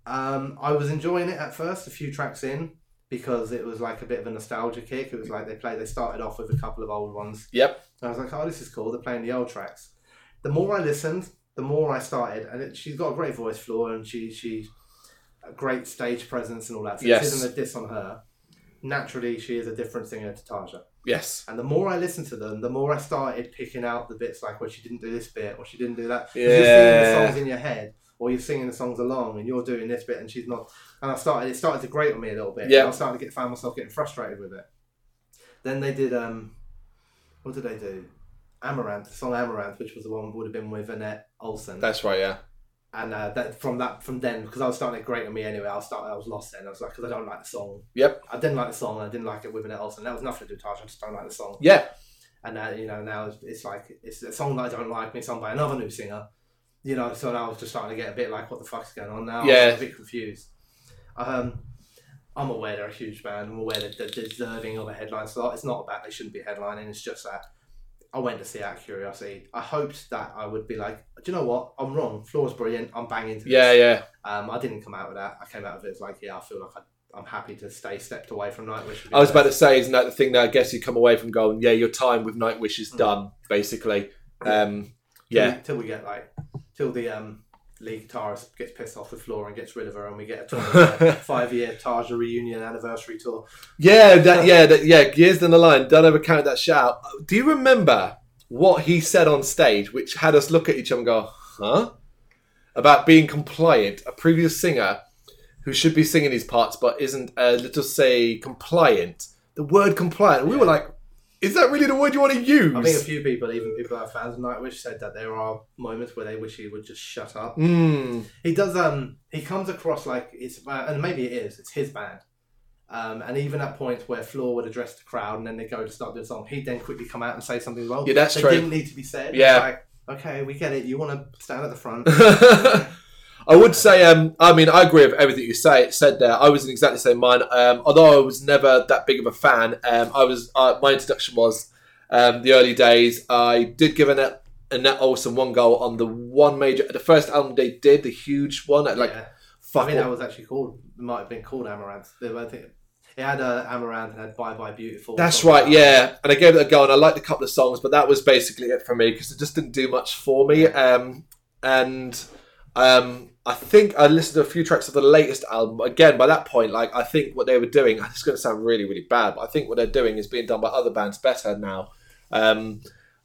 B: Um, I was enjoying it at first, a few tracks in, because it was like a bit of a nostalgia kick. It was like they played, they started off with a couple of old ones.
A: Yep.
B: And I was like, oh, this is cool. They're playing the old tracks. The more I listened, the more I started, and it, she's got a great voice, Flora, and she she a great stage presence and all that. So
A: Yes.
B: this isn't a diss on her. Naturally, she is a different singer to Taja.
A: Yes.
B: And the more I listened to them, the more I started picking out the bits like, well, she didn't do this bit, or she didn't do that. 'Cause You're singing the
A: Yeah.
B: songs in your head, or you're singing the songs along, and you're doing this bit, and she's not. And I started, it started to grate on me a little bit.
A: Yeah.
B: I was starting to get, find myself getting frustrated with it. Then they did, um, what did they do? Amaranth, the song Amaranth, which was the one would have been with Annette Olsen
A: That's right. Yeah.
B: and uh, that from that from then because I was starting to grate on me anyway. I was starting, I was lost then. I was like, because I don't like the song.
A: Yep.
B: I didn't like the song. and I didn't like it with Annette Olsen. That was nothing to do with Taj. I just don't like the song.
A: Yeah.
B: And now you know now it's, it's like it's a song that I don't like. and It's sung by another new singer. You know, so now I was just starting to get a bit like, what the fuck's going on now? I
A: Yeah.
B: was a bit confused. Um, I'm aware they're a huge band. I'm aware that they're deserving of a headline slot. It's not about they shouldn't be headlining. It's just that I went to see out of curiosity. I hoped that I would be like, do you know what? I'm wrong. Floor's brilliant. I'm banging to this.
A: Yeah. Yeah.
B: Um, I didn't come out with that. I came out of it as like, yeah, I feel like I, I'm happy to stay stepped away from Nightwish.
A: I was about to say, isn't that the thing that I guess you come away from going, yeah, your time with Nightwish is
B: Mm.
A: done, basically. Um,
B: till
A: yeah.
B: we, till we get like, till the um, lead guitarist gets pissed off with Flora and gets rid of her, and we get a five year Tarja reunion anniversary tour.
A: Yeah, that, yeah, that, yeah. Years down the line, don't ever count that shout. Do you remember what he said on stage, which had us look at each other and go, "Huh?" About being compliant, a previous singer who should be singing these parts but isn't, uh, let us say, compliant. The word compliant. We were like, "Is that really the word you want to use?"
B: I think a few people, even people that are fans of Nightwish, said that there are moments where they wish he would just shut up.
A: Mm,
B: He does. Um, he comes across like it's about, and maybe it is. It's his band. Um, and even at points where Floor would address the crowd, and then they go to start doing something, he'd then quickly come out and say something wrong.
A: Yeah, that's
B: that
A: true.
B: Didn't need to be said. It's
A: Yeah.
B: like, okay, we get it. You want to stand at the front.
A: I would say, um, I mean, I agree with everything you say said there. I was in exactly the same mind. Um, although I was never that big of a fan, um, I was. Uh, my introduction was um, the early days. I did give Annette, Annette Olsen one goal on the one major, the first album they did, the huge one. At, like,
B: Yeah.
A: fuck,
B: I think
A: what-
B: that was actually called. It might have been called Amaranth. They were- I think it had uh, Amaranth and had Bye Bye Beautiful. or
A: that's
B: something
A: right,
B: like that.
A: yeah. And I gave it a go, and I liked a couple of songs, but that was basically it for me because it just didn't do much for me. Um, and Um, I think I listened to a few tracks of the latest album. Again, by that point, like I think what they were doing, this is going to sound really, really bad, but I think what they're doing is being done by other bands better now, um,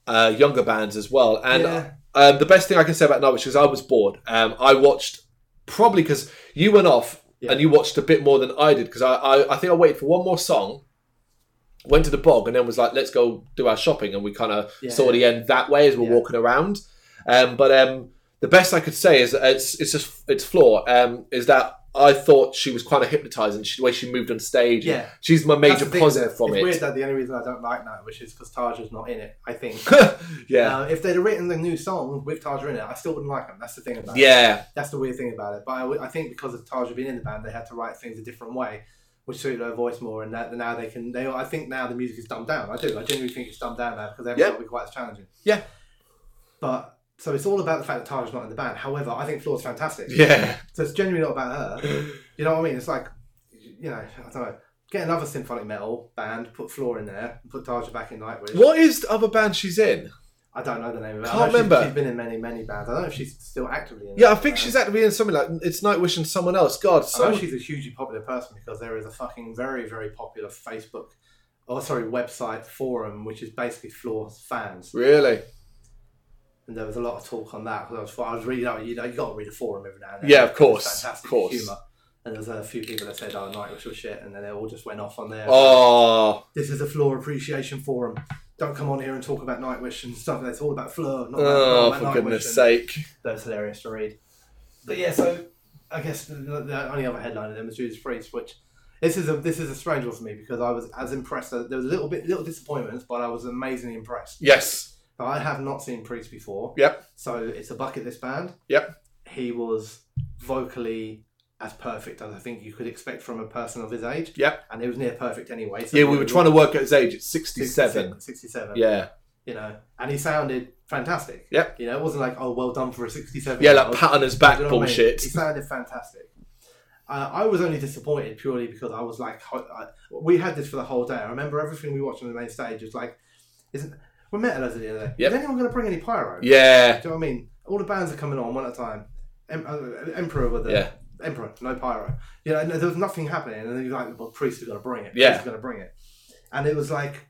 A: uh, younger bands as well. And
B: Yeah.
A: um, the best thing I can say about Norwich is I was bored. Um, I watched probably because you went off
B: Yeah.
A: and you watched a bit more than I did because I, I, I think I waited for one more song. Went to the bog and then was like, let's go do our shopping, and we kind of
B: Yeah,
A: saw
B: yeah.
A: the end that way as we're
B: Yeah.
A: walking around. Um, but um, the best I could say is it's it's just it's flaw um, is that I thought she was kind of hypnotizing she, the way she moved on stage.
B: Yeah.
A: she's my
B: That's
A: major
B: the thing,
A: positive from
B: it's weird
A: it.
B: that the only reason I don't like Nightwish is because Tarja's not in it. I think.
A: yeah,
B: Uh, if they'd have written the new song with Tarja in it, I still wouldn't like them. That's the thing about it.
A: yeah,
B: That's the weird thing about it. But I, would- I think because of Tarja being in the band, they had to write things a different way, which suited her voice more. And that, now they can. They, I think now the music is dumbed down. I do. I genuinely think it's dumbed down now because they haven't
A: Yeah.
B: got to be quite as challenging.
A: Yeah.
B: But so it's all about the fact that Tarja's not in the band. However, I think Floor's fantastic.
A: yeah,
B: So it's genuinely not about her. You know what I mean? It's like, you know, I don't know. Get another symphonic metal band, put Floor in there, put Tarja back in Nightwish.
A: What is the other band she's in?
B: I don't know the name of it. I
A: Can't
B: know she's-
A: remember.
B: she's been in many, many bands. I don't know if she's still actively in
A: Yeah, I
B: that
A: think
B: band.
A: she's actually in something like it's Nightwish and someone else. God,
B: I know
A: so
B: she's a hugely popular person because there is a fucking very, very popular Facebook, oh sorry, website forum which is basically Floor's fans,
A: really,
B: and there was a lot of talk on that because I was, I was reading. oh, You know, you got to read a forum every now and then.
A: Yeah, of
B: It's
A: course,
B: fantastic
A: of course.
B: Humor. And there's a few people that said, "Oh, Nightwish was shit," and then they all just went off on there.
A: oh,
B: This is a Floor appreciation forum. Don't come on here and talk about Nightwish and stuff. It's all about Floor, not about,
A: oh, for
B: not about Nightwish.
A: goodness
B: and-
A: sake,
B: that was hilarious to read. But yeah, so I guess the, the only other headline of them was Judas Priest, which this is a this is a strange one for me because I was as impressed. There was a little bit little disappointments, but I was amazingly impressed.
A: yes,
B: Now, I have not seen Priest before.
A: Yep.
B: So it's a bucket list band.
A: Yep.
B: He was vocally as perfect as I think you could expect from a person of his age.
A: Yep.
B: And he was near perfect anyway. So
A: yeah, we were trying to work out his age. It's sixty-seven.
B: 67.
A: Yeah,
B: You know, and he sounded fantastic.
A: Yep.
B: You know, it wasn't like, oh, well done for a 67.
A: yeah, that pat on his back
B: you know what I mean?
A: bullshit.
B: He sounded fantastic. Uh, I was only disappointed purely because I was like, ho- I, we had this for the whole day. I remember everything we watched on the main stage was like, isn't we met at the end of the day.
A: Yep.
B: Is anyone going to bring any pyro?
A: Yeah.
B: Do you know what I mean? All the bands are coming on one at a time. Em- uh, Emperor with the
A: Yeah.
B: Emperor, no pyro. You know, and there was nothing happening, and then you're like, well, priest is going to bring it.
A: Yeah.
B: priest is going to bring it, and it was like,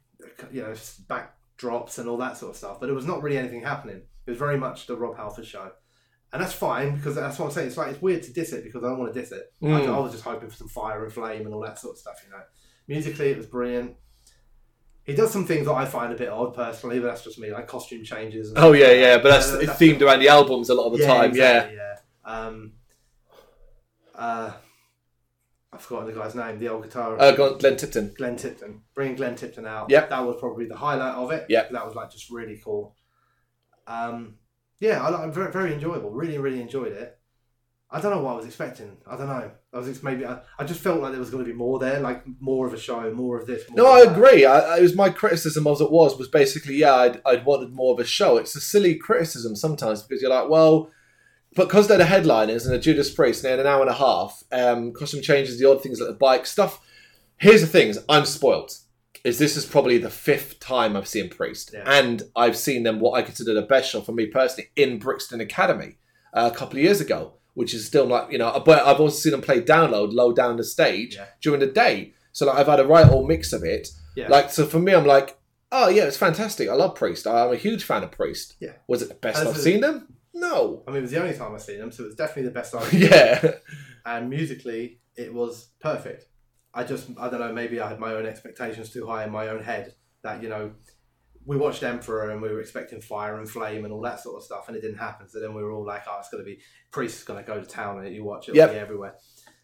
B: you know, backdrops and all that sort of stuff. But it was not really anything happening. It was very much the Rob Halford show, and that's fine because that's what I'm saying. It's like it's weird to diss it because I don't want to diss it. Like,
A: Mm.
B: I was just hoping for some fire and flame and all that sort of stuff. You know, musically it was brilliant. He does some things that I find a bit odd personally, but that's just me, like costume changes. And
A: Oh yeah, yeah, but that's,
B: Yeah,
A: it's themed around the albums a lot of the time.
B: exactly, yeah. Um, uh, I've forgotten the guy's name. The old guitarist,
A: Yeah, uh, Glenn Glenn Tipton.
B: Glenn Tipton. Bringing Glenn Tipton out.
A: Yep.
B: that was probably the highlight of it.
A: Yep.
B: that was like just really cool. Um, yeah, I, I'm very, very enjoyable. Really, really enjoyed it. I don't know what I was expecting. I don't know. I was ex- maybe I, I just felt like there was going to be more there, like more of a show, more of this. More
A: No,
B: of
A: I
B: that.
A: agree. I, I- it was my criticism as it was was basically yeah, I'd, I'd wanted more of a show. It's a silly criticism sometimes because you're like, well, because they're the headliners and the Judas Priest, and they had an hour and a half. Um, costume changes, the odd things like the bike stuff. Here's the things I'm spoiled. Is this is probably the fifth time I've seen Priest,
B: Yeah.
A: and I've seen them what I consider the best show for me personally in Brixton Academy uh, a couple of years ago, which is still like you know. But I've also seen them play Download low down the stage
B: Yeah.
A: during the day, so like I've had a right old mix of it.
B: Yeah.
A: Like so for me, I'm like, oh yeah, it's fantastic. I love Priest. I'm a huge fan of Priest.
B: Yeah.
A: Was it the best
B: As
A: I've
B: a-
A: seen them? No.
B: I mean, it was the only time I've seen them, so it was definitely the best I've
A: yeah.
B: and musically it was perfect. I just I don't know maybe I had my own expectations too high in my own head that you know we watched Emperor and we were expecting fire and flame and all that sort of stuff and it didn't happen. So then we were all like, oh, it's going to be Priest is going to go to town and you watch it
A: Yep.
B: will be everywhere.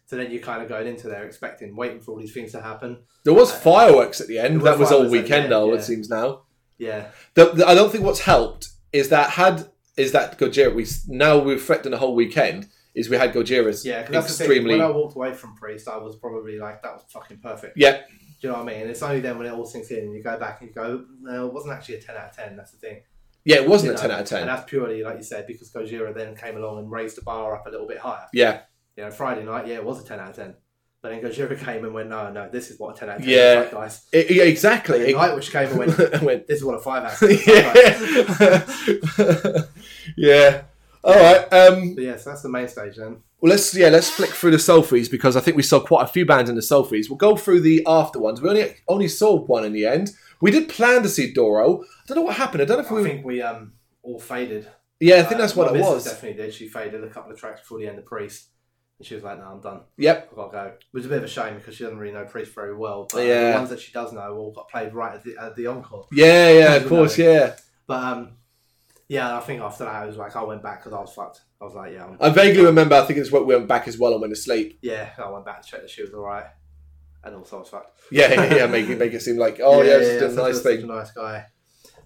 B: So then you're kind of going into there expecting, waiting for all these things to happen.
A: There was
B: Uh,
A: fireworks at the
B: there
A: end.
B: was
A: that was all
B: fireworks at the
A: weekend
B: end,
A: though.
B: yeah.
A: It seems now.
B: Yeah,
A: The, the- I don't think what's helped is that had is that Gojira. We s- now we reflect on the whole weekend. Is we had Gojira's
B: yeah. 'cause that's the thing.
A: extremely
B: When I walked away from Priest, I was probably like, that was fucking perfect.
A: yeah
B: Do you know what I mean? It's only then when it all sinks in and you go back and you go, no, it wasn't actually a ten out of ten. That's the thing.
A: yeah. It wasn't
B: You
A: a
B: know,
A: ten out of ten.
B: And that's purely, like you said, because Gojira then came along and raised the bar up a little bit higher.
A: yeah,
B: You know, Friday night, yeah, it was a 10 out of 10. But then Gojira came and went, no, no, this is what a 10 out of 10
A: Yeah.
B: is like, guys.
A: It- yeah, exactly.
B: And then
A: It-
B: Night, which came and went,
A: I went,
B: this is what a 5 out of 10 is like, guys.
A: yeah, yeah. All right. Um,
B: But yeah, so that's the main stage then.
A: Well, let's yeah, let's flick through the selfies because I think we saw quite a few bands in the selfies. We'll go through the after ones. We only only saw one in the end. We did plan to see Doro. I don't know what happened. I don't know if we.
B: I think we um all faded.
A: yeah, I think
B: Uh,
A: that's what
B: my
A: it
B: missus
A: was.
B: definitely did. She faded a couple of tracks before the end of Priest. And she was like, no, I'm done.
A: Yep.
B: I've got to go. It was a bit of a shame because she doesn't really know Priest very well. But uh,
A: Yeah.
B: the ones that she does know all got played right at the, at the encore.
A: Yeah, yeah, of
B: You
A: course,
B: know.
A: yeah.
B: But um, yeah, I think after that, I was like, I went back because I was fucked. I was like, yeah, I'm,
A: I vaguely remember. I think it's what we went back as well and went to sleep.
B: yeah, I went back to check that she was all right, and also I was fucked.
A: Yeah, yeah, yeah. Make it make it seem like oh yeah, it's just
B: such
A: a nice
B: such
A: thing.
B: a nice guy.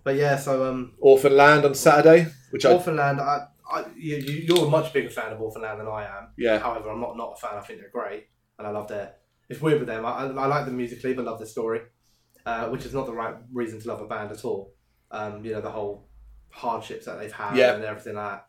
B: But yeah, so um,
A: Orphan Land on Saturday, which I
B: Orphanland, I, I, you, you, you're a much bigger fan of Orphanland than I am.
A: yeah
B: However, I'm not not a fan. I think they're great, and I love their. It's weird with them. I, I, I like them musically, but love the story, uh, which is not the right reason to love a band at all. Um, you know the whole hardships that they've had
A: Yeah.
B: and everything like that,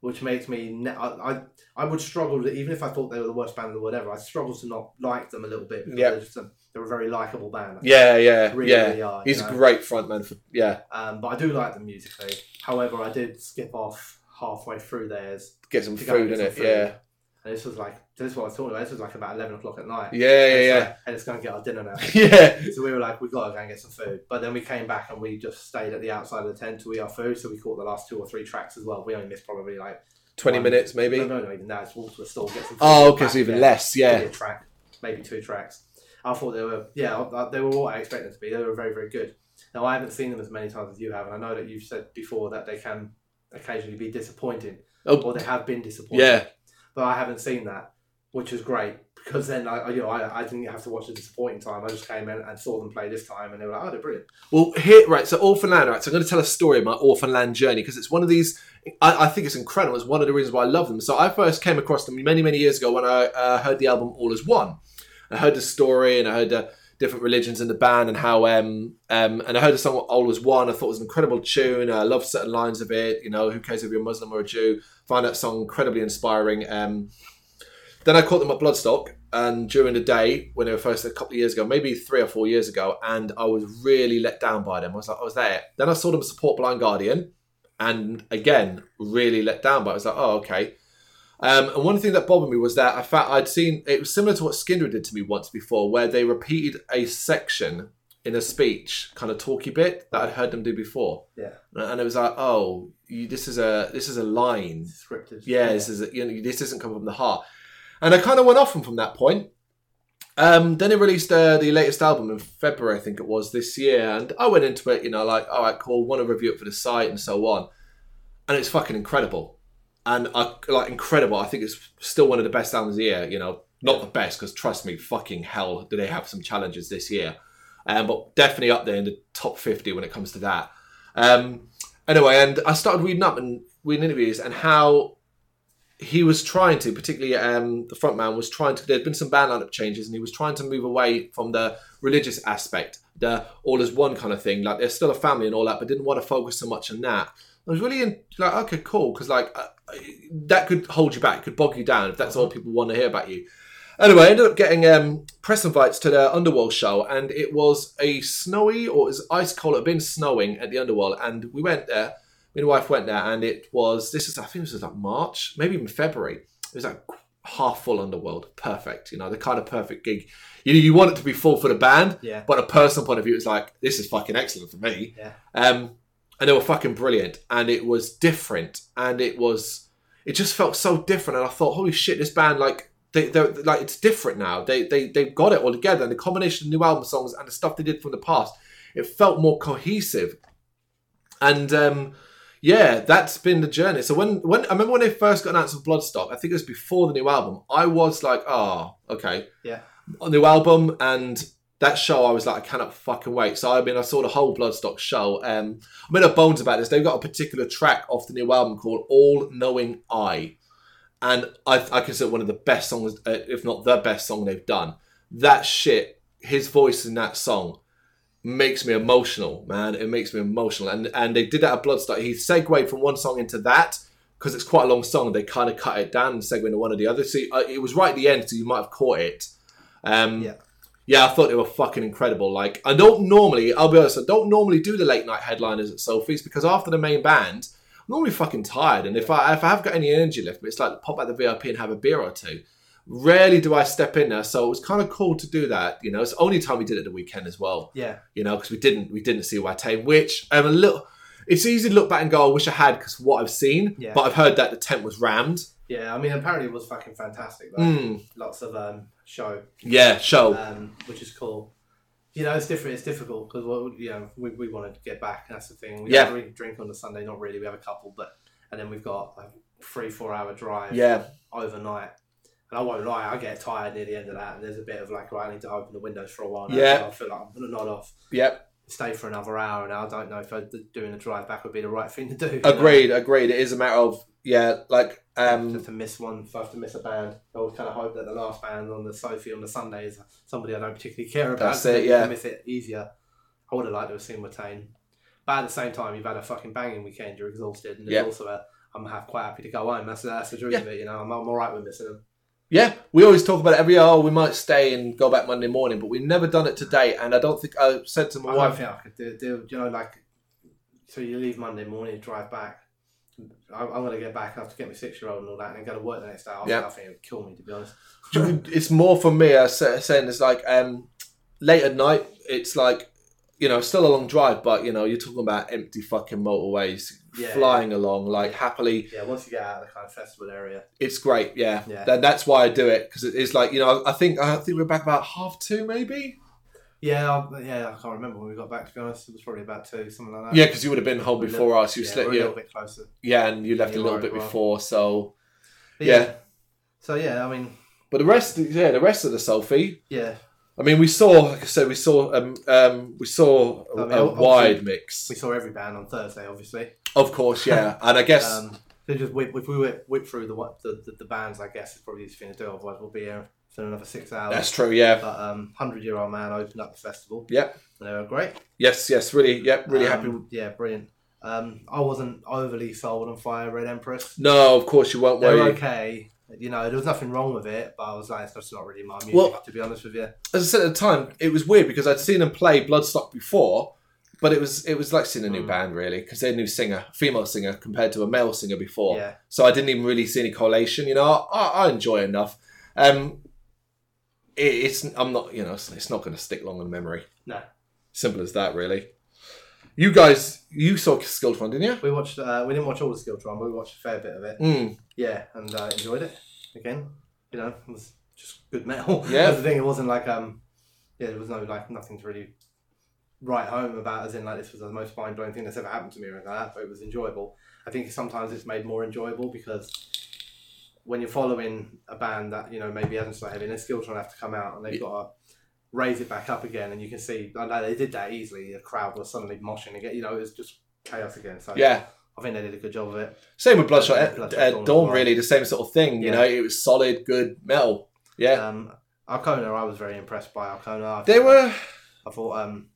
B: which makes me. Ne- I, I I would struggle to, even if I thought they were the worst band in the world ever. I struggle to not like them a little bit. because
A: Yeah.
B: they're, just a, they're a very likable band.
A: yeah yeah
B: really,
A: yeah.
B: really are. you
A: He's a
B: know?
A: great frontman for yeah.
B: um, but I do like them musically. However, I did skip off halfway through theirs.
A: Get some
B: to go and
A: food in
B: get
A: it.
B: some
A: Yeah
B: And this was like this is what I was talking about. This was like about eleven o'clock at night.
A: yeah
B: And
A: yeah
B: it's
A: yeah.
B: like, and it's going to get our dinner now.
A: Yeah,
B: so we were like, we got to go and get some food. But then we came back and we just stayed at the outside of the tent to eat our food. So we caught the last two or three tracks as well. We only missed probably like
A: twenty
B: One.
A: minutes maybe.
B: no, no, no, even that. It's walk to the store, get some. Food,
A: Oh,
B: come
A: okay,
B: back,
A: so even
B: yeah,
A: less.
B: maybe
A: Yeah,
B: a track, maybe two tracks. I thought they were, yeah, I- I- they were what I expected them to be. They were very, very good. Now I haven't seen them as many times as you have, and I know that you've said before that they can occasionally be disappointing,
A: Oh.
B: or they have been disappointing.
A: yeah,
B: but I haven't seen that, which is great because then I, you know, I, I didn't have to watch the disappointing time. I just came in and saw them play this time, and they were like, oh, they're brilliant.
A: Well, here, right, so Orphan Land, right, so I'm going to tell a story of my Orphan Land journey because it's one of these, I, I think it's incredible. It's one of the reasons why I love them. So I first came across them many, many years ago when I uh, heard the album All Is One. I heard the story and I heard the different religions in the band and how, um, um and I heard the song All Is One. I thought it was an incredible tune. I love certain lines of it, you know, who cares if you're Muslim or a Jew. Find that song incredibly inspiring. Um, Then I caught them at Bloodstock, and during the day when they were first a couple of years ago, maybe three or four years ago, and I was really let down by them. I was like, I was there. Then I saw them support Blind Guardian, and again, really let down by. It. I was like, oh okay. Um, and one thing that bothered me was that I found I'd seen it was similar to what Skinner did to me once before, where they repeated a section in a speech, kind of talky bit that I'd heard them do before,
B: Yeah.
A: and it was like, oh, you, this is a this is a line
B: Scripted.
A: yeah, this is you know, this isn't coming from the heart. And I kind of went off them from that point. Um, then they released uh, the latest album in February, I think it was this year, and I went into it, you know, like, all right, cool, want to review it for the site and so on. And it's fucking incredible, and I like incredible. I think it's still one of the best albums of the year. You know, not the best because trust me, fucking hell, do they have some challenges this year? Um, but definitely up there in the top fifty when it comes to that. Um, anyway, and I started reading up and reading interviews and how he was trying to, particularly um, the front man was trying to. There'd been some band lineup changes, and he was trying to move away from the religious aspect, the all is one kind of thing. Like they're still a family and all that, but didn't want to focus so much on that. I was really in, like, okay, cool, because like uh, that could hold you back, could bog you down if that's all people want to hear about you. Anyway, I ended up getting um, press invites to the Underworld show, and it was a snowy or it was ice cold. It had been snowing at the Underworld, and we went there me and my wife went there and it was this is I think this was like March, maybe even February. It was like half full underworld. Perfect. You know, the kind of perfect gig. You you want it to be full for the band,
B: Yeah.
A: but a personal point of view it was like, this is fucking excellent for me.
B: Yeah.
A: Um and they were fucking brilliant and it was different and it was it just felt so different and I thought, holy shit, this band like they, they're like it's different now. They they they've got it all together and the combination of new album songs and the stuff they did from the past, it felt more cohesive. And um yeah, that's been the journey. So when when I remember when they first got announced with Bloodstock, I think it was before the new album. I was like, oh, okay,
B: Yeah.
A: a new album and that show. I was like, I cannot fucking wait. So I mean, I saw the whole Bloodstock show. Um, I made up bones about this. They've got a particular track off the new album called "All Knowing I," and I, I consider it one of the best songs, uh, if not the best song they've done. That shit, his voice in that song makes me emotional, man. It makes me emotional. And and they did that at Bloodstock. He segued from one song into that because it's quite a long song. They kind of cut it down and segue into one or the other. So uh, it was right at the end, so you might have caught it. Um,
B: Yeah.
A: yeah, I thought they were fucking incredible. Like I don't normally, I'll be honest, I don't normally do the late night headliners at Sophie's because after the main band, I'm normally fucking tired. And if I if I have got any energy left, it's like pop out the VIP and have a beer or two. Rarely do I step in there, so it was kind of cool to do that. You know, it's the only time we did it the weekend as well
B: Yeah.
A: you know, because we didn't we didn't see Waite, which um, a little. It's easy to look back and go, I wish I had because what I've seen,
B: Yeah.
A: but I've heard that the tent was rammed.
B: Yeah. I mean, apparently it was fucking fantastic. Like,
A: Mm,
B: Lots of um show,
A: yeah, show.
B: um, which is cool. You know, it's different. It's difficult because well, you know, we, we want to get back. And that's the thing. We
A: Yeah.
B: don't really drink on the Sunday. Not really. We have a couple, but and then we've got a three four hour drive.
A: yeah,
B: overnight. And I won't lie, I get tired near the end of that, and there's a bit of like, right, I need to open the windows for a while. Now,
A: Yeah.
B: so I feel like I'm gonna nod off,
A: yep.
B: stay for another hour, and I don't know if I, doing a drive back would be the right thing to do. you know?
A: Agreed, agreed. It is a matter of yeah, like
B: Just
A: um,
B: to miss one, if I have to miss a band, I always kind of hope that the last band on the Sophie on the Sunday is somebody I don't particularly care about.
A: That's
B: so
A: it,
B: you
A: yeah.
B: can miss it easier. I would have liked to have seen Watain, but at the same time, you've had a fucking banging weekend. You're exhausted, and there's
A: Yeah.
B: also a I'm ha- quite happy to go home. That's that's the truth
A: Yeah.
B: of it, you know. I'm, I'm all right with missing them.
A: yeah. We always talk about it every hour. We might stay and go back Monday morning, but we've never done it today. And I don't think I said to my
B: I
A: wife,
B: don't think I could do, do you know, like, so you leave Monday morning, drive back. I'm, I'm going to get back, I have to get my six year old and all that, and then go to work the next day. I think-
A: Yeah.
B: I think it would kill me, to be honest.
A: it's more for me. I was sa- saying it's like um, late at night. It's like you know, still a long drive, but you know, you're talking about empty fucking motorways,
B: Yeah.
A: flying along like happily.
B: Yeah, once you get out of the kind of festival area.
A: It's great, yeah.
B: Yeah.
A: That, that's why I do it because it's like you know, I think I think we're back about half two maybe.
B: Yeah, I, yeah, I can't remember when we got back, to be honest. It was probably about two, something like that.
A: Yeah, because you would have been home
B: We're a
A: before
B: little-
A: us. You
B: Uh, yeah,
A: slipped,
B: we're a
A: yeah,
B: little bit closer.
A: yeah, and you left
B: You
A: a little
B: are
A: bit
B: as well.
A: before. So,
B: But
A: Yeah.
B: So, yeah, I mean,
A: but the rest, yeah, the rest of the selfie.
B: yeah,
A: I mean, we saw, like I said, we saw, um, um, we saw a,
B: I mean,
A: a
B: obviously-
A: wide mix,
B: we saw every band on Thursday, obviously.
A: of course, yeah, and I guess
B: Um, so just whip, if we whip, whip through the, what- the, the the bands, I guess, is probably the easiest thing to do. Otherwise, we'll be here for another six hours.
A: that's true, yeah.
B: But um, hundred year old man opened up the festival.
A: Yep.
B: And they were great.
A: Yes, yes, really, yep, really happy.
B: Um, Yeah, brilliant. Um, I wasn't overly sold on Fire Red Empress.
A: No, of course you won't,
B: They
A: were
B: were
A: you?
B: okay. You know, there was nothing wrong with it, but I was like, it's just not really my music,
A: Well-
B: to be honest with you.
A: As I said at the time, it was weird because I'd seen them play Bloodstock before, but it was it was like seeing a new
B: Mm.
A: band really because they're a new singer, female singer compared to a male singer before.
B: Yeah.
A: So I didn't even really see any correlation. You know, I, I enjoy it enough. Um, it, it's I'm not you know it's, it's not going to stick long in memory.
B: No.
A: Simple as that, really. You guys, you saw Skilled One, didn't
B: We watched, uh, we didn't watch all the Skill Drum, but we watched a fair bit of it.
A: you? Mm.
B: Yeah, and uh, enjoyed it again. You know, it was just good metal.
A: Yeah.
B: That's the thing, it wasn't like, um, yeah, there was no, like, nothing to really write home about, as in, like, this was the most mind blowing thing that's ever happened to me or anything like that, but it was enjoyable. I think sometimes it's made more enjoyable because when you're following a band that, you know, maybe hasn't started having their skill trying to have to come out and they've
A: Yeah.
B: got to raise it back up again, and you can see, I know they did that easily, the crowd was suddenly moshing again, you know, it was just chaos again. So
A: Yeah.
B: I think they did a good job of it.
A: Same with Bloodshot,
B: Yeah,
A: uh,
B: Bloodshot
A: uh,
B: Dawn as
A: Dawn,
B: well.
A: really, the same sort of thing. You
B: Yeah.
A: know, it was solid, good metal. Yeah.
B: Um, Arcona, I was very impressed by Arcona. I
A: they
B: thought-
A: were.
B: I thought um,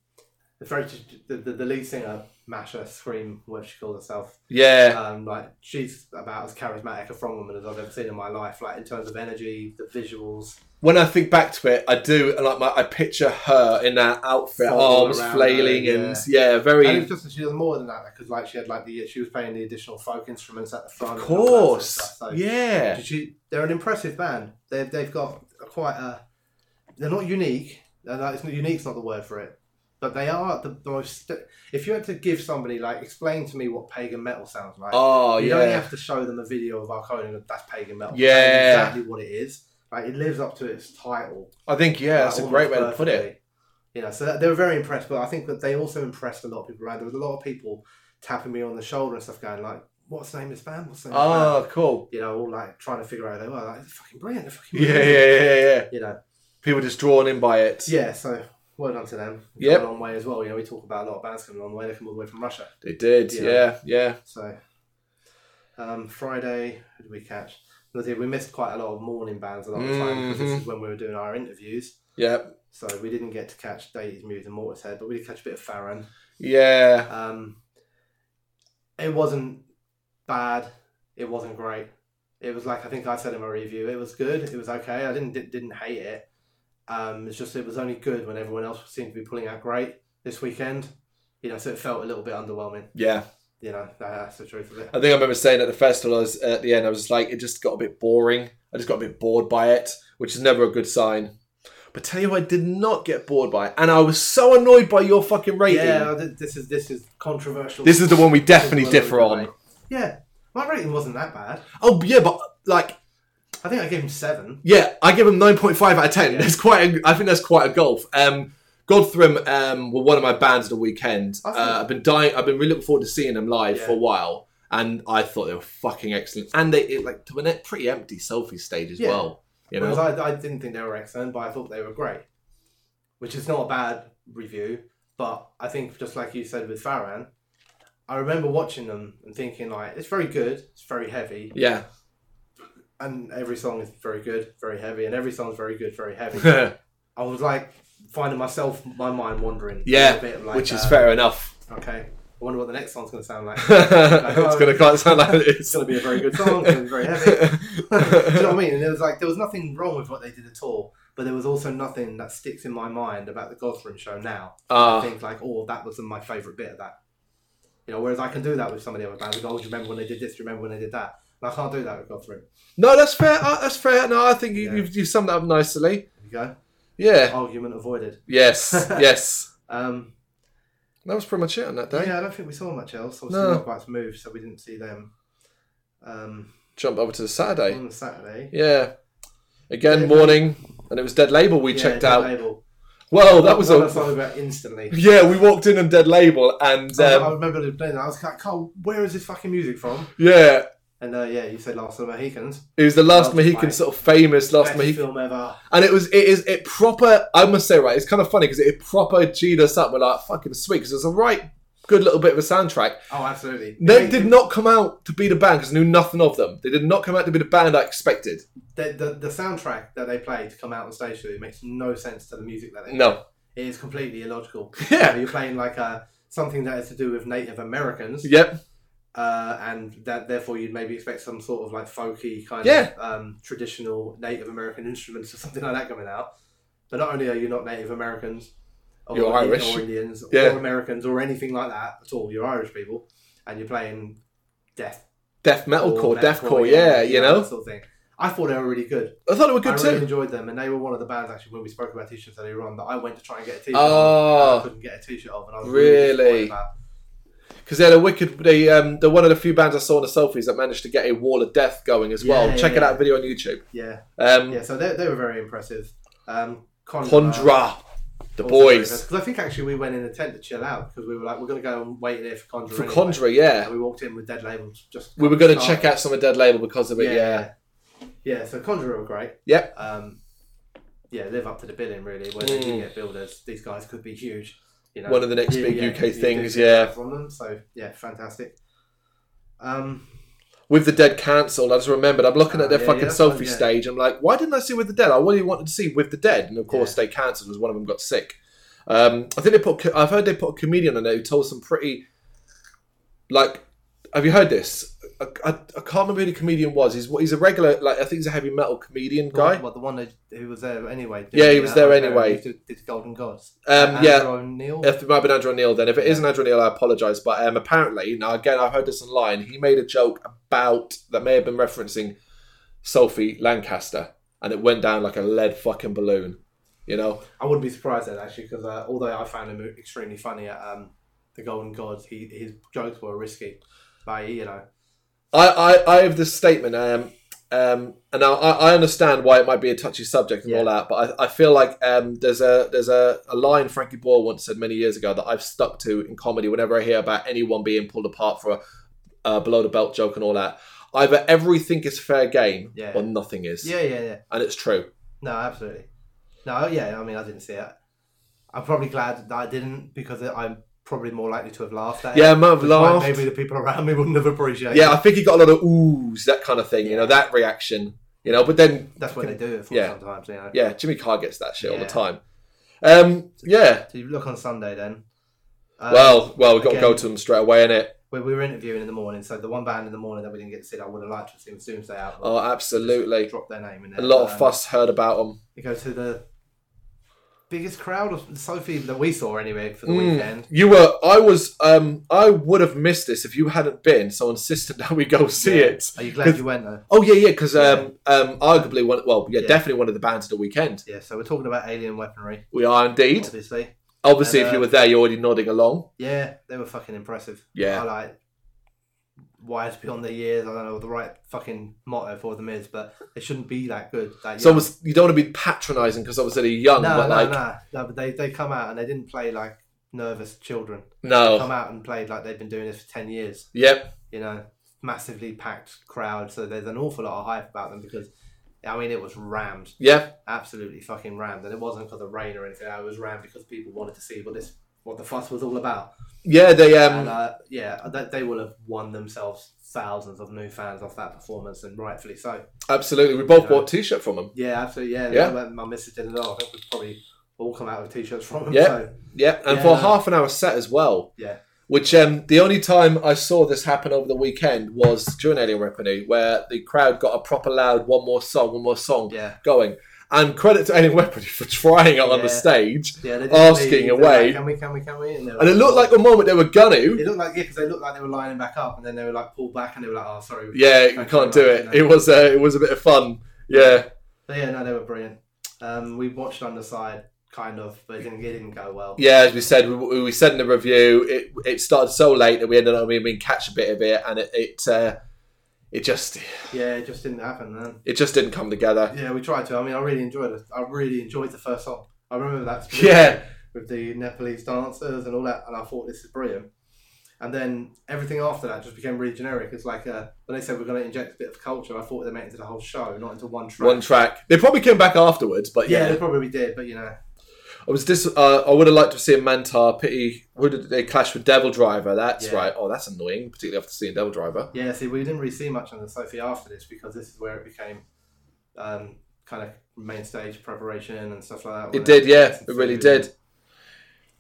B: the, very, the, the the lead singer Masha Scream, what she calls herself,
A: Yeah.
B: um, like she's about as charismatic a front woman as I've ever seen in my life. Like in terms of energy, the visuals,
A: When I think back to it, I do, and like, my, I picture her in that outfit,
B: Fold
A: arms
B: around her,
A: flailing, and yeah,
B: and
A: very.
B: it's just that she does more than that because like she had like the she was playing the additional folk instruments at the
A: Of
B: front. and all that sort of
A: course.
B: stuff, so-
A: Yeah.
B: She- they're an impressive band. They've, they've got a quite a. They're not unique. They're not, it's not, unique's not the word for it. But they are the, the most. If you had to give somebody, like, explain to me what pagan metal sounds like,
A: Oh,
B: you don't
A: yeah.
B: have to show them a video of Arcona and that's pagan metal. That's
A: Yeah.
B: exactly what it is. Like, it lives up to its title.
A: I think, yeah, that's a
B: Like,
A: great way to
B: almost
A: put it.
B: perfectly. You know, so that- they were very impressed, but I think that they also impressed a lot of people around. There was a lot of people tapping me on the shoulder and stuff, going, like, what's the name of this band? What's the name of this band?
A: Oh, cool.
B: you know, all like trying to figure out who they were. Like, it's fucking brilliant. They're fucking
A: Yeah, yeah,
B: brilliant.
A: yeah, yeah.
B: You know,
A: People just drawn in by it.
B: yeah. So well done to them. They've
A: Yep.
B: come a long way as well. You know, we talk about a lot of bands coming a long way. They come all the way from Russia.
A: They did.
B: Yeah.
A: Yeah, yeah.
B: So um, Friday, who did we catch? We did- we missed quite a lot of morning bands a lot of the time because this
A: Mhm.
B: is when we were doing our interviews.
A: Yeah.
B: So we didn't get to catch Daisy's Muse and Mortishead, but we did catch a bit of Farron.
A: Yeah.
B: Um, it wasn't bad. It wasn't great. It was like I think I said in my review. It was good. It was okay. I didn't didn't, didn't hate it. Um, it's just it was only good when everyone else seemed to be pulling out great this weekend. You know, so it felt a little bit underwhelming.
A: Yeah.
B: You know, that- that's the truth of it.
A: I think I remember saying at the festival, I was at the end, I was like, it just got a bit boring. I just got a bit bored by it, which is never a good sign. But tell you, what, I did not get bored by, it, and I was so annoyed by your fucking rating.
B: Yeah, th- this is this is controversial.
A: This is the one we definitely
B: This is
A: differ
B: the one we
A: on.
B: debate. Yeah, my rating wasn't that bad.
A: Oh yeah, but like,
B: I think I gave him seven.
A: yeah, I give him nine point five out of ten.
B: Yeah.
A: That's quite. A, I think that's quite a golf. Um, Godfrem um, were one of my bands of the weekend.
B: I think-
A: Uh, I've been dying. I've been really looking forward to seeing them live
B: Yeah.
A: for a while, and I thought they were fucking excellent. And they it, like to a net- pretty empty selfie stage as
B: Yeah.
A: well. You know,
B: Whereas I, I didn't think they were excellent, but I thought they were great, which is not a bad review. But I think, just like you said with Farran, I remember watching them and thinking, like, it's very good, it's very heavy,
A: yeah.
B: and every song is very good, very heavy, and every song's very good, very heavy. I was like finding myself, my mind wandering. a
A: Yeah,
B: little bit, like,
A: which is
B: uh,
A: fair enough.
B: Okay, I wonder what the next song's going to sound like. oh.
A: it's going to quite sound like
B: it's
A: it's
B: going to be a very good song, it's going to be very heavy. Do you know what I mean? And there was like there was nothing wrong with what they did at all, but there was also nothing that sticks in my mind about the Godfrey show now. I
A: Ah,
B: think like, oh, that was my favourite bit of that. You know, whereas I can do that with some of the other bands. Like, oh, do you remember when they did this? Do you remember when they did that? And I can't do that with Godfrey.
A: no, that's fair. Uh, that's fair. No, I think you,
B: Yeah.
A: you've, you've summed that up nicely.
B: There you go.
A: Yeah.
B: Argument avoided.
A: Yes. Yes.
B: Um,
A: That was pretty much it on that day.
B: yeah, I don't think we saw much else. Obviously,
A: No.
B: no. Bikes moved, so we didn't see them. Um,
A: Jump over to the Saturday.
B: on the Saturday.
A: Yeah. Again,
B: Yeah.
A: morning, and it was Dead Label we
B: Yeah,
A: checked
B: Dead
A: out.
B: Label.
A: Well, that was
B: One I
A: a.
B: thought about instantly.
A: Yeah, we walked in on Dead Label, and
B: I, I
A: um,
B: remember them playing that. I was like, Carl, where is this fucking music from?
A: yeah,
B: And uh, yeah, you said Last of the Mohicans.
A: it was the last
B: Last
A: Mohican
B: Fight.
A: sort of famous last
B: Best
A: Mohican.
B: film ever.
A: And it was, it is, it proper, I must say, right, it's kind of funny because it proper G'd us up. We're like, fucking sweet, because it's a right good little bit of a soundtrack.
B: Oh, absolutely.
A: They did not come out to be the band because I knew nothing of them. They did not come out to be the band I expected.
B: The, the, the soundtrack that they play to come out on stage to makes no sense to the music that they.
A: No.
B: It is completely illogical.
A: Yeah.
B: uh, You're playing like a something that is to do with Native Americans,
A: Yep.
B: uh, and that therefore you'd maybe expect some sort of like folky kind
A: Yeah.
B: of um, traditional Native American instruments or something like that coming out. But not only are you not Native Americans, or,
A: You're
B: or
A: Irish.
B: Indians,
A: Yeah.
B: or Americans, or anything like that at all. You're Irish people, and you're playing death
A: Death
B: or
A: metalcore, deathcore,
B: metalcore,
A: yeah, you
B: that
A: know.
B: sort of thing. I thought they were really good.
A: I thought it were
B: I
A: good
B: really
A: too.
B: enjoyed them, and they were one of the bands actually when we spoke about t-shirts earlier on that I went to try and get a t-shirt. of, and I
A: Oh,
B: couldn't get a t-shirt of, and I was
A: Really?
B: really. disappointed about-
A: because they're the wicked. Uh, They um, they're one of the few bands I saw in the selfies that managed to get a wall of death going as well.
B: Yeah,
A: Check it
B: yeah.
A: out, video on YouTube.
B: Yeah,
A: Um,
B: Yeah, so they, they were very impressive. Um, Condra,
A: Condra, the boys
B: Because I think actually we went in a tent to chill out because we were like, we're going to go and wait here for Condra.
A: for
B: anyway.
A: Condra, yeah.
B: And we walked in with dead labels. Just
A: We were going to
B: start-
A: check out some of Dead Label because of it, yeah.
B: yeah. Yeah, so Condra were great.
A: Yep.
B: Um, yeah, live up to the billing really. When they do
A: Mm.
B: get builders, these guys could be huge. You know,
A: One of the next
B: You-
A: big
B: yeah,
A: UK
B: you do
A: things,
B: get
A: yeah.
B: that From them, so yeah, fantastic. Um,
A: With the Dead cancelled, I just remembered I'm looking
B: Ah,
A: at their
B: yeah,
A: fucking
B: yeah, that's
A: selfie
B: one, yeah.
A: stage. I'm like, why didn't I see With the Dead? I really wanted to see With the Dead, and of course they cancelled because one of them got sick. Um, I think they put. co- I've heard they put a comedian on there who told some pretty, like, have you heard this? I, I, I can't remember who the comedian was. He's he's a regular, like I think he's a heavy metal comedian guy.
B: Well, the one that, who was there anyway.
A: Yeah, he
B: didn't
A: was
B: that,
A: there
B: uh,
A: anyway.
B: who Did, did Golden Gods.
A: Um, yeah,
B: Andrew O'Neill?
A: If it might have been Andrew O'Neill then. If it isn't Andrew O'Neill, I apologise. But um, apparently, now again, I heard this online. He made a joke about that may have been referencing Sophie Lancaster, and it went down like a lead fucking balloon. You know,
B: I wouldn't be surprised then actually, because uh, although I found him extremely funny at um, the Golden Gods, he his jokes were risky. Like you know,
A: I I, I have this statement. Um, um, and now I, I understand why it might be a touchy subject and all that, but I, I feel like um, there's a there's a, a line Frankie Boyle once said many years ago that I've stuck to in comedy whenever I hear about anyone being pulled apart for a uh, below the belt joke and all that. Either everything is fair game
B: Yeah.
A: or nothing is,
B: yeah, yeah, yeah.
A: and it's true.
B: No, absolutely. No, yeah. I mean, I didn't see it. I'm probably glad that I didn't because I'm probably more likely to have laughed at
A: Yeah, I
B: it.
A: might have
B: which why
A: laughed.
B: Maybe the people around me wouldn't have appreciated.
A: Yeah, I
B: it.
A: think he got a lot of oohs, that kind of thing. You know,
B: Yeah.
A: that reaction. You know, but then
B: that's what they do it for
A: Yeah.
B: sometimes. You know.
A: yeah, Jimmy Carr gets that shit all
B: Yeah.
A: the time. Um, yeah.
B: So you look on Sunday then. Um,
A: Well, well, we got to
B: again-
A: go to him straight away, innit?
B: we, we were interviewing in the morning, so the one band in the morning that we didn't get to see, that I would have liked to have seen Doomsday out.
A: Oh, absolutely.
B: Drop their name in there.
A: A lot
B: Um,
A: of fuss heard about him.
B: You go to the biggest crowd of Sophie that we saw anyway for the
A: Mm.
B: weekend.
A: You were, I was, um, I would have missed this if you hadn't been so insistent that we go see
B: Yeah.
A: it.
B: Are you glad you went though?
A: Oh yeah, yeah, because um, um, arguably one, well, yeah,
B: Yeah.
A: definitely one of the bands of the weekend.
B: Yeah, so we're talking about alien weaponry,
A: We are indeed.
B: obviously.
A: Obviously,
B: And,
A: if you
B: uh,
A: were there, you're already nodding along.
B: Yeah, they were fucking impressive.
A: Yeah.
B: I like wise beyond their years. I don't know what the right fucking motto for them is, but they shouldn't be that good. That
A: So
B: young.
A: almost, you don't want to be patronising because obviously they're young,
B: no,
A: but
B: no,
A: like
B: no, no. But they they come out and they didn't play like nervous children. They
A: no,
B: come out and played like they've been doing this for ten years.
A: yep,
B: you know, massively packed crowd. So there's an awful lot of hype about them because, I mean, it was rammed,
A: yep,
B: absolutely fucking rammed, and it wasn't because of rain or anything. It was rammed because people wanted to see what this, what the fuss was all about.
A: yeah. They um,
B: and uh, yeah, that they will have won themselves thousands of new fans off that performance, and rightfully so.
A: absolutely. We both
B: Yeah.
A: bought a t-shirt from them.
B: Yeah, absolutely. Yeah,
A: Yeah.
B: My, my missus did it all. I think we've probably all come out with t-shirts from them.
A: Yeah.
B: So,
A: Yep, and
B: Yeah,
A: for a
B: no.
A: half an hour set as well.
B: yeah.
A: Which um, the only time I saw this happen over the weekend was during Alien Weaponry, where the crowd got a proper loud one more song, one more song
B: Yeah.
A: going. And credit to Alien Weaponry for trying it on
B: Yeah.
A: the stage.
B: Yeah, they didn't
A: Asking
B: leave. They were
A: away.
B: Like, can we? Can we? Can we? And, they were "Oh."
A: And it looked like the moment they were gonna.
B: It looked like yeah, because they looked like they were lining back up, and then they were like pulled back, and they were like, "Oh, sorry, we
A: Yeah, you
B: thank
A: can't
B: you
A: do
B: very
A: it.
B: much," you
A: It
B: know.
A: was uh, it was a bit of fun. Yeah,
B: But yeah, no, they were brilliant. Um, we watched Underside, kind of, but it didn't, it didn't go well.
A: yeah. As we said, we, we said in the review, it it started so late that we ended up being catch a bit of it, and it it uh, it just
B: Yeah, it just didn't happen, man.
A: it just didn't come together.
B: Yeah, we tried to. I mean, I really enjoyed it. I really enjoyed the first song. I remember that. specifically
A: Yeah,
B: With the Nepalese dancers and all that, and I thought this is brilliant. And then everything after that just became really generic. It's like uh, when they said we're going to inject a bit of culture, I thought they meant into the whole show, not into one track.
A: one track. They probably came back afterwards, but
B: yeah,
A: yeah,
B: they probably did, but you know,
A: I was dis. Uh, I would have liked to have seen Mantar. Pity. Who did they clash with Devil Driver? That's
B: Yeah.
A: right. Oh, that's annoying, particularly after seeing Devil Driver.
B: Yeah, see, we didn't really see much on the Sophie after this because this is where it became um, kind of main stage preparation and stuff like that.
A: It did, yeah, it really
B: Food and
A: did.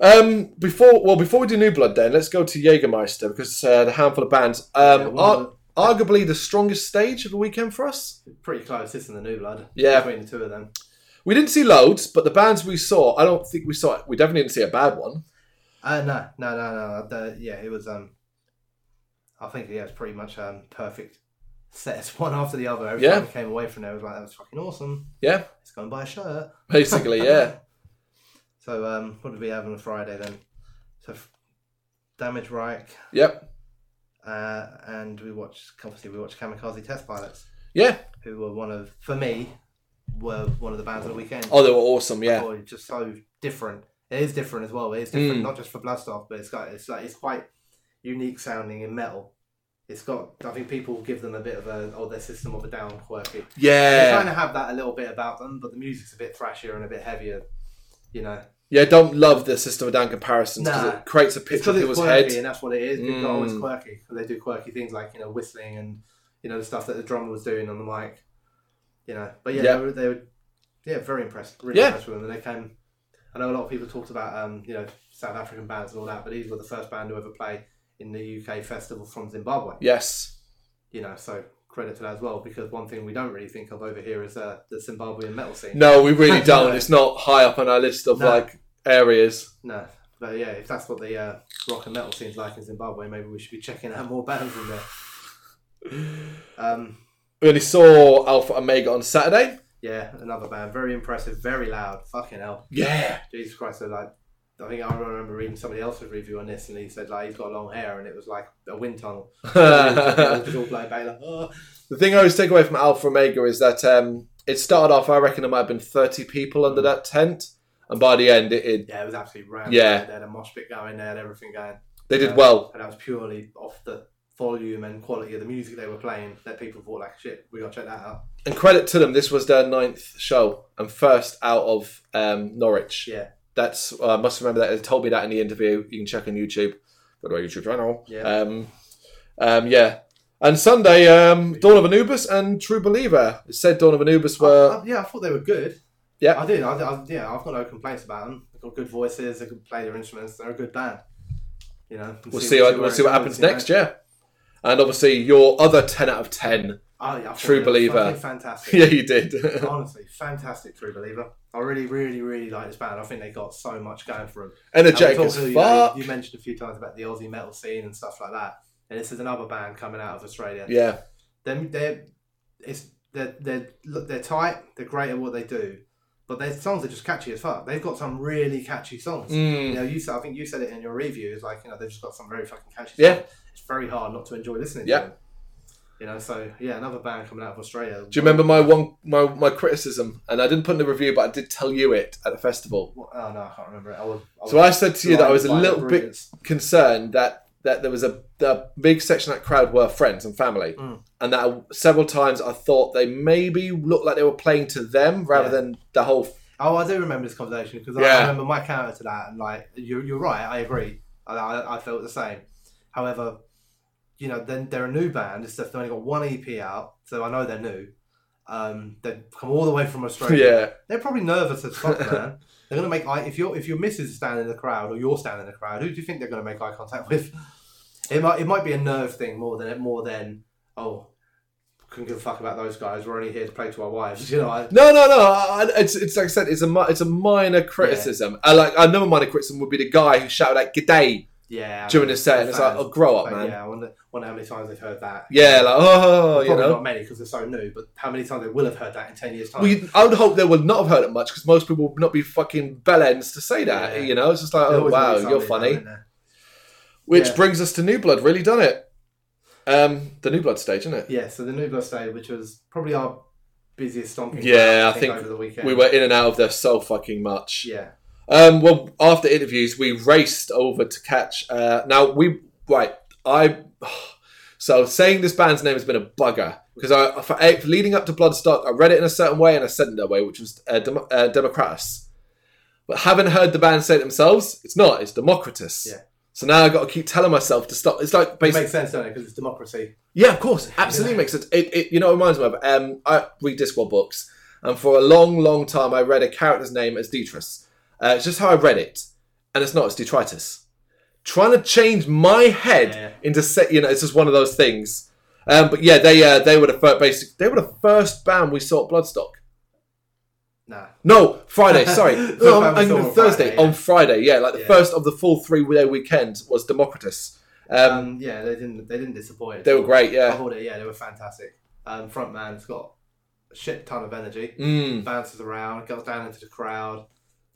A: Um, before well, before we do New Blood, then let's go to Jägermeister because uh, the handful of bands. Um,
B: Yeah, one
A: ar-
B: of
A: arguably the strongest stage of the weekend for us.
B: Pretty close. This and the New Blood.
A: Yeah.
B: Between the two of them.
A: We didn't see loads, but the bands we saw, I don't think we saw. We definitely didn't see a bad one.
B: Uh, no, no, no, no. The, yeah, it was. Um, I think yeah, it was pretty much um perfect sets one after the other. Every
A: Yeah.
B: time we came away from there, it was like that was fucking awesome.
A: Yeah,
B: Let's go and buy a shirt.
A: basically, yeah.
B: So um, what did we have on Friday then? So f- Damage Reich,
A: Yep.
B: uh, and we watched. Obviously, we watched Kamikaze Test Pilots,
A: Yeah.
B: who were one of, for me, were one of the bands of the weekend.
A: Oh, they were awesome. Yeah.
B: Oh, it's just so different. It is different as well. It is different,
A: Mm.
B: not just for Blastoff, but it's got it's like it's quite unique sounding in metal. It's got I think people give them a bit of a oh their system of a down quirky. They kind
A: Yeah.
B: of have that a little bit about them, but the music's a bit thrashier and a bit heavier. You know,
A: Yeah. Don't love the System of a Down comparisons because
B: Nah.
A: it creates a
B: it's
A: picture of
B: because it's
A: people's
B: quirky,
A: head.
B: and that's what it is. People are always
A: Mm.
B: quirky. 'cause They do quirky things like you know whistling and you know the stuff that the drummer was doing on the mic. You know, but yeah,
A: Yeah.
B: They, were, they were yeah very impressed, really
A: Yeah.
B: impressed with them. And they came. I know a lot of people talked about um, you know South African bands and all that, but these were the first band to ever play in the UK festival from Zimbabwe.
A: Yes.
B: You know, so credit to that as well because one thing we don't really think of over here is uh, the Zimbabwean metal scene.
A: No, we really
B: No.
A: don't. It's not high up on our list of
B: No.
A: like areas.
B: No, but yeah, if that's what the uh, rock and metal scene's like in Zimbabwe, maybe we should be checking out more bands in there. Um,
A: We only saw Alpha Omega on Saturday.
B: yeah, another band, very impressive, very loud. Fucking hell,
A: Yeah.
B: Jesus Christ! So like, I think I remember reading somebody else's review on this, and he said like he's got long hair, and it was like a wind tunnel. it was all blown back, like, "Oh."
A: The thing I always take away from Alpha Omega is that um, it started off, I reckon there might have been 30 people under that tent. And by the end, it, it
B: Yeah, it was absolutely rammed.
A: Yeah.
B: they had a mosh pit going, they had everything going,
A: they did
B: Yeah.
A: well.
B: and that was purely off the volume and quality of the music they were playing that people thought like, shit, we gotta check that out.
A: And credit to them, this was their ninth show and first out of um, Norwich.
B: Yeah.
A: That's uh, I must remember that. They told me that in the interview. You can check on YouTube. Go to our YouTube channel.
B: Yeah.
A: Um, um, yeah. And Sunday, um, Dawn of Anubis and True Believer. It said Dawn of Anubis were.
B: I- I- yeah, I thought they were good.
A: Yeah.
B: I did. I, I, yeah, I've got no complaints about them. They've got good voices. They can play their instruments. They're a good band. You know, and
A: we'll see. what-
B: where
A: we'll
B: it
A: see what
B: goes,
A: happens
B: you know.
A: next. Yeah. And obviously, your other ten out of ten.
B: Oh, yeah, I thought
A: True
B: they were
A: Believer.
B: fucking Fantastic.
A: yeah, you did.
B: Honestly, fantastic true believer. I really, really, really like this band. I think they got so much going for them.
A: Energetic
B: And we
A: as
B: talked to-
A: fuck.
B: you, know, you mentioned a few times about the Aussie metal scene and stuff like that. And this is another band coming out of Australia.
A: yeah.
B: They're, they're, it's, they're, they're, look, they're tight, they're great at what they do, but their songs are just catchy as fuck. They've got some really catchy songs.
A: Mm.
B: You know, you said, I think you said it in your review, it's like, you know, they've just got some very fucking catchy
A: Yeah.
B: songs. It's very hard not to enjoy listening
A: Yeah.
B: to them. You know, so yeah, another band coming out of Australia.
A: Do you remember my one my, my criticism? And I didn't put in the review, but I did tell you it at the festival.
B: What- Oh no, I can't remember it. I was, I was
A: So I said to you that I was a
B: blinded by
A: little
B: the
A: bit
B: brilliance.
A: concerned that that there was a the big section of that crowd were friends and family,
B: Mm.
A: and that several times I thought they maybe looked like they were playing to them rather
B: Yeah.
A: than the whole.
B: Oh, I do remember this conversation because
A: Yeah.
B: I remember my counter to that, and like you're, you're right, I agree. I, I, I felt the same. However, you know, then they're a new band. It's just they've only got one EP out, so I know they're new. Um, they've come all the way from Australia.
A: Yeah,
B: They're probably nervous as fuck, man. They're gonna make eye if your if your missus is standing in the crowd or you're standing in the crowd, who do you think they're gonna make eye contact with? It might it might be a nerve thing more than more than oh, couldn't give a fuck about those guys. We're only here to play to our wives, you know. I,
A: no, no, no. I, I- it's it's like I said, it's a mi- it's a minor criticism. I like another minor criticism would be the guy who shouted out "G'day"
B: yeah.
A: during the set, and it's like,
B: fans.
A: "Oh, grow up,
B: Like,
A: man."
B: yeah, I wonder, wonder how many times they've heard that.
A: Yeah, like oh,
B: probably
A: you know.
B: not many because they're so new. But how many times they will have heard that in ten years' time?
A: Well, you- I would hope they would not have heard it much because most people would not be fucking bell ends to say that.
B: Yeah.
A: You know, it's just like,
B: There's
A: oh
B: always gonna
A: wow,
B: be
A: you're
B: somebody
A: funny.
B: down there.
A: Which
B: Yeah.
A: brings us to New Blood, really, done it? Um, the New Blood stage, isn't it?
B: Yeah, so the New Blood Day, which was probably our busiest stomping.
A: Yeah,
B: ground,
A: I think
B: over the weekend
A: We were in and out of there so fucking much.
B: Yeah,
A: Um, well, after interviews, we raced over to catch. Uh, now we right. I so saying this band's name has been a bugger because I for, eh, leading up to Bloodstock, I read it in a certain way and I said it that way, which was uh, Dem- uh, Democratus. But having heard the band say it themselves, it's not. It's Democritus.
B: Yeah.
A: So now I got to keep telling myself to stop. It's like
B: It
A: basically,
B: makes sense, do not it? Because it's democracy.
A: yeah, of course, absolutely
B: Yeah.
A: makes sense. It, it you know it reminds me of um, I read Discworld books, and for a long, long time I read a character's name as Detrus. Uh, it's just how I read it, and it's not. It's detritus. Trying to change my head
B: Yeah.
A: into set. You know, it's just one of those things. Um, but yeah, they uh, they were the first basic. They were the first band we saw at Bloodstock.
B: Nah.
A: No, Friday. Sorry,
B: First
A: no,
B: band
A: on,
B: we saw
A: on
B: on
A: Thursday.
B: Friday, yeah.
A: On Friday, yeah, like the
B: Yeah.
A: first of the full three-day weekend was Democritus. Um,
B: Um, yeah, they didn't. They didn't disappoint.
A: they were great.
B: I
A: Yeah.
B: hold it. Yeah, they were fantastic. Um, front man's got a shit ton of energy.
A: Mm.
B: Bounces around, goes down into the crowd.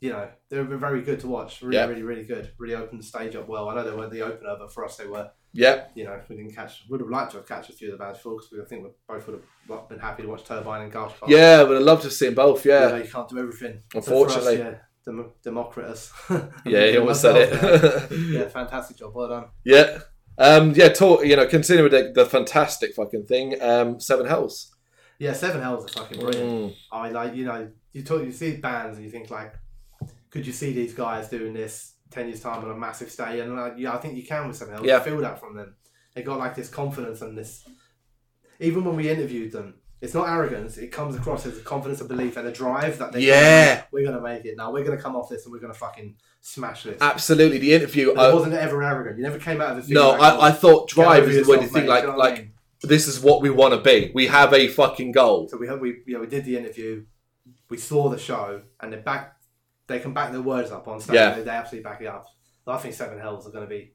B: You know, they were very good to watch. Really,
A: Yeah.
B: really, really good. Really opened the stage up well. I know they weren't the opener, but for us they were.
A: Yeah.
B: You know, we didn't catch. Would have liked to have catched a few of the bands before because we I think we both would have been happy to watch Turbine and Garth.
A: Yeah. Would have loved to have seen both.
B: you
A: Yeah.
B: know, you can't do everything.
A: Unfortunately.
B: so for us, yeah, Dem- Democritus.
A: Yeah. He almost said it.
B: yeah, fantastic job. Well done.
A: Yeah. Um, yeah, talk, you know, considering the, the fantastic fucking thing, um, Seven Hells.
B: Yeah, Seven Hells are fucking brilliant.
A: Mm.
B: I like you know you talk you see bands and you think like, could you see these guys doing this ten years time on a massive stage? And like yeah, I think you can with something else.
A: Yeah.
B: You feel that from them. They got like this confidence and this. Even when we interviewed them, it's not arrogance. It comes across as a confidence and belief and a drive that they
A: Yeah.
B: we're gonna make it. Now we're gonna come off this and we're gonna fucking smash this.
A: Absolutely. The interview,
B: And
A: I,
B: it wasn't ever arrogant. You never came out of it.
A: Uh, no,
B: feeling like,
A: I, I
B: "Oh,
A: thought
B: get
A: drive
B: over
A: is the way to
B: yourself, mate,"
A: think,
B: you
A: like,
B: know what I
A: like
B: mean?
A: this is what we want to be. We have a fucking goal.
B: So we had, we yeah, we did the interview, we saw the show, and they back they can back their words up on stage.
A: Yeah.
B: They, they absolutely back it up. I think Seven Hells are going to be.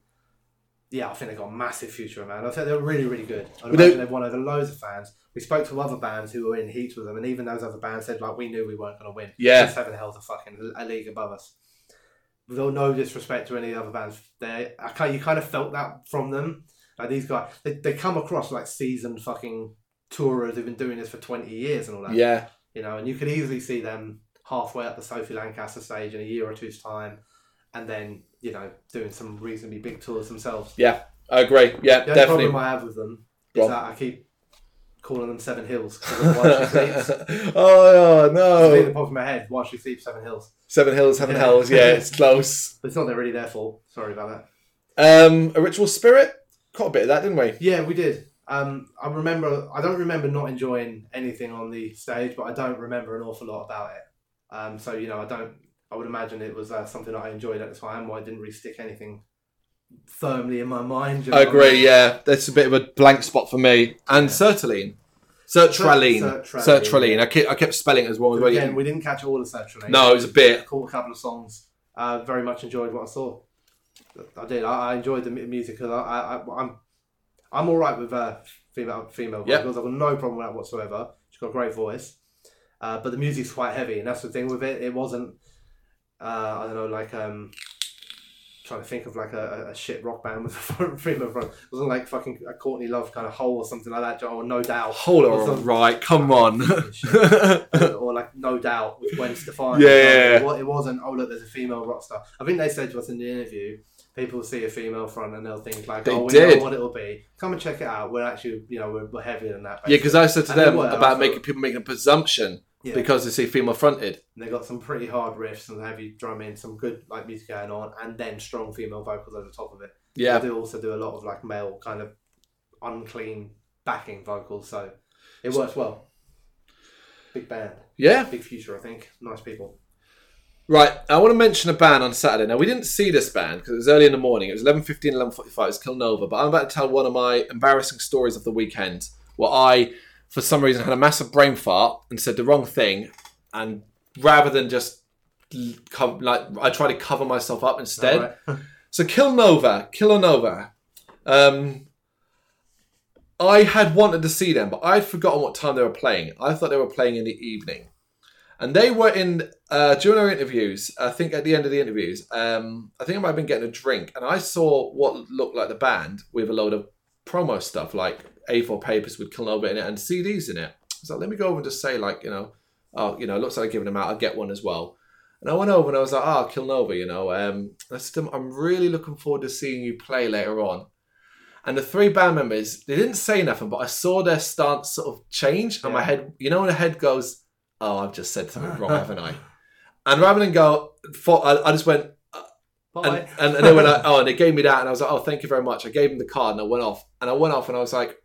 B: Yeah, I think they've got a massive future, man. I think they're really, really good. I
A: We don't-
B: imagine they've won over loads of fans. We spoke to other bands who were in heats with them, and even those other bands said, like, we knew we weren't going to win.
A: Yeah.
B: Seven Hells are fucking a league above us. With all no disrespect to any other bands, they I kind you kind of felt that from them. Like these guys, they, they come across like seasoned fucking tourers who've been doing this for twenty years and all that.
A: Yeah.
B: You know, and you could easily see them halfway up the Sophie Lancaster stage in a year or two's time, and then you know doing some reasonably big tours themselves.
A: I agree. Yeah,
B: The only
A: definitely.
B: problem I have with them
A: Go
B: is
A: on.
B: that I keep calling them Seven Hills. 'cause of Why She Sleeps. It's
A: oh, oh,
B: been in the
A: no.
B: top of my head. Why she sleeps Seven Hills,
A: Seven Hills, Seven
B: Yeah.
A: Hells. Yeah, it's close.
B: but it's not really their fault. Sorry about that.
A: Um, a Ritual Spirit? Caught a bit of that, didn't we?
B: Yeah, we did. Um, I remember. I don't remember not enjoying anything on the stage, but I don't remember an awful lot about it. Um, so you know, I don't. I would imagine it was uh, something that I enjoyed at the time, where I didn't really stick anything firmly in my mind. you know
A: I
B: what mean?
A: agree, yeah. That's a bit of a blank spot for me. And
B: Yeah.
A: Sertraline. Sertraline.
B: Sertraline.
A: Sertraline. I, kept, I kept spelling it as well.
B: So again, we didn't catch all the Sertraline.
A: no, it was a
B: I
A: bit.
B: caught a couple of songs. Uh, very much enjoyed what I saw. I did. I, I enjoyed the mu- music because I, I, I, I'm I'm all right with uh, female female
A: Yeah.
B: vocals. I've got no problem with that whatsoever. She's got a great voice, uh, but the music's quite heavy, and that's the thing with it. It wasn't. Uh, I don't know, like um, trying to think of like a, a- a shit rock band with a female front. It wasn't like fucking a Courtney Love kind of hole or something like that, or No Doubt,
A: Hold
B: or
A: on,
B: some-
A: right, come on.
B: uh, or like No Doubt with Gwen Stefani.
A: Yeah, yeah, yeah.
B: What it wasn't. Oh look, there's a female rock star. I think they said to us in the interview, people will see a female front and they'll think like,
A: They
B: oh, we
A: did.
B: know what it'll be. Come and check it out. We're actually, you know, we're, we're heavier than that.
A: yeah, because I said to
B: And they
A: them
B: were, I
A: about
B: thought-
A: making people making a presumption
B: Yeah.
A: because they see female fronted.
B: basically. And they got some pretty hard riffs and heavy drumming, some good like music going on, and then strong female vocals over the top of it.
A: Yeah.
B: They do also do a lot of like male kind of unclean backing vocals, so it works well. Big band,
A: Yeah.
B: big future, I think. Nice people.
A: Right. I want to mention a band on Saturday. Now we didn't see this band because it was early in the morning. It was 11:15, 11:45. It was Kilnova. But I'm about to tell one of my embarrassing stories of the weekend where I, for some reason, had a massive brain fart and said the wrong thing, and rather than just l- co- like I tried to cover myself up instead.
B: Alright.
A: So Kilnova, Kilnova. Um, I had wanted to see them, but I'd forgotten what time they were playing. I thought they were playing in the evening, and they were in uh, during our interviews. I think at the end of the interviews, um, I think I might have been getting a drink, and I saw what looked like the band with a load of promo stuff, like A4 papers with Kilnova in it and CDs in it. So let me go over and just say, like, you know, oh, you know, it looks like they're giving them out. I'll get one as well. And I went over and I was like, ah, oh, Kilnova, you know. Um, I said to them, I'm really looking forward to seeing you play later on. And the three band members, they didn't say nothing, but I saw their stance sort of change. And my
B: Yeah.
A: head, you know, when the head goes, oh, I've just said something wrong, haven't I? And rather than go, for, I, I just went, and,
B: Bye.
A: and, and they went like, oh, and they gave me that, and I was like, oh, thank you very much. I gave them the card, and I went off, and I went off, and I was like,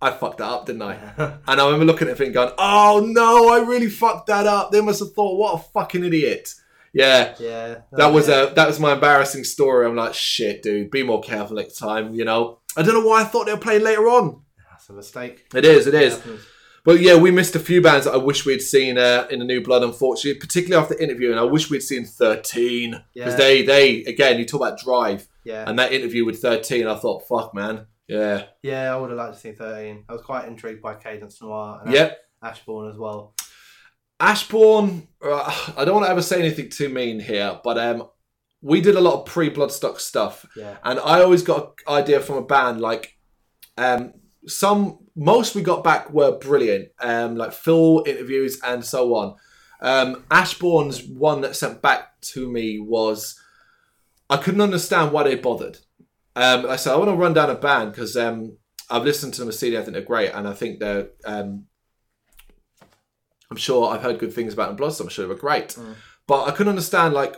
A: I fucked that up, didn't I? And I remember looking at it and going, oh no, I really fucked that up. They must have thought, what a fucking idiot. Yeah,
B: Yeah.
A: that
B: Oh,
A: was
B: yeah.
A: a that was my embarrassing story. I'm like, shit, dude, be more careful next time. You know, I don't know why I thought they were playing later on.
B: That's a mistake.
A: It is, it is.
B: Happens.
A: But yeah, we missed a few bands that I wish we'd seen uh, in the New Blood, unfortunately, particularly after the interview. And I wish we'd seen Thirteen because
B: Yeah.
A: they, they again, you talk about drive
B: Yeah.
A: and that interview with Thirteen. I thought, fuck, man, yeah,
B: Yeah, I would have liked to see 13. I was quite intrigued by Cadence Noir and
A: yep.
B: Ashbourne as well.
A: Ashbourne, uh, I don't want to ever say anything too mean here, but um, we did a lot of pre-Bloodstock stuff,
B: Yeah.
A: and I always got an idea from a band like um, some most we got back were brilliant, um, like full interviews and so on. Um, Ashbourne's one that sent back to me was I couldn't understand why they bothered. Um, I said I want to run down a band because um, I've listened to them a CD. I think they're great, and I think they're. Um, I'm sure I've heard good things about them. Bloods, I'm sure they were great,
B: Mm.
A: but I couldn't understand like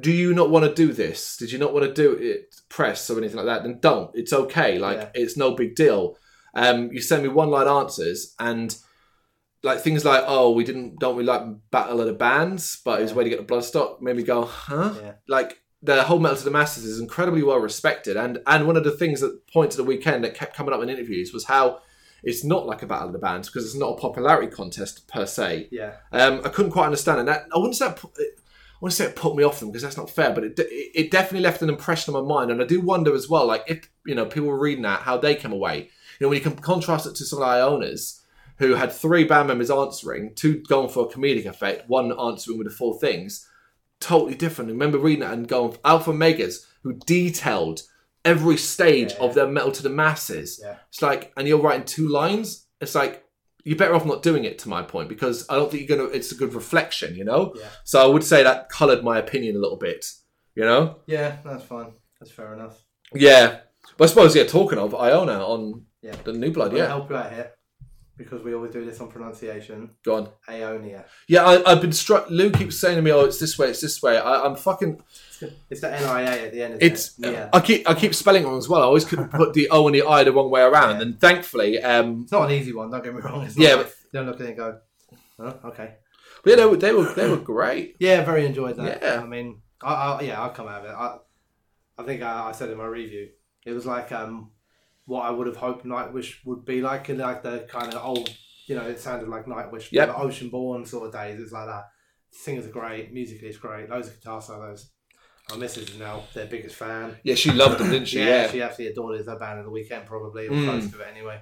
A: do you not want to do this? Did you not want to do it press or anything like that? Then don't. It's okay. Like
B: Yeah.
A: it's no big deal. Um, you send me one line answers and like things like, oh, we didn't don't we like battle of the bands, but it was a way to get the blood stock. Made me go, huh?
B: Yeah.
A: Like the whole metal to the masses is incredibly well respected, and and one of the things that points to the weekend that kept coming up in interviews was how it's not like a battle of the bands because it's not a popularity contest per se.
B: Yeah.
A: Um, I couldn't quite understand, and that I wouldn't say that put, I wouldn't say it put me off them because that's not fair, but it, de- it definitely left an impression on my mind, and I do wonder as well, like if you know people were reading that, how they came away. You know, when you can contrast it to some of the Ionas who had three band members answering, two going for a comedic effect, one answering with the full things, totally different. I remember reading that and going Alpha Megas who detailed every stage
B: Yeah.
A: of their metal to the masses.
B: Yeah.
A: It's like, and you're writing two lines. It's like you're better off not doing it, to my point, because I don't think you're gonna. It's a good reflection, you know.
B: Yeah.
A: So I would say that coloured my opinion a little bit, you know.
B: Yeah, that's fine. That's fair enough.
A: Yeah, but I suppose yeah. Talking of Iona on
B: Yeah.
A: the new blood,
B: I'm going
A: yeah,
B: to help you out here because we always do this on pronunciation.
A: go on.
B: Aeonia.
A: Yeah, I, I've been struck. Lou keeps saying to me, "Oh, it's this way, it's this way." I, I'm fucking.
B: It's the NIA at the end of
A: It's.
B: it. Yeah.
A: I keep I keep spelling it wrong as well. I always could put the O and the I the wrong way around, and thankfully, um,
B: It's not an easy one, don't get me wrong. It's not
A: Yeah,
B: like- you don't look at it and go, oh, okay.
A: but yeah, they were they were, they were great.
B: Yeah, very enjoyed that.
A: Yeah.
B: I mean, I, I yeah, I'll come out of it. I, I think I, I said in my review, it was like um, what I would have hoped Nightwish would be like, in like the kind of old, you know, it sounded like Nightwish,
A: Yep.
B: the Oceanborn sort of days. It's like that. Singers are great, musically it's great, loads of guitar solos. My missus is now their biggest fan.
A: Yeah, she loved them, didn't she?
B: Yeah,
A: Yeah,
B: she absolutely adored it as her band of the weekend, probably, or
A: Mm.
B: close to it anyway.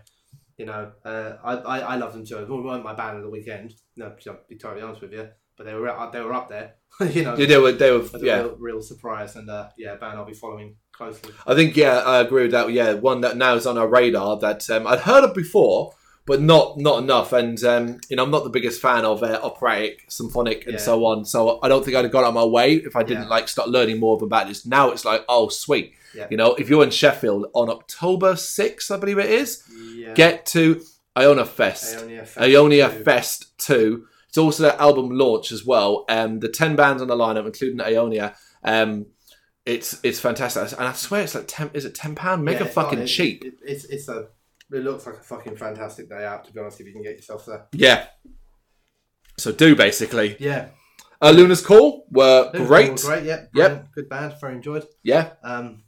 B: You know, uh, I, I I love them too. They weren't my band of the weekend. No, to be totally honest with you, but they were up, they were up there. you know,
A: yeah they were they were
B: as a
A: yeah.
B: real, real surprise and uh, yeah, a band I'll be following closely.
A: I think yeah, I agree with that. Yeah, one that now is on our radar that um, I'd heard of before, but not not enough. And um, you know, I'm not the biggest fan of uh, operatic, symphonic, and
B: Yeah.
A: so on. So I don't think I'd have got out of my way if I didn't
B: Yeah.
A: like start learning more about this. Now it's like, oh sweet,
B: Yeah.
A: you know, if you're in Sheffield on October 6th, I believe it is,
B: Yeah,
A: get to Iona Fest.
B: Aeonia Fest.
A: Ionia
B: too.
A: Fest 2. It's also their album launch as well. Um, the 10 bands on the lineup, including Ionia. Um, it's it's fantastic. And I swear it's like 10, is it 10 pound? Make
B: Yeah,
A: a
B: it's not-
A: fucking
B: it-
A: cheap.
B: it- it's it's a it looks like a fucking fantastic day out to be honest if you can get yourself there.
A: Yeah. So do basically.
B: Yeah,
A: Uh, Luna's Call were
B: Liverpool
A: great.
B: were great. Yeah, brilliant, good band, very enjoyed.
A: Yeah.
B: Um,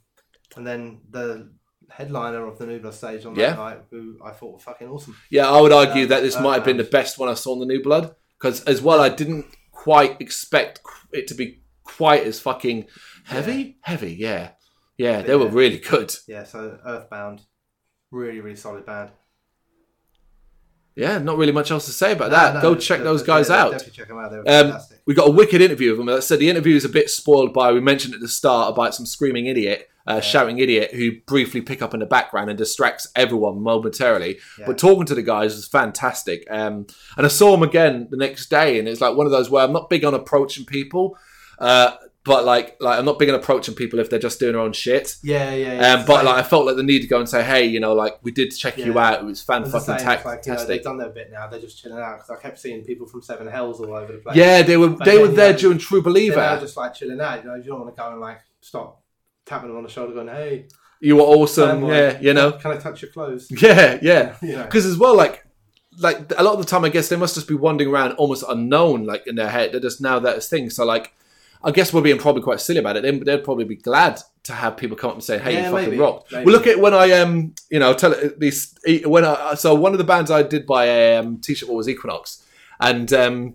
B: and then the headliner of the Nublar stage on that
A: Yeah.
B: night, who I thought were fucking awesome.
A: Yeah, I would argue
B: Uh,
A: that this
B: uh,
A: might have been the best one I saw in the New Blood. Because as well, I didn't quite expect it to be quite as fucking heavy. Heavy, yeah. Yeah, they were
B: Yeah.
A: really good.
B: Yeah, so Earthbound, really really solid band.
A: Yeah, not really much else to say about
B: No,
A: that.
B: no,
A: Go
B: the-
A: check
B: the-
A: those
B: the-
A: guys
B: yeah,
A: out.
B: Definitely check them out. They're
A: Um,
B: fantastic.
A: we got a wicked interview of them. That said, the interview is a bit spoiled by we mentioned at the start about some screaming idiot, uh, shouting idiot who briefly pick up in the background and distracts everyone momentarily.
B: Yeah.
A: But talking to the guys was fantastic. Um, and I saw him again the next day, and it's like one of those where I'm not big on approaching people, uh, but like like I'm not big on approaching people if they're just doing their own shit.
B: Yeah, yeah. yeah
A: Um, but like I felt like the need to go and say, hey, you know, like we did check you
B: Yeah.
A: out. It was fan
B: As I
A: fucking
B: say,
A: tac-
B: it's like, you know,
A: fantastic.
B: they've done their bit now. They're just chilling out because I kept seeing people from Seven Hells all over the place.
A: Yeah, they were
B: But
A: they
B: then,
A: were
B: you
A: there
B: know,
A: during True
B: they're now
A: Believer.
B: just like chilling out. You know, you don't want to go and like stop tapping them on the shoulder, going, "Hey,
A: You were awesome.
B: fanboy,
A: Yeah, you know.
B: can I touch your clothes?"
A: Yeah, yeah.
B: You know,
A: Because as well, like like a lot of the time, I guess they must just be wandering around almost unknown, like in their head. They're just now that as things. So like. I guess we're being probably quite silly about it. They, they'd probably be glad to have people come up and say, "Hey,
B: Yeah,
A: you fucking
B: maybe,
A: rocked."
B: maybe.
A: Well, look at when I um, you know, tell these e, when I so one of the bands I did by a um, t-shirt was Equinox, and um,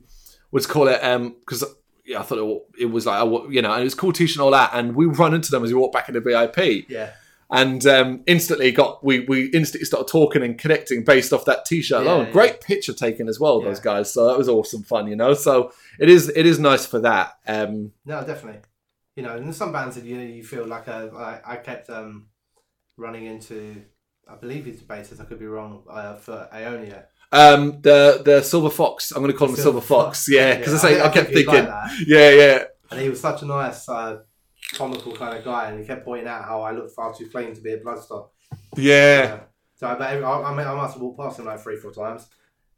A: was call it um because. Yeah, I thought it wa- it was like I wa- you know, and it was cool t-shirt and all that. And we run into them as we walked back into VIP,
B: Yeah.
A: and um, instantly got we we instantly started talking and connecting based off that t-shirt
B: Yeah,
A: alone.
B: yeah.
A: Great picture taken as well, those
B: Yeah.
A: guys. So that was awesome fun, you know. So it is it is nice for that. Um,
B: No, definitely. You know, and some bands that you know you feel like uh, I I kept um running into. I believe he's the bassist. I could be wrong. Uh, for Aeonia.
A: um, the the silver fox. I'm going to call him the silver
B: Silver
A: fox. Yeah, because I say
B: think-
A: I kept
B: think he'd like
A: thinking.
B: that.
A: yeah, yeah.
B: And he was such a nice, uh, comical kind of guy, and he kept pointing out how I looked far too plain to be a bloodstock.
A: Yeah,
B: So I, bet every- I, I, mean, I must have walked past him like three, four times.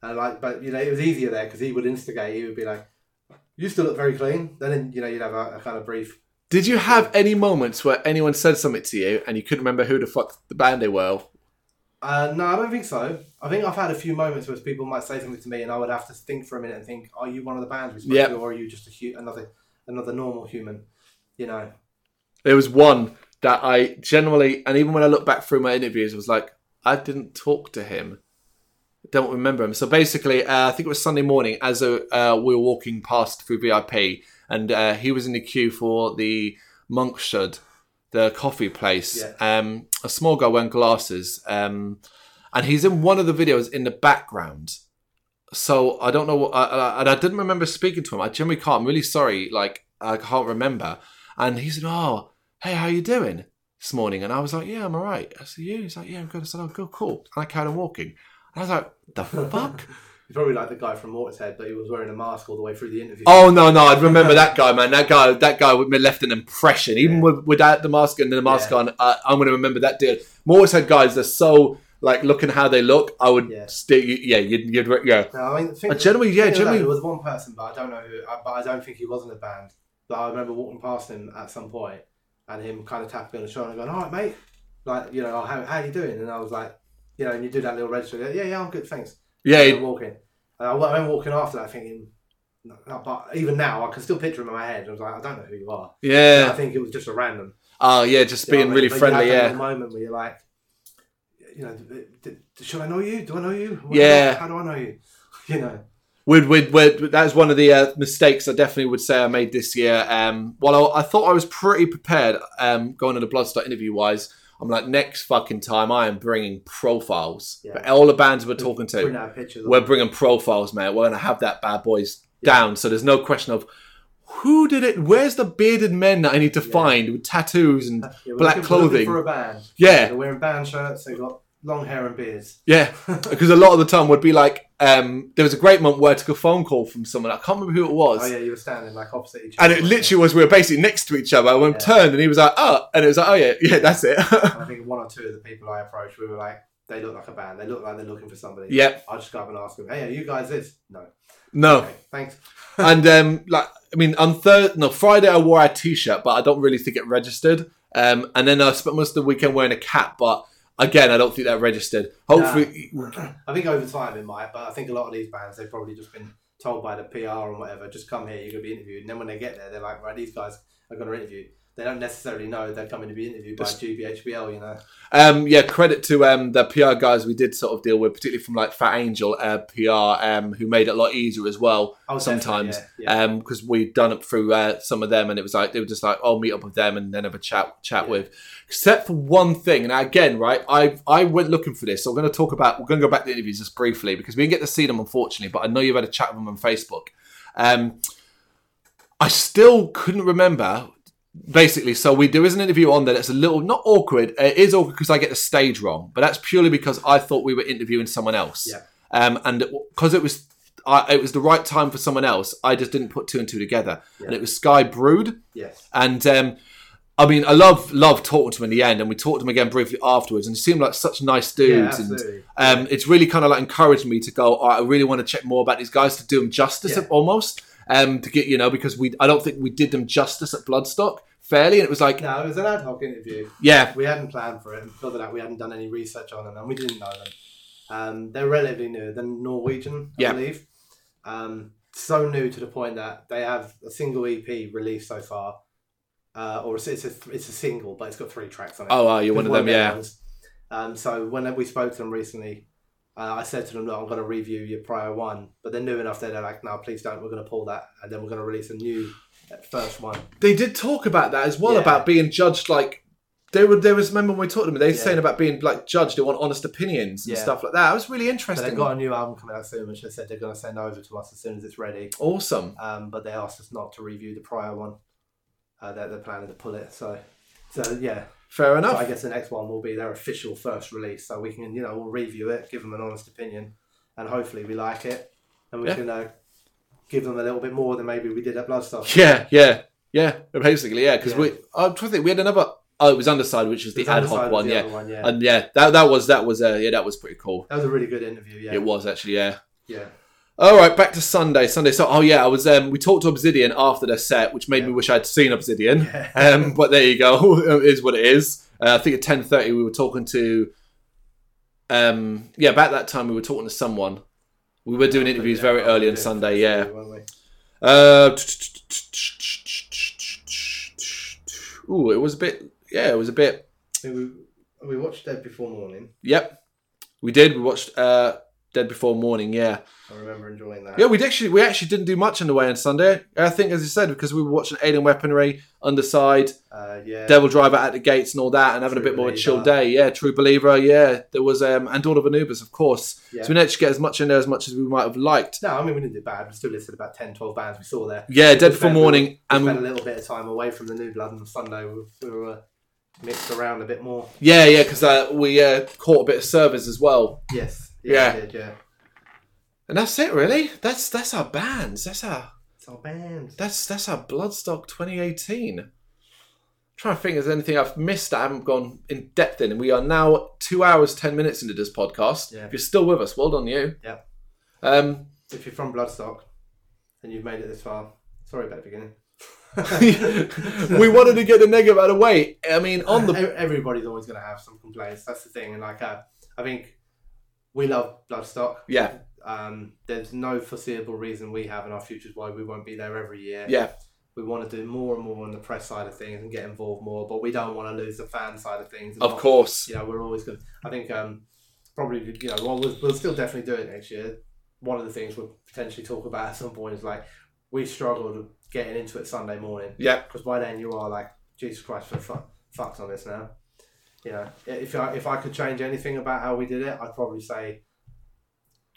B: And like, but you know, it was easier there because he would instigate. He would be like, "You still look very clean." Then you know, you'd have a, a kind of brief.
A: Did you have any moments where anyone said something to you and you couldn't remember who the fuck the band they were?
B: Uh, no, I don't think so. I think I've had a few moments where people might say something to me, and I would have to think for a minute and think, "Are you one of the bands we spoke
A: Yep.
B: to, or are you just a hu- another another normal human?" You know.
A: There was one that I generally, and even when I look back through my interviews, I was like, I didn't talk to him. Don't remember him. So basically, uh, I think it was Sunday morning as uh, uh, we were walking past through VIP, and uh, he was in the queue for the Monkshud, the coffee place. Um, a small guy wearing glasses, um, and he's in one of the videos in the background. So I don't know, what, I, I, and I didn't remember speaking to him. I genuinely can't. I'm really sorry. Like I can't remember. And he said, "Oh, hey, how you doing this morning? And I was like, yeah, I'm all right. I said, you? He's like, yeah, I'm good. I said, oh, good, cool. And I carried on walking. And I was like, the fuck?
B: He's probably like the guy from Waterhead, but he was wearing a mask all the way through the interview.
A: oh, no, no, I'd remember that guy, man. That guy that guy would have left an impression. Even
B: Yeah.
A: with, without the mask and the mask
B: Yeah.
A: on, I, I'm going to remember that dude. Mortis had guys, they're so, like, looking how they look. I would
B: Yeah.
A: still, yeah, you'd, you'd, re- yeah.
B: No, I mean, think,
A: Uh, generally, yeah,
B: think of that,
A: generally-
B: There was one person, but I don't know who. I- But I don't think he was in the band. But I remember walking past him at some point, and him kind of tapping me on the shoulder and going, "All right, mate," like you know, "Oh, how how you doing? And I was like, you know, and you do that little register, yeah, yeah, I'm good, thanks.
A: Yeah,
B: And I'm walking, and I, went- I went walking after that, thinking. No, no, but even now, I can still picture him in my head. I was like, I don't know who you are. I
A: yeah.
B: think it was just a random.
A: Oh, yeah, just
B: you know
A: being
B: what I mean?
A: really
B: But you have
A: friendly,
B: that
A: yeah.
B: little moment where you're like, you know, d- d- d- should I know you? Do I know you? What-
A: Yeah.
B: How do I know you? You know.
A: We'd, we'd, we'd, that was one of the uh, mistakes I definitely would say I made this year. Um, while I, I thought I was pretty prepared um, going to the Bloodstock interview wise, I'm like, next fucking time I am bringing profiles.
B: Yeah.
A: But all the bands we're talking to,
B: Print out pictures.
A: we're bringing profiles, mate. We're going to have that bad boys down. So there's no question of who did it, where's the bearded men that I need to
B: Yeah.
A: find with tattoos and
B: Yeah, we're
A: black
B: looking- we're looking
A: clothing.
B: for a band.
A: yeah,
B: They're wearing band shirts. They've got long hair and beards. Oh,
A: yeah. Because a lot of the time would be like, um, there was a great moment where I took a phone call from someone. I can't remember who it was.
B: Oh yeah, you were standing like opposite each
A: And
B: other.
A: it literally was we were basically next to each other. I went
B: Yeah.
A: turned and he was like, oh, and it was like, oh yeah, yeah, that's it.
B: And I think one or two of the people I approached, we were like, they look like a band. They look like they're looking for somebody.
A: yeah,
B: I just go up and ask them, hey, are you guys this? No.
A: no.
B: Okay, thanks.
A: And um, like, I mean, on Thursday, no, Friday I wore a t-shirt, but I don't really think it registered. Um, and then I spent most of the weekend wearing a cap, but again, I don't think that registered. Hopefully,
B: I think over time it might, but I think a lot of these bands they've probably just been told by the PR and whatever, just come here, you're gonna be interviewed. And then when they get there, they're like, right, these guys are gonna interview. They don't necessarily know they're coming to be interviewed by GBHBL, you know.
A: um, yeah, credit to um, the PR guys we did sort of deal with, particularly from like Fat Angel uh, PR, um, who made it a lot easier as well.
B: Oh, definitely,
A: sometimes
B: yeah,
A: because
B: yeah.
A: Um, we'd done it through uh, some of them and it was like they were just like oh meet up with them and then have a chat chat with except for one thing and again right i i went looking for this so we're going to talk about we're going to go back to the interviews just briefly because we didn't get to see them unfortunately but i know you've had a chat with them on facebook um i still couldn't remember basically so we there is an interview on there that's a little not awkward it is awkward because i get the stage wrong but that's purely because i thought we were interviewing someone else
B: Yeah.
A: um and because it was I, it was the right time for someone else i just didn't put two and two together and it was sky brood
B: Yes.
A: and um i mean i love love talking to him in the end and we talked to him again briefly afterwards and he seemed like such nice
B: Yeah,
A: dudes and
B: absolutely.
A: um, it's really kind of like encouraged me to go. "All right, I really want to check more about these guys to do them justice,
B: Yeah.
A: almost. Um, to get you know, because we I don't think we did them justice at Bloodstock fairly, and it was like,
B: No, it was an ad hoc interview.
A: yeah,
B: We hadn't planned for it, and because of that, we hadn't done any research on them, and we didn't know them. Um, they're relatively new. They're Norwegian, I
A: Yeah.
B: believe. Um, so new to the point that they have a single EP released so far, uh, or it's, it's a it's a single, but it's got three tracks on it.
A: Oh, uh, you're one of
B: With
A: them,
B: their
A: yeah.
B: bands. Um, so when we spoke to them recently, uh, I said to them, "Look, I'm going to review your prior one," but they're new enough that they're like, "No, please don't. We're going to pull that, and then we're going to release a new uh, first one."
A: They did talk about that as well
B: Yeah.
A: about being judged like. They were, there was, remember when we talked to them, they were
B: Yeah.
A: saying about being like judged, they want honest opinions and
B: Yeah.
A: stuff like that. It was really
B: So
A: interesting.
B: they've got a new album coming out soon, which they said they're going to send over to us as soon as it's ready.
A: awesome.
B: Um, but they asked us not to review the prior one. Uh, they're, they're planning to pull it, so so yeah.
A: Fair
B: So
A: enough.
B: I guess the next one will be their official first release, so we can, you know, we'll review it, give them an honest opinion, and hopefully we like it, and we
A: Yeah.
B: can uh, give them a little bit more than maybe we did at Bloodstock.
A: Yeah, yeah, yeah. Basically, yeah. Because
B: Yeah.
A: we, I'm trying to think, we had another. Oh, it was Underside, which is the
B: It's
A: ad
B: on side
A: hoc
B: of
A: one,
B: the
A: yeah.
B: other one, yeah.
A: And yeah, that that was that was uh, yeah, that was pretty cool.
B: That was a really good interview. Yeah,
A: It was actually, yeah.
B: yeah,
A: All right, back to Sunday. Sunday. So, oh yeah, I was. Um, we talked to Obsidian after their set, which made me
B: Yeah.
A: wish I'd seen Obsidian.
B: yeah.
A: Um, but there you go. it is what it is. Uh, I think at ten thirty we were talking to. Um, yeah, about that time we were talking to someone. We were doing interviews
B: Yeah,
A: very
B: we were
A: early
B: doing
A: on Sunday.
B: interviews
A: Yeah.
B: early, weren't we?
A: Uh, Ooh, it was a bit. Yeah, it was a bit.
B: I mean, we we watched Dead Before Morning.
A: Yep, we did. We watched uh, Dead Before Morning. Yeah,
B: I remember enjoying that.
A: yeah. We actually we actually didn't do much on the way on Sunday. I think, as you said, because we were watching Alien Weaponry, Underside,
B: Uh, yeah.
A: Devil Driver at the gates, and all that, and having a
B: True
A: bit more of a chill
B: Believer.
A: day. Yeah, True Believer. Yeah, there was um, and Dawn of Anubis, of course.
B: Yeah.
A: So we didn't actually get as much in there as much as we might have liked.
B: no, I mean we didn't do bad. We still listed about 10, 12 bands we saw there.
A: Yeah, Dead Before
B: spent-
A: Morning,
B: We
A: and
B: spent a little bit of time away from the new blood on Sunday. We, we were uh, mixed around a bit more.
A: yeah, yeah, because uh, we uh, caught a bit of service as well.
B: Yes.
A: Yeah.
B: we did, yeah.
A: And that's it, really. That's that's our bands. That's our
B: It's our band.
A: that's that's our Bloodstock 2018. trying to think, if there's anything I've missed that I haven't gone in depth in? And we are now two hours ten minutes into this podcast.
B: Yeah.
A: If you're still with us, well done you.
B: Yeah.
A: Um,
B: If you're from Bloodstock and you've made it this far, sorry about the beginning.
A: we wanted to get the negative out of the way. I mean, on the
B: Ev- everybody's always going to have some complaints. That's the thing. And like, uh, I think we love Bloodstock.
A: yeah,
B: Um, there's no foreseeable reason we have in our futures why we won't be there every year.
A: yeah,
B: We want to do more and more on the press side of things and get involved more, but we don't want to lose the fan side of things. and
A: of
B: not-
A: course.
B: you know, we're always going to, I think, um, probably, you know, well, we'll, we'll still definitely do it next year. One of the things we'll potentially talk about at some point is like, we struggled getting into it Sunday morning
A: Yeah,
B: because by then you are like, Jesus Christ, for fuck, fucked on this now. You know, i- if I, if I could change anything about how we did it, I'd probably say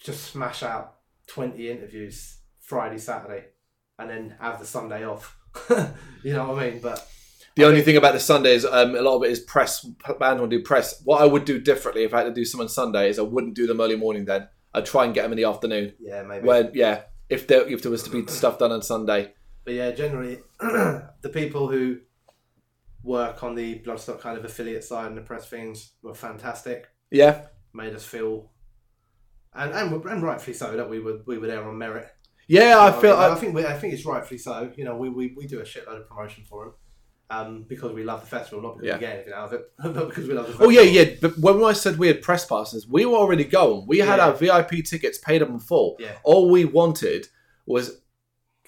B: just smash out 20 interviews Friday, Saturday, and then have the Sunday off. you know what I mean? But
A: the only thing about the Sunday is um, a lot of it is press. Band will do press. What I would do differently if I had to do some on Sunday is I wouldn't do them early morning. Then I'd try and get them in the afternoon.
B: yeah, maybe.
A: when yeah if there if there was to be stuff done on sunday
B: But yeah, generally, the people who work on the Bloodstock kind of affiliate side and the press things were fantastic.
A: yeah
B: Made us feel, and and, and rightfully so, that we were we were there on merit.
A: yeah i
B: You know
A: feel
B: what I, mean? I
A: I,
B: think we, I think it's rightfully so. You know, we, we, we do a shitload of promotion for them um, because we love the festival, not because
A: Yeah.
B: we get anything out of it, but because we love the festival.
A: oh yeah yeah but when i said we had press passes we were already going we had
B: Yeah.
A: our vip tickets paid up in full
B: Yeah.
A: all we wanted was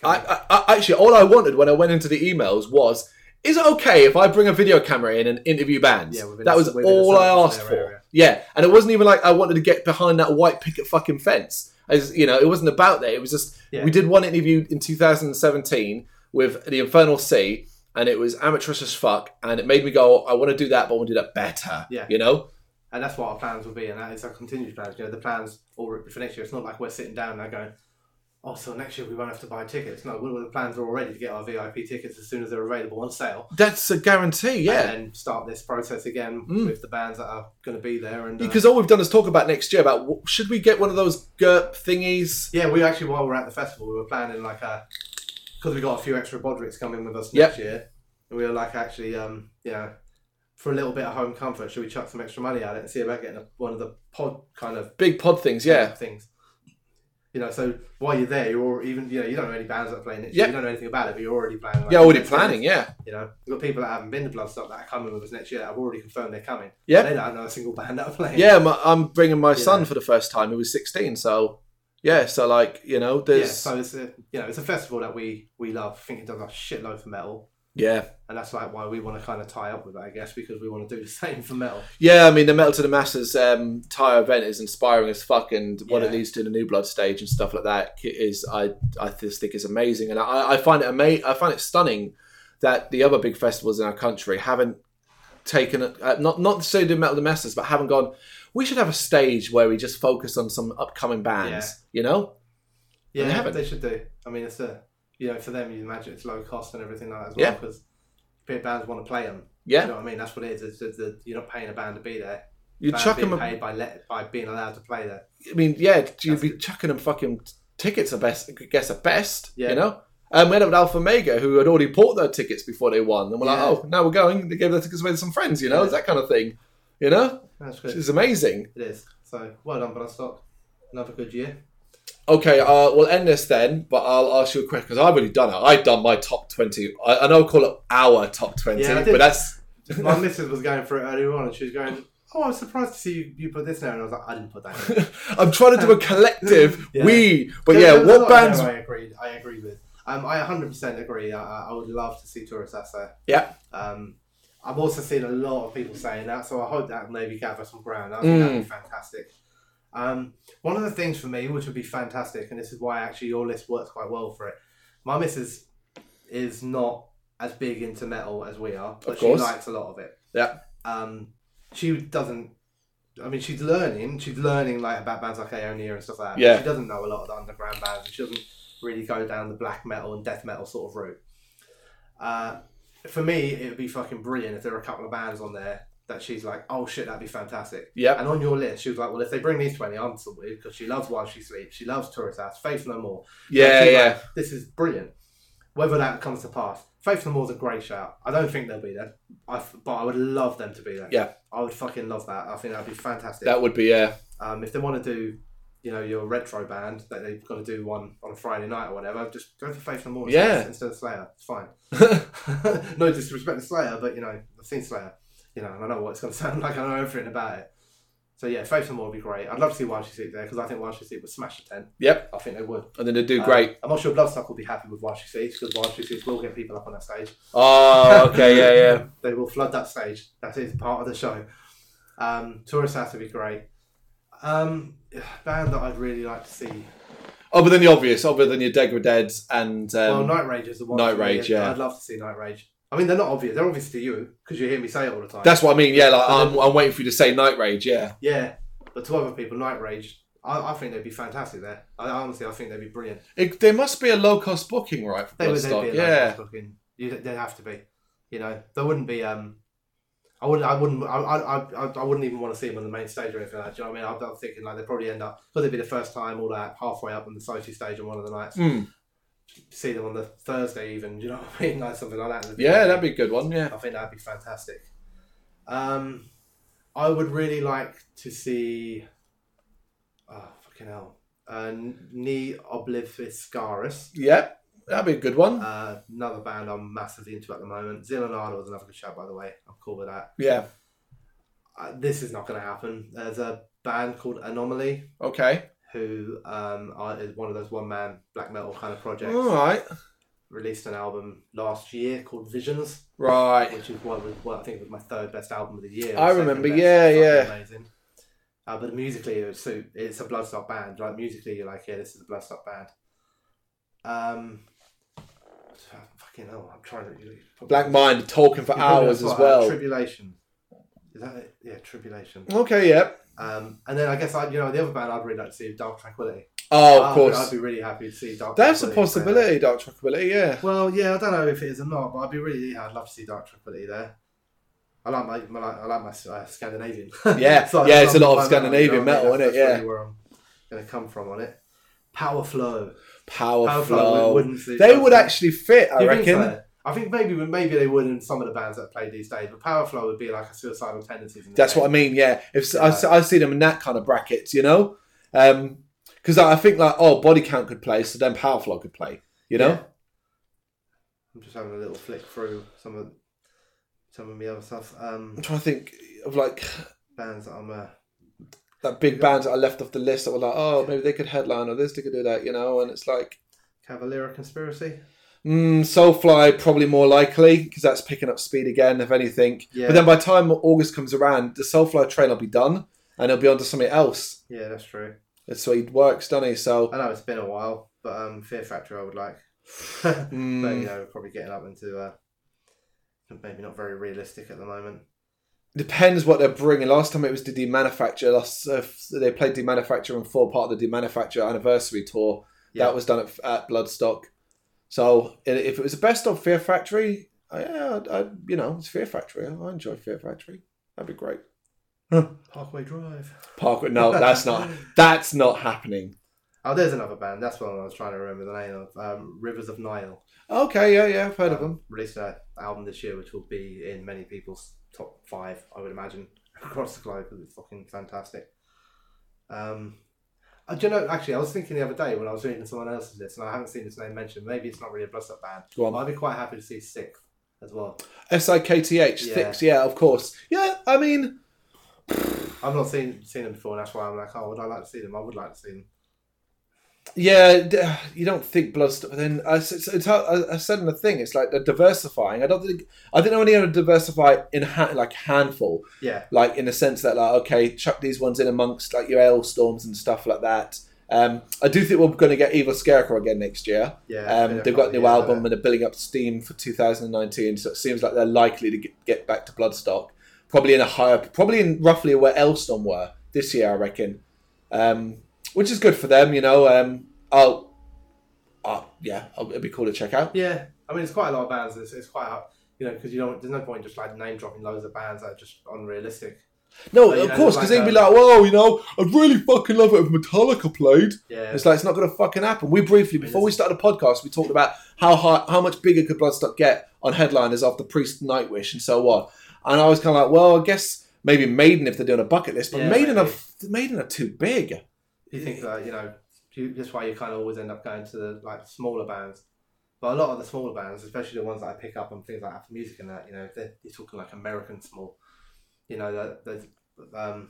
A: I,
B: Come on.
A: I, I actually all i wanted when i went into the emails was is it okay if I bring a video camera in and interview bands?
B: Yeah, within
A: that
B: a-
A: was
B: within a
A: all I
B: certain
A: asked for.
B: area.
A: Yeah, and it wasn't even like I wanted to get behind that white picket fucking fence. As you know, it wasn't about that. It was just
B: Yeah.
A: we did one interview in 2017 with the Infernal Sea, and it was amateurish as fuck, and it made me go, I want to do that, but I want to do that better.
B: Yeah.
A: you know.
B: and that's what our plans will be, and that is our continued plans. You know, the plans all for next year. It's not like we're sitting down now going, "Oh, so next year we won't have to buy tickets." No, well, the plans are already to get our VIP tickets as soon as they're available on sale,
A: That's a guarantee. Yeah.
B: and then start this process again
A: Mm.
B: with the bands that are going to be there. And uh,
A: because all we've done is talk about next year about wh- should we get one of those GURP thingies?
B: yeah, we actually while we're at the festival, we were planning like a because we got a few extra Bodricks coming with us
A: Yep.
B: next year, and we were like actually, um, you know, for a little bit of home comfort, should we chuck some extra money at it and see about getting a, one of the pod kind of
A: Big pod things, yeah.
B: things. You know, so while you're there, you're already, even you know you don't know any bands that are playing it.
A: Yeah.
B: You don't know anything about it, but you're already planning. like,
A: Yeah, already
B: next year.
A: planning, yeah.
B: You know, we've got people that haven't been to Bloodstock that are coming with us next year that have already confirmed they're coming.
A: Yeah.
B: they don't know a single band that are playing.
A: Yeah, my, I'm bringing my
B: Yeah.
A: son for the first time. He was 16, so yeah, so like you know, there's
B: yeah, so it's a you know it's a festival that we we love. I think it does a shitload for metal,
A: yeah,
B: and that's like why we want to kind of tie up with it, I guess, because we want to do the same for metal.
A: Yeah, I mean the Metal to the Masses um, tire event is inspiring as fuck, and what it
B: Yeah.
A: leads to in the New Blood stage and stuff like that is I I just think is amazing, and I, I find it ama- I find it stunning that the other big festivals in our country haven't taken uh, not not necessarily the Metal to the Masses, but haven't gone. We should have a stage where we just focus on some upcoming bands, you know?
B: Yeah,
A: they haven't.
B: they should do. I mean, it's a you know for them you imagine it's low cost and everything like that as well
A: Yeah.
B: because big bands want to play them.
A: Yeah,
B: you know what I mean. That's what it is. It's, it's, it's, you're not paying a band to be there.
A: you
B: Bands
A: chuck
B: being
A: them. A, I
B: paid by let, by being allowed to play there.
A: mean, yeah, you'd
B: That's
A: be
B: good.
A: chucking them fucking t- tickets. I best I guess at best,
B: Yeah.
A: you know. And we ended up with Alpha Mega, who had already bought their tickets before they won. And we're
B: Yeah.
A: like, oh, now we're going. They gave their tickets away to some friends, you know,
B: Yeah.
A: that kind of thing. You know?
B: That's
A: Which
B: good.
A: is amazing.
B: It is. So well done, Bloodstock. Another good year.
A: Okay, uh, we'll end this then, but I'll ask you a question because I've already done it. I've done my top 20. I, I know I call it our top 20,
B: Yeah, I did.
A: but that's.
B: My missus was going for it earlier on, and she was going, "Oh, I'm surprised to see you, you put this now." And I was like, "I didn't put that." In.
A: I'm trying to do a collective
B: Yeah.
A: we, but
B: There-
A: yeah,
B: there was a
A: what
B: lot in
A: bands?
B: there I agreed. I agree with. Um, I 100% agree. I- I, I would love to see tourists out there.
A: Yeah.
B: Um, I've also seen a lot of people saying that, so I hope that maybe gather some ground. I
A: Mm.
B: think that'd be fantastic. Um, one of the things for me, which would be fantastic, and this is why actually your list works quite well for it. My missus is not as big into metal as we are, but she
A: course.
B: likes a lot of it.
A: Yeah.
B: Um, she doesn't. I mean, she's learning. She's learning like about bands like Aeonia E and stuff like that. but
A: Yeah.
B: She doesn't know a lot of the underground bands. She doesn't really go down the black metal and death metal sort of route. Uh, for me, it would be fucking brilliant if there were a couple of bands on there that she's like, oh shit, that'd be fantastic.
A: Yep.
B: And on your list, she was like, well, if they bring these 20, I'm sorted because she loves While She Sleeps. She loves Tourist House, Faith No More.
A: Yeah,
B: She's
A: yeah.
B: like, this is brilliant. Whether that comes to pass, Faith No More's a great shout. I don't think they'll be there, I f but I would love them to be there.
A: Yeah.
B: I would fucking love that. I think that'd be fantastic.
A: That would be, yeah.
B: Um, if they want to do, you know, your retro band that they've got to do one on a Friday night or whatever, just go for Faith No More instead-
A: Yeah.
B: instead of Slayer. It's fine. no disrespect to Slayer, but you know, I've seen Slayer, you know, and I know what it's going to sound like. I know everything about it. So yeah, Faith No More would be great. I'd love to see Wild She Sleep there because I think Wild She Sleep would smash the tent.
A: Yep.
B: I think they would.
A: And then they do
B: Um,
A: great.
B: I'm not sure Bloodstock will be happy with Wild She Sleeps because Wild She Sleeps will get people up on that stage.
A: Oh, okay, yeah, yeah.
B: They will flood that stage. That is part of the show. Um, Tourist House would be great. Um, band that I'd really like to see.
A: Other than the obvious, other than your Degradeds and. Um,
B: well, Night Rage is the one.
A: Night
B: for me.
A: Rage, yeah.
B: I'd love to see Night Rage. I mean, they're not obvious. They're obvious to you because you hear me say it all the time.
A: That's what I mean. Yeah, like
B: But
A: I'm, I'm waiting for you to say Night Rage. Yeah,
B: Yeah, but to other people, Night Rage, I, I think they'd be fantastic there. I, honestly, I think they'd be brilliant.
A: it, there must be a low cost booking, right? For
B: They would. They'd
A: Bloodstock.
B: be a
A: yeah,
B: yeah. looking. You, they'd have to be. You know, there wouldn't be. Um, I wouldn't. I wouldn't. I, I, I, I wouldn't even want to see them on the main stage or anything like that. Do you know what I mean? I'm, I'm thinking like they'd probably end up because it'd be the first time all that halfway up on the Sochi stage on one of the nights.
A: Mm.
B: See them on the Thursday even. Do you know what I mean? Like something like that.
A: yeah, that'd be a good one. Yeah,
B: I think that'd be fantastic. Um, I would really like to see. Oh, fucking hell. Uh, Ne Obliviscaris.
A: yep, that'd be a good one.
B: Uh, another band I'm massively into at the moment. Zillonada was another good shout, by the way. I'm cool with that.
A: yeah,
B: Uh, this is not going to happen. There's a band called Anomaly
A: okay,
B: who um, are, is one of those one man black metal kind of projects.
A: all right,
B: Released an album last year called Visions.
A: right.
B: which is what, was, what I think was my third best album of the year.
A: I
B: Second
A: remember,
B: best.
A: yeah,
B: Fucking
A: yeah.
B: amazing. Uh, but musically, it would suit. It's a Bloodstock band. Like musically, you're like, yeah, this is a Bloodstock band. Um, fucking hell, I'm trying to. you-
A: Black Mind talking for
B: you're probably
A: hours as
B: right, uh,
A: well.
B: Tribulation. Is that it? Yeah, Tribulation.
A: Okay, yeah.
B: Um, and then I guess I, you know, the other band I'd really like to see is Dark Tranquility.
A: Oh, of
B: I'd- I'd
A: course,
B: Ah, be really happy to see Dark.
A: that's a
B: Tranquility play there.
A: possibility. Dark Tranquility. Yeah,
B: Well, yeah, I don't know if it is or not, but I'd be really, yeah, I'd love to see Dark Tranquility there. I like my, my I like my uh, Scandinavian.
A: Yeah,
B: So I
A: yeah, it's a lot of
B: love my metal,
A: Scandinavian
B: you know what I
A: metal,
B: mean?
A: innit?
B: That's- that's
A: Yeah.
B: really where I'm going to come from on it. Power Flow.
A: Power,
B: Power Flow
A: Flow.
B: wouldn't suit
A: they
B: us.
A: would actually fit, I
B: Do you think
A: reckon.
B: so? I think maybe maybe they would in some of the bands that play these days, but Power Flow would be like a suicidal tendencies.
A: That's what I mean. Yeah, if I,
B: Yeah.
A: I see them in that kind of brackets, you know, because I think like oh, body count could play, so then power flow could play, you know.
B: I'm just having a little flick through some of some of the other stuff. Um,
A: I'm trying to think of like
B: bands that I'm uh,
A: that big bands that I left off the list that were like, oh, maybe they could headline or this, they could do that, you know. And it's like,
B: Cavalera Conspiracy.
A: mm, Soulfly probably more likely because that's picking up speed again, if anything.
B: Yeah.
A: But then by the time August comes around, the Soulfly train will be done and it'll be onto something else.
B: Yeah, that's true.
A: That's the way it works, doesn't he? So,
B: I know it's been a while, but um, Fear Factory I would like. but you
A: mm,
B: know, we're probably getting up into uh, maybe not very realistic at the moment.
A: depends what they're bringing. Last time it was the Demanufacture. Last uh, f- they played Demanufacture and four part of the Demanufacture anniversary tour.
B: Yeah.
A: That was done at, at Bloodstock. So i- if it was the best of Fear Factory, I, yeah, I, I- you know, it's Fear Factory. I enjoy Fear Factory. That'd be great.
B: Parkway Drive.
A: Parker, no, that's not. That's not happening.
B: Oh, there's another band. That's one I was trying to remember the name of. Um, Rivers of Nile.
A: Okay, yeah, yeah, I've heard of
B: Um,
A: them.
B: Released an album this year, which will be in many people's top five, I would imagine, across the globe because it's fucking fantastic. Um, uh, do you know? Actually, I was thinking the other day when I was reading someone else's list, and I haven't seen this name mentioned. Maybe it's not really a Bloodstock band.
A: Go
B: But
A: on.
B: I'd be quite happy to see Sixth as well.
A: S I K T H,
B: Yeah.
A: Thix, yeah, of course. Yeah, I mean,
B: I've not seen seen them before, and that's why I'm like, oh, would I like to see them? I would like to see them.
A: yeah, d- you don't think Bloodstock, but then I, s- it's, it's, how- I, I said in the thing, it's like they're diversifying. I don't think, I didn't know any to diversify in ha- like handful,
B: Yeah,
A: like in the sense that, like, okay, chuck these ones in amongst like your ale storms and stuff like that. Um, I do think we're going to get Evil Scarecrow again next year.
B: yeah.
A: Um, they've got a new album and they're building up steam for 2019, so it seems like they're likely to get, get back to Bloodstock. Probably in a higher, probably in roughly where Elston were this year, I reckon. Um, which is good for them, you know. Um, I'll, I'll- yeah, I'll, it'd be cool to check out.
B: Yeah, I mean, it's quite a lot of bands. It's, it's quite hard, you know, because you don't. There's no point just like name dropping loads of bands that are just unrealistic.
A: No,
B: But, you
A: of
B: know,
A: course,
B: like,
A: because they'd be
B: um,
A: like, "Whoa, you know, I'd really fucking love it if Metallica played."
B: Yeah,
A: It's like it's not going to fucking happen. We briefly before we started the podcast, we talked about how high, how much bigger could Bloodstock get on headliners after Priest, Nightwish, and so on. And I was kind of like, well, I guess maybe Maiden if they're doing a bucket list, but
B: Yeah,
A: Maiden
B: maybe.
A: are Maiden are too big.
B: you think that you know you, that's why you kind of always end up going to the like smaller bands but a lot of the smaller bands especially the ones that i pick up on things like apple music and that you know they're, you're talking like american small you know that there's um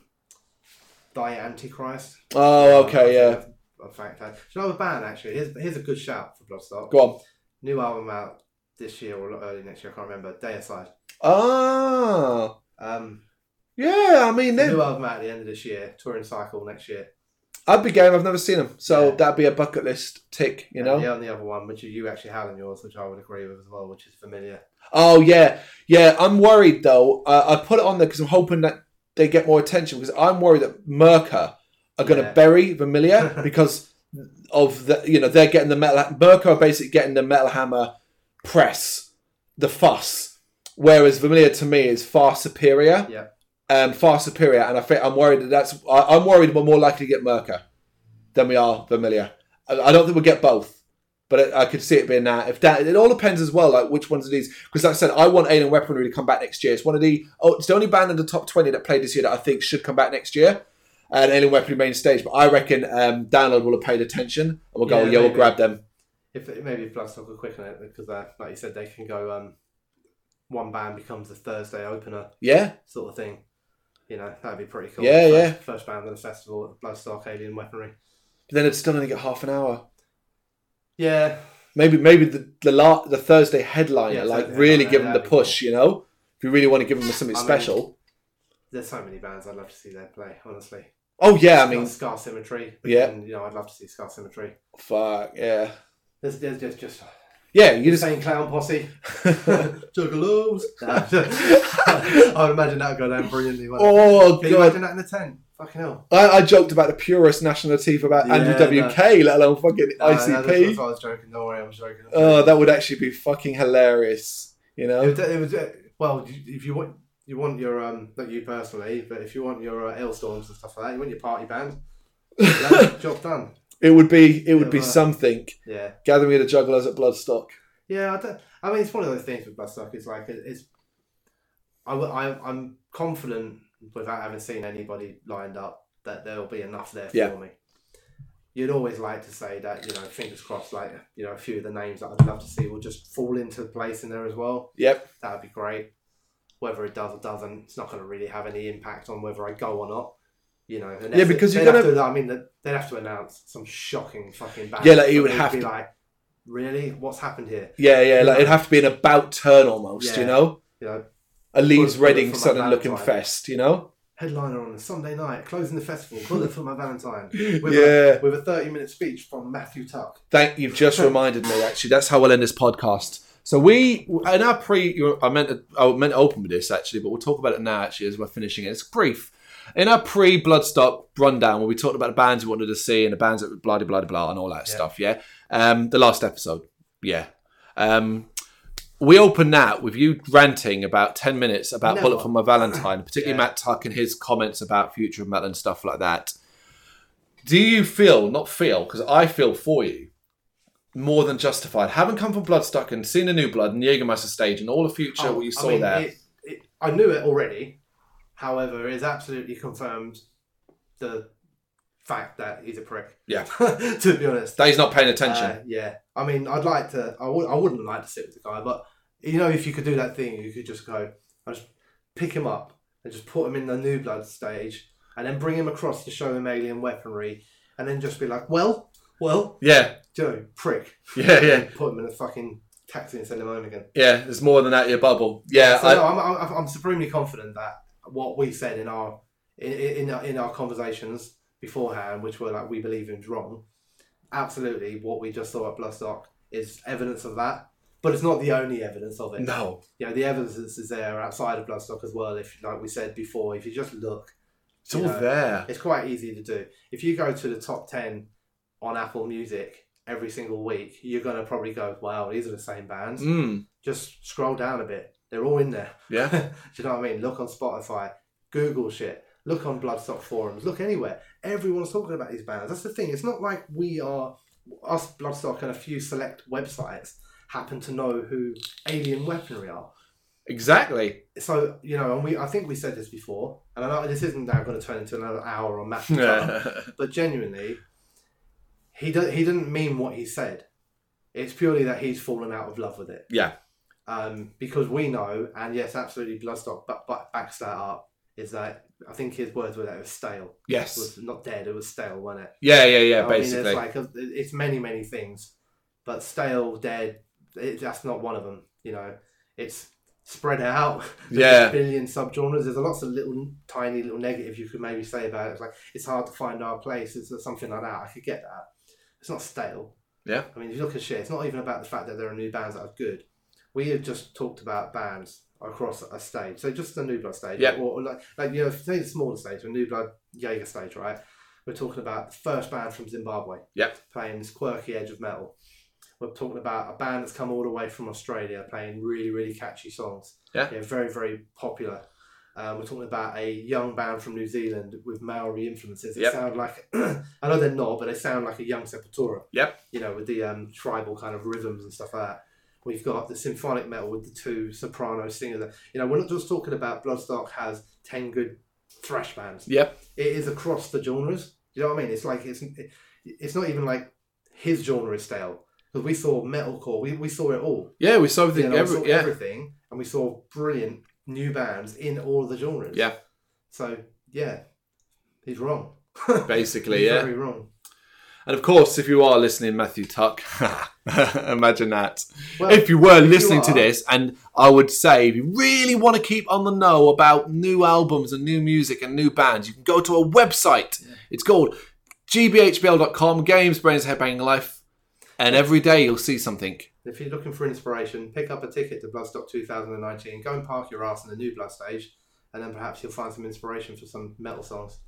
B: die antichrist
A: Oh, okay,
B: I
A: yeah.
B: think that's a fact Do you know a band actually here's, here's a good shout for bloodstock
A: Go on.
B: new album out this year or early next year i can't remember deicide
A: Ah,
B: um
A: yeah. I mean, they,
B: new album out at the end of this year touring cycle next year
A: I'd be game. I've never seen them, so
B: Yeah.
A: that'd be a bucket list tick. You
B: And
A: know.
B: the only other one which you actually had on yours which i would agree with as well which is familiar
A: Oh yeah, yeah. I'm worried though. I, I put it on there because I'm hoping that they get more attention because I'm worried that Merca are going to
B: Yeah.
A: bury Vermilia because of the you know they're getting the metal. Merca are basically getting the metal hammer press, the fuss. Whereas Vermilia to me is far superior.
B: Yeah.
A: Um, far superior, and I think I'm worried that that's. I, I'm worried we're more likely to get Merca than we are Vermilia. I, I don't think we'll get both. But I, I could see it being that. If that, it all depends as well, like which ones of these. Because like I said, I want Alien Weaponry to come back next year. It's one of the oh, it's the only band in the top twenty that played this year that I think should come back next year. And Alien Weaponry main stage, but I reckon um, Download will have paid attention and we'll go,
B: Yeah,
A: yeah, we'll
B: maybe.
A: grab them.
B: if maybe Bloodstock will quicken it because, uh, like you said, they can go. Um, one band becomes a Thursday opener
A: Yeah,
B: sort of thing. You know that'd be pretty cool.
A: Yeah,
B: first,
A: yeah.
B: First band at the festival, Bloodstock, Alien Weaponry.
A: but then it's still only get half an hour.
B: Yeah,
A: Maybe maybe the the, la- the Thursday headliner,
B: Yeah,
A: like
B: Thursday
A: really
B: headliner,
A: give them the
B: that'd be cool.
A: push, you know. If you really want to give them something
B: I mean-
A: special.
B: there's so many bands I'd love to see them play. Honestly,
A: oh yeah, I mean,
B: Scar Symmetry.
A: Yeah.
B: and, you know I'd love to see Scar Symmetry.
A: fuck yeah,
B: There's there's, there's just
A: yeah. You just
B: insane clown posse, juggalos. I would imagine that would go down brilliantly. wouldn't it?
A: oh
B: can you
A: god,
B: imagine that in a tent? Fucking hell.
A: I, I joked about the purest national teeth about
B: Yeah,
A: Andrew
B: no.
A: WK, let alone fucking
B: No, no, that's-
A: ICP.
B: that's what I was joking. Don't worry, I was joking.
A: oh, that would actually be fucking hilarious. You
B: It
A: know?
B: was, it was uh, well, you- if you want you want your um not you personally, but if you want your uh, hailstorms and stuff like that, you want your party band. that's job done.
A: It would be it would
B: Yeah,
A: be
B: right.
A: something.
B: Yeah,
A: Gathering of the jugglers at Bloodstock.
B: yeah. I, don't, I mean, it's one of those things with Bloodstock. It's like it, it's. I, w- I am confident without having seen anybody lined up that there will be enough there for
A: Yeah.
B: me. You'd always like to say that you know, fingers crossed. Like you know, a few of the names that I'd love to see will just fall into place in there as well.
A: Yep.
B: that would be great. Whether it does or doesn't, it's not going to really have any impact on whether I go or not. You know, and
A: Yeah,
B: that's
A: because
B: it.
A: you're
B: They'd
A: gonna-
B: have to, I mean, they'd they'd have to announce some shocking fucking. Band
A: Yeah, like, he would
B: They'd
A: have
B: be
A: to-
B: like, really, what's happened here?
A: Yeah, yeah, like it'd have to be an about turn almost, you
B: Yeah.
A: know?
B: You know,
A: A Leeds
B: Bullet- bullet
A: Reading
B: for my
A: sudden looking
B: Valentine.
A: fest, you know?
B: headliner on a Sunday night, closing the festival, bullet for my Valentine, with
A: Yeah.
B: a, with a thirty-minute speech from Matthew Tuck.
A: Thank you've just reminded me. Actually, that's how we'll end this podcast. So we in our pre, you- I meant to, I meant to open with this actually, but we'll talk about it now. Actually, as we're finishing it, it's brief. In our pre Bloodstock rundown, where we talked about the bands we wanted to see and the bands that blah blah blah blah and all that
B: Yeah.
A: stuff, yeah. Um, the last episode, yeah. Um, we open that with you ranting about ten minutes about
B: Never.
A: Bullet for My Valentine, particularly
B: Yeah.
A: Matt Tuck and his comments about future of metal and stuff like that. Do you feel, not feel, because I feel for you, more than justified? Having come from Bloodstock and seen the new blood and Jägermeister stage and all the future, what you saw
B: Oh, mean,
A: there.
B: It, it, I knew it already. However, it's absolutely confirmed the fact that he's a prick.
A: Yeah.
B: to be honest.
A: that he's not paying attention.
B: Uh, yeah. I mean, I'd like to. I would. I wouldn't like to sit with the guy, but you know, if you could do that thing, you could just go. I just pick him up and just put him in the new blood stage, and then bring him across to show him alien weaponry, and then just be like, "Well, well,
A: yeah,
B: Joe, prick."
A: yeah, yeah,
B: Put him in a fucking taxi and send him home again.
A: yeah. There's more than that. Your bubble. Yeah,
B: So
A: I,
B: no, I'm, I'm, I'm supremely confident that what we said in our in, in our in our conversations beforehand, which were like we believe is wrong, absolutely what we just saw at Bloodstock is evidence of that. But it's not the only evidence of it.
A: no.
B: You know, the evidence is there outside of Bloodstock as well. If like we said before, if you just look,
A: It's all
B: You know.
A: there.
B: it's quite easy to do. If you go to the top ten on Apple Music every single week, you're gonna probably go, "Wow, these are the same bands."
A: Mm,
B: Just scroll down a bit; they're all in there.
A: yeah.
B: Do you know what I mean? Look on Spotify, Google shit, look on Bloodstock forums, look anywhere. Everyone's talking about these bands. That's the thing. It's not like we are us Bloodstock and a few select websites happen to know who Alien Weaponry are.
A: Exactly.
B: So you know, and we I think we said this before, and I know this isn't now going to turn into another hour on Matt, but genuinely, he does, he didn't mean what he said. It's purely that he's fallen out of love with it
A: yeah.
B: um, because we know, and yes, absolutely, Bloodstock but, but backs that up. Is that I think his words were that it was stale, it
A: Yes.
B: was not dead, it was stale, wasn't it?
A: Yeah. Yeah. Yeah.
B: I
A: Basically.
B: mean, it's like uh, it's many, many things, but stale, dead, it, that's not one of them. You know, it's spread out. There's
A: Yeah.
B: a billion subgenres. There's lots of little, tiny, little negative you could maybe say about it. It's like it's hard to find our place. It's something like that. I could get that. It's not stale.
A: Yeah.
B: I mean, if you look at shit, it's not even about the fact that there are new bands that are good. We have just talked about bands across a stage, so just the New Blood stage,
A: Yeah.
B: or, or like, like you know, say the smaller stage, the New Blood Jaeger stage, right? We're talking about the first band from Zimbabwe,
A: Yeah.
B: playing this quirky edge of metal. We're talking about a band that's come all the way from Australia, playing really, really catchy songs.
A: Yeah.
B: very, very popular. Um, we're talking about a young band from New Zealand with Maori influences. They
A: Yep.
B: sound like I know they're not, but they sound like a young Sepultura you know, with the um, tribal kind of rhythms and stuff like that. We've got the symphonic metal with the two soprano singers. that- You know, we're not just talking about Bloodstock has 10 good thrash bands.
A: Yep.
B: It is across the genres. You know what I mean? It's like, it's it- it's not even like his genre is stale. Because we saw metalcore, we, we saw it all.
A: Yeah. We saw
B: You
A: everything.
B: know, we
A: every-
B: saw
A: yeah.
B: everything, and we saw brilliant new bands in all the genres.
A: Yeah.
B: So, yeah, he's wrong.
A: Basically.
B: He's
A: Yeah.
B: Very wrong.
A: And of course, if you are listening, Matthew Tuck, imagine that.
B: Well,
A: if you were
B: you
A: listening to
B: are-
A: this, and I would say if you really want to keep on the know about new albums and new music and new bands, you can go to a website. It's called gbhbl.com, Games, Brains, Headbanging Life. And every day you'll see something.
B: If you're looking for inspiration, pick up a ticket to Bloodstock 2019, go and park your ass in the new Blood stage, and then perhaps you'll find some inspiration for some metal songs.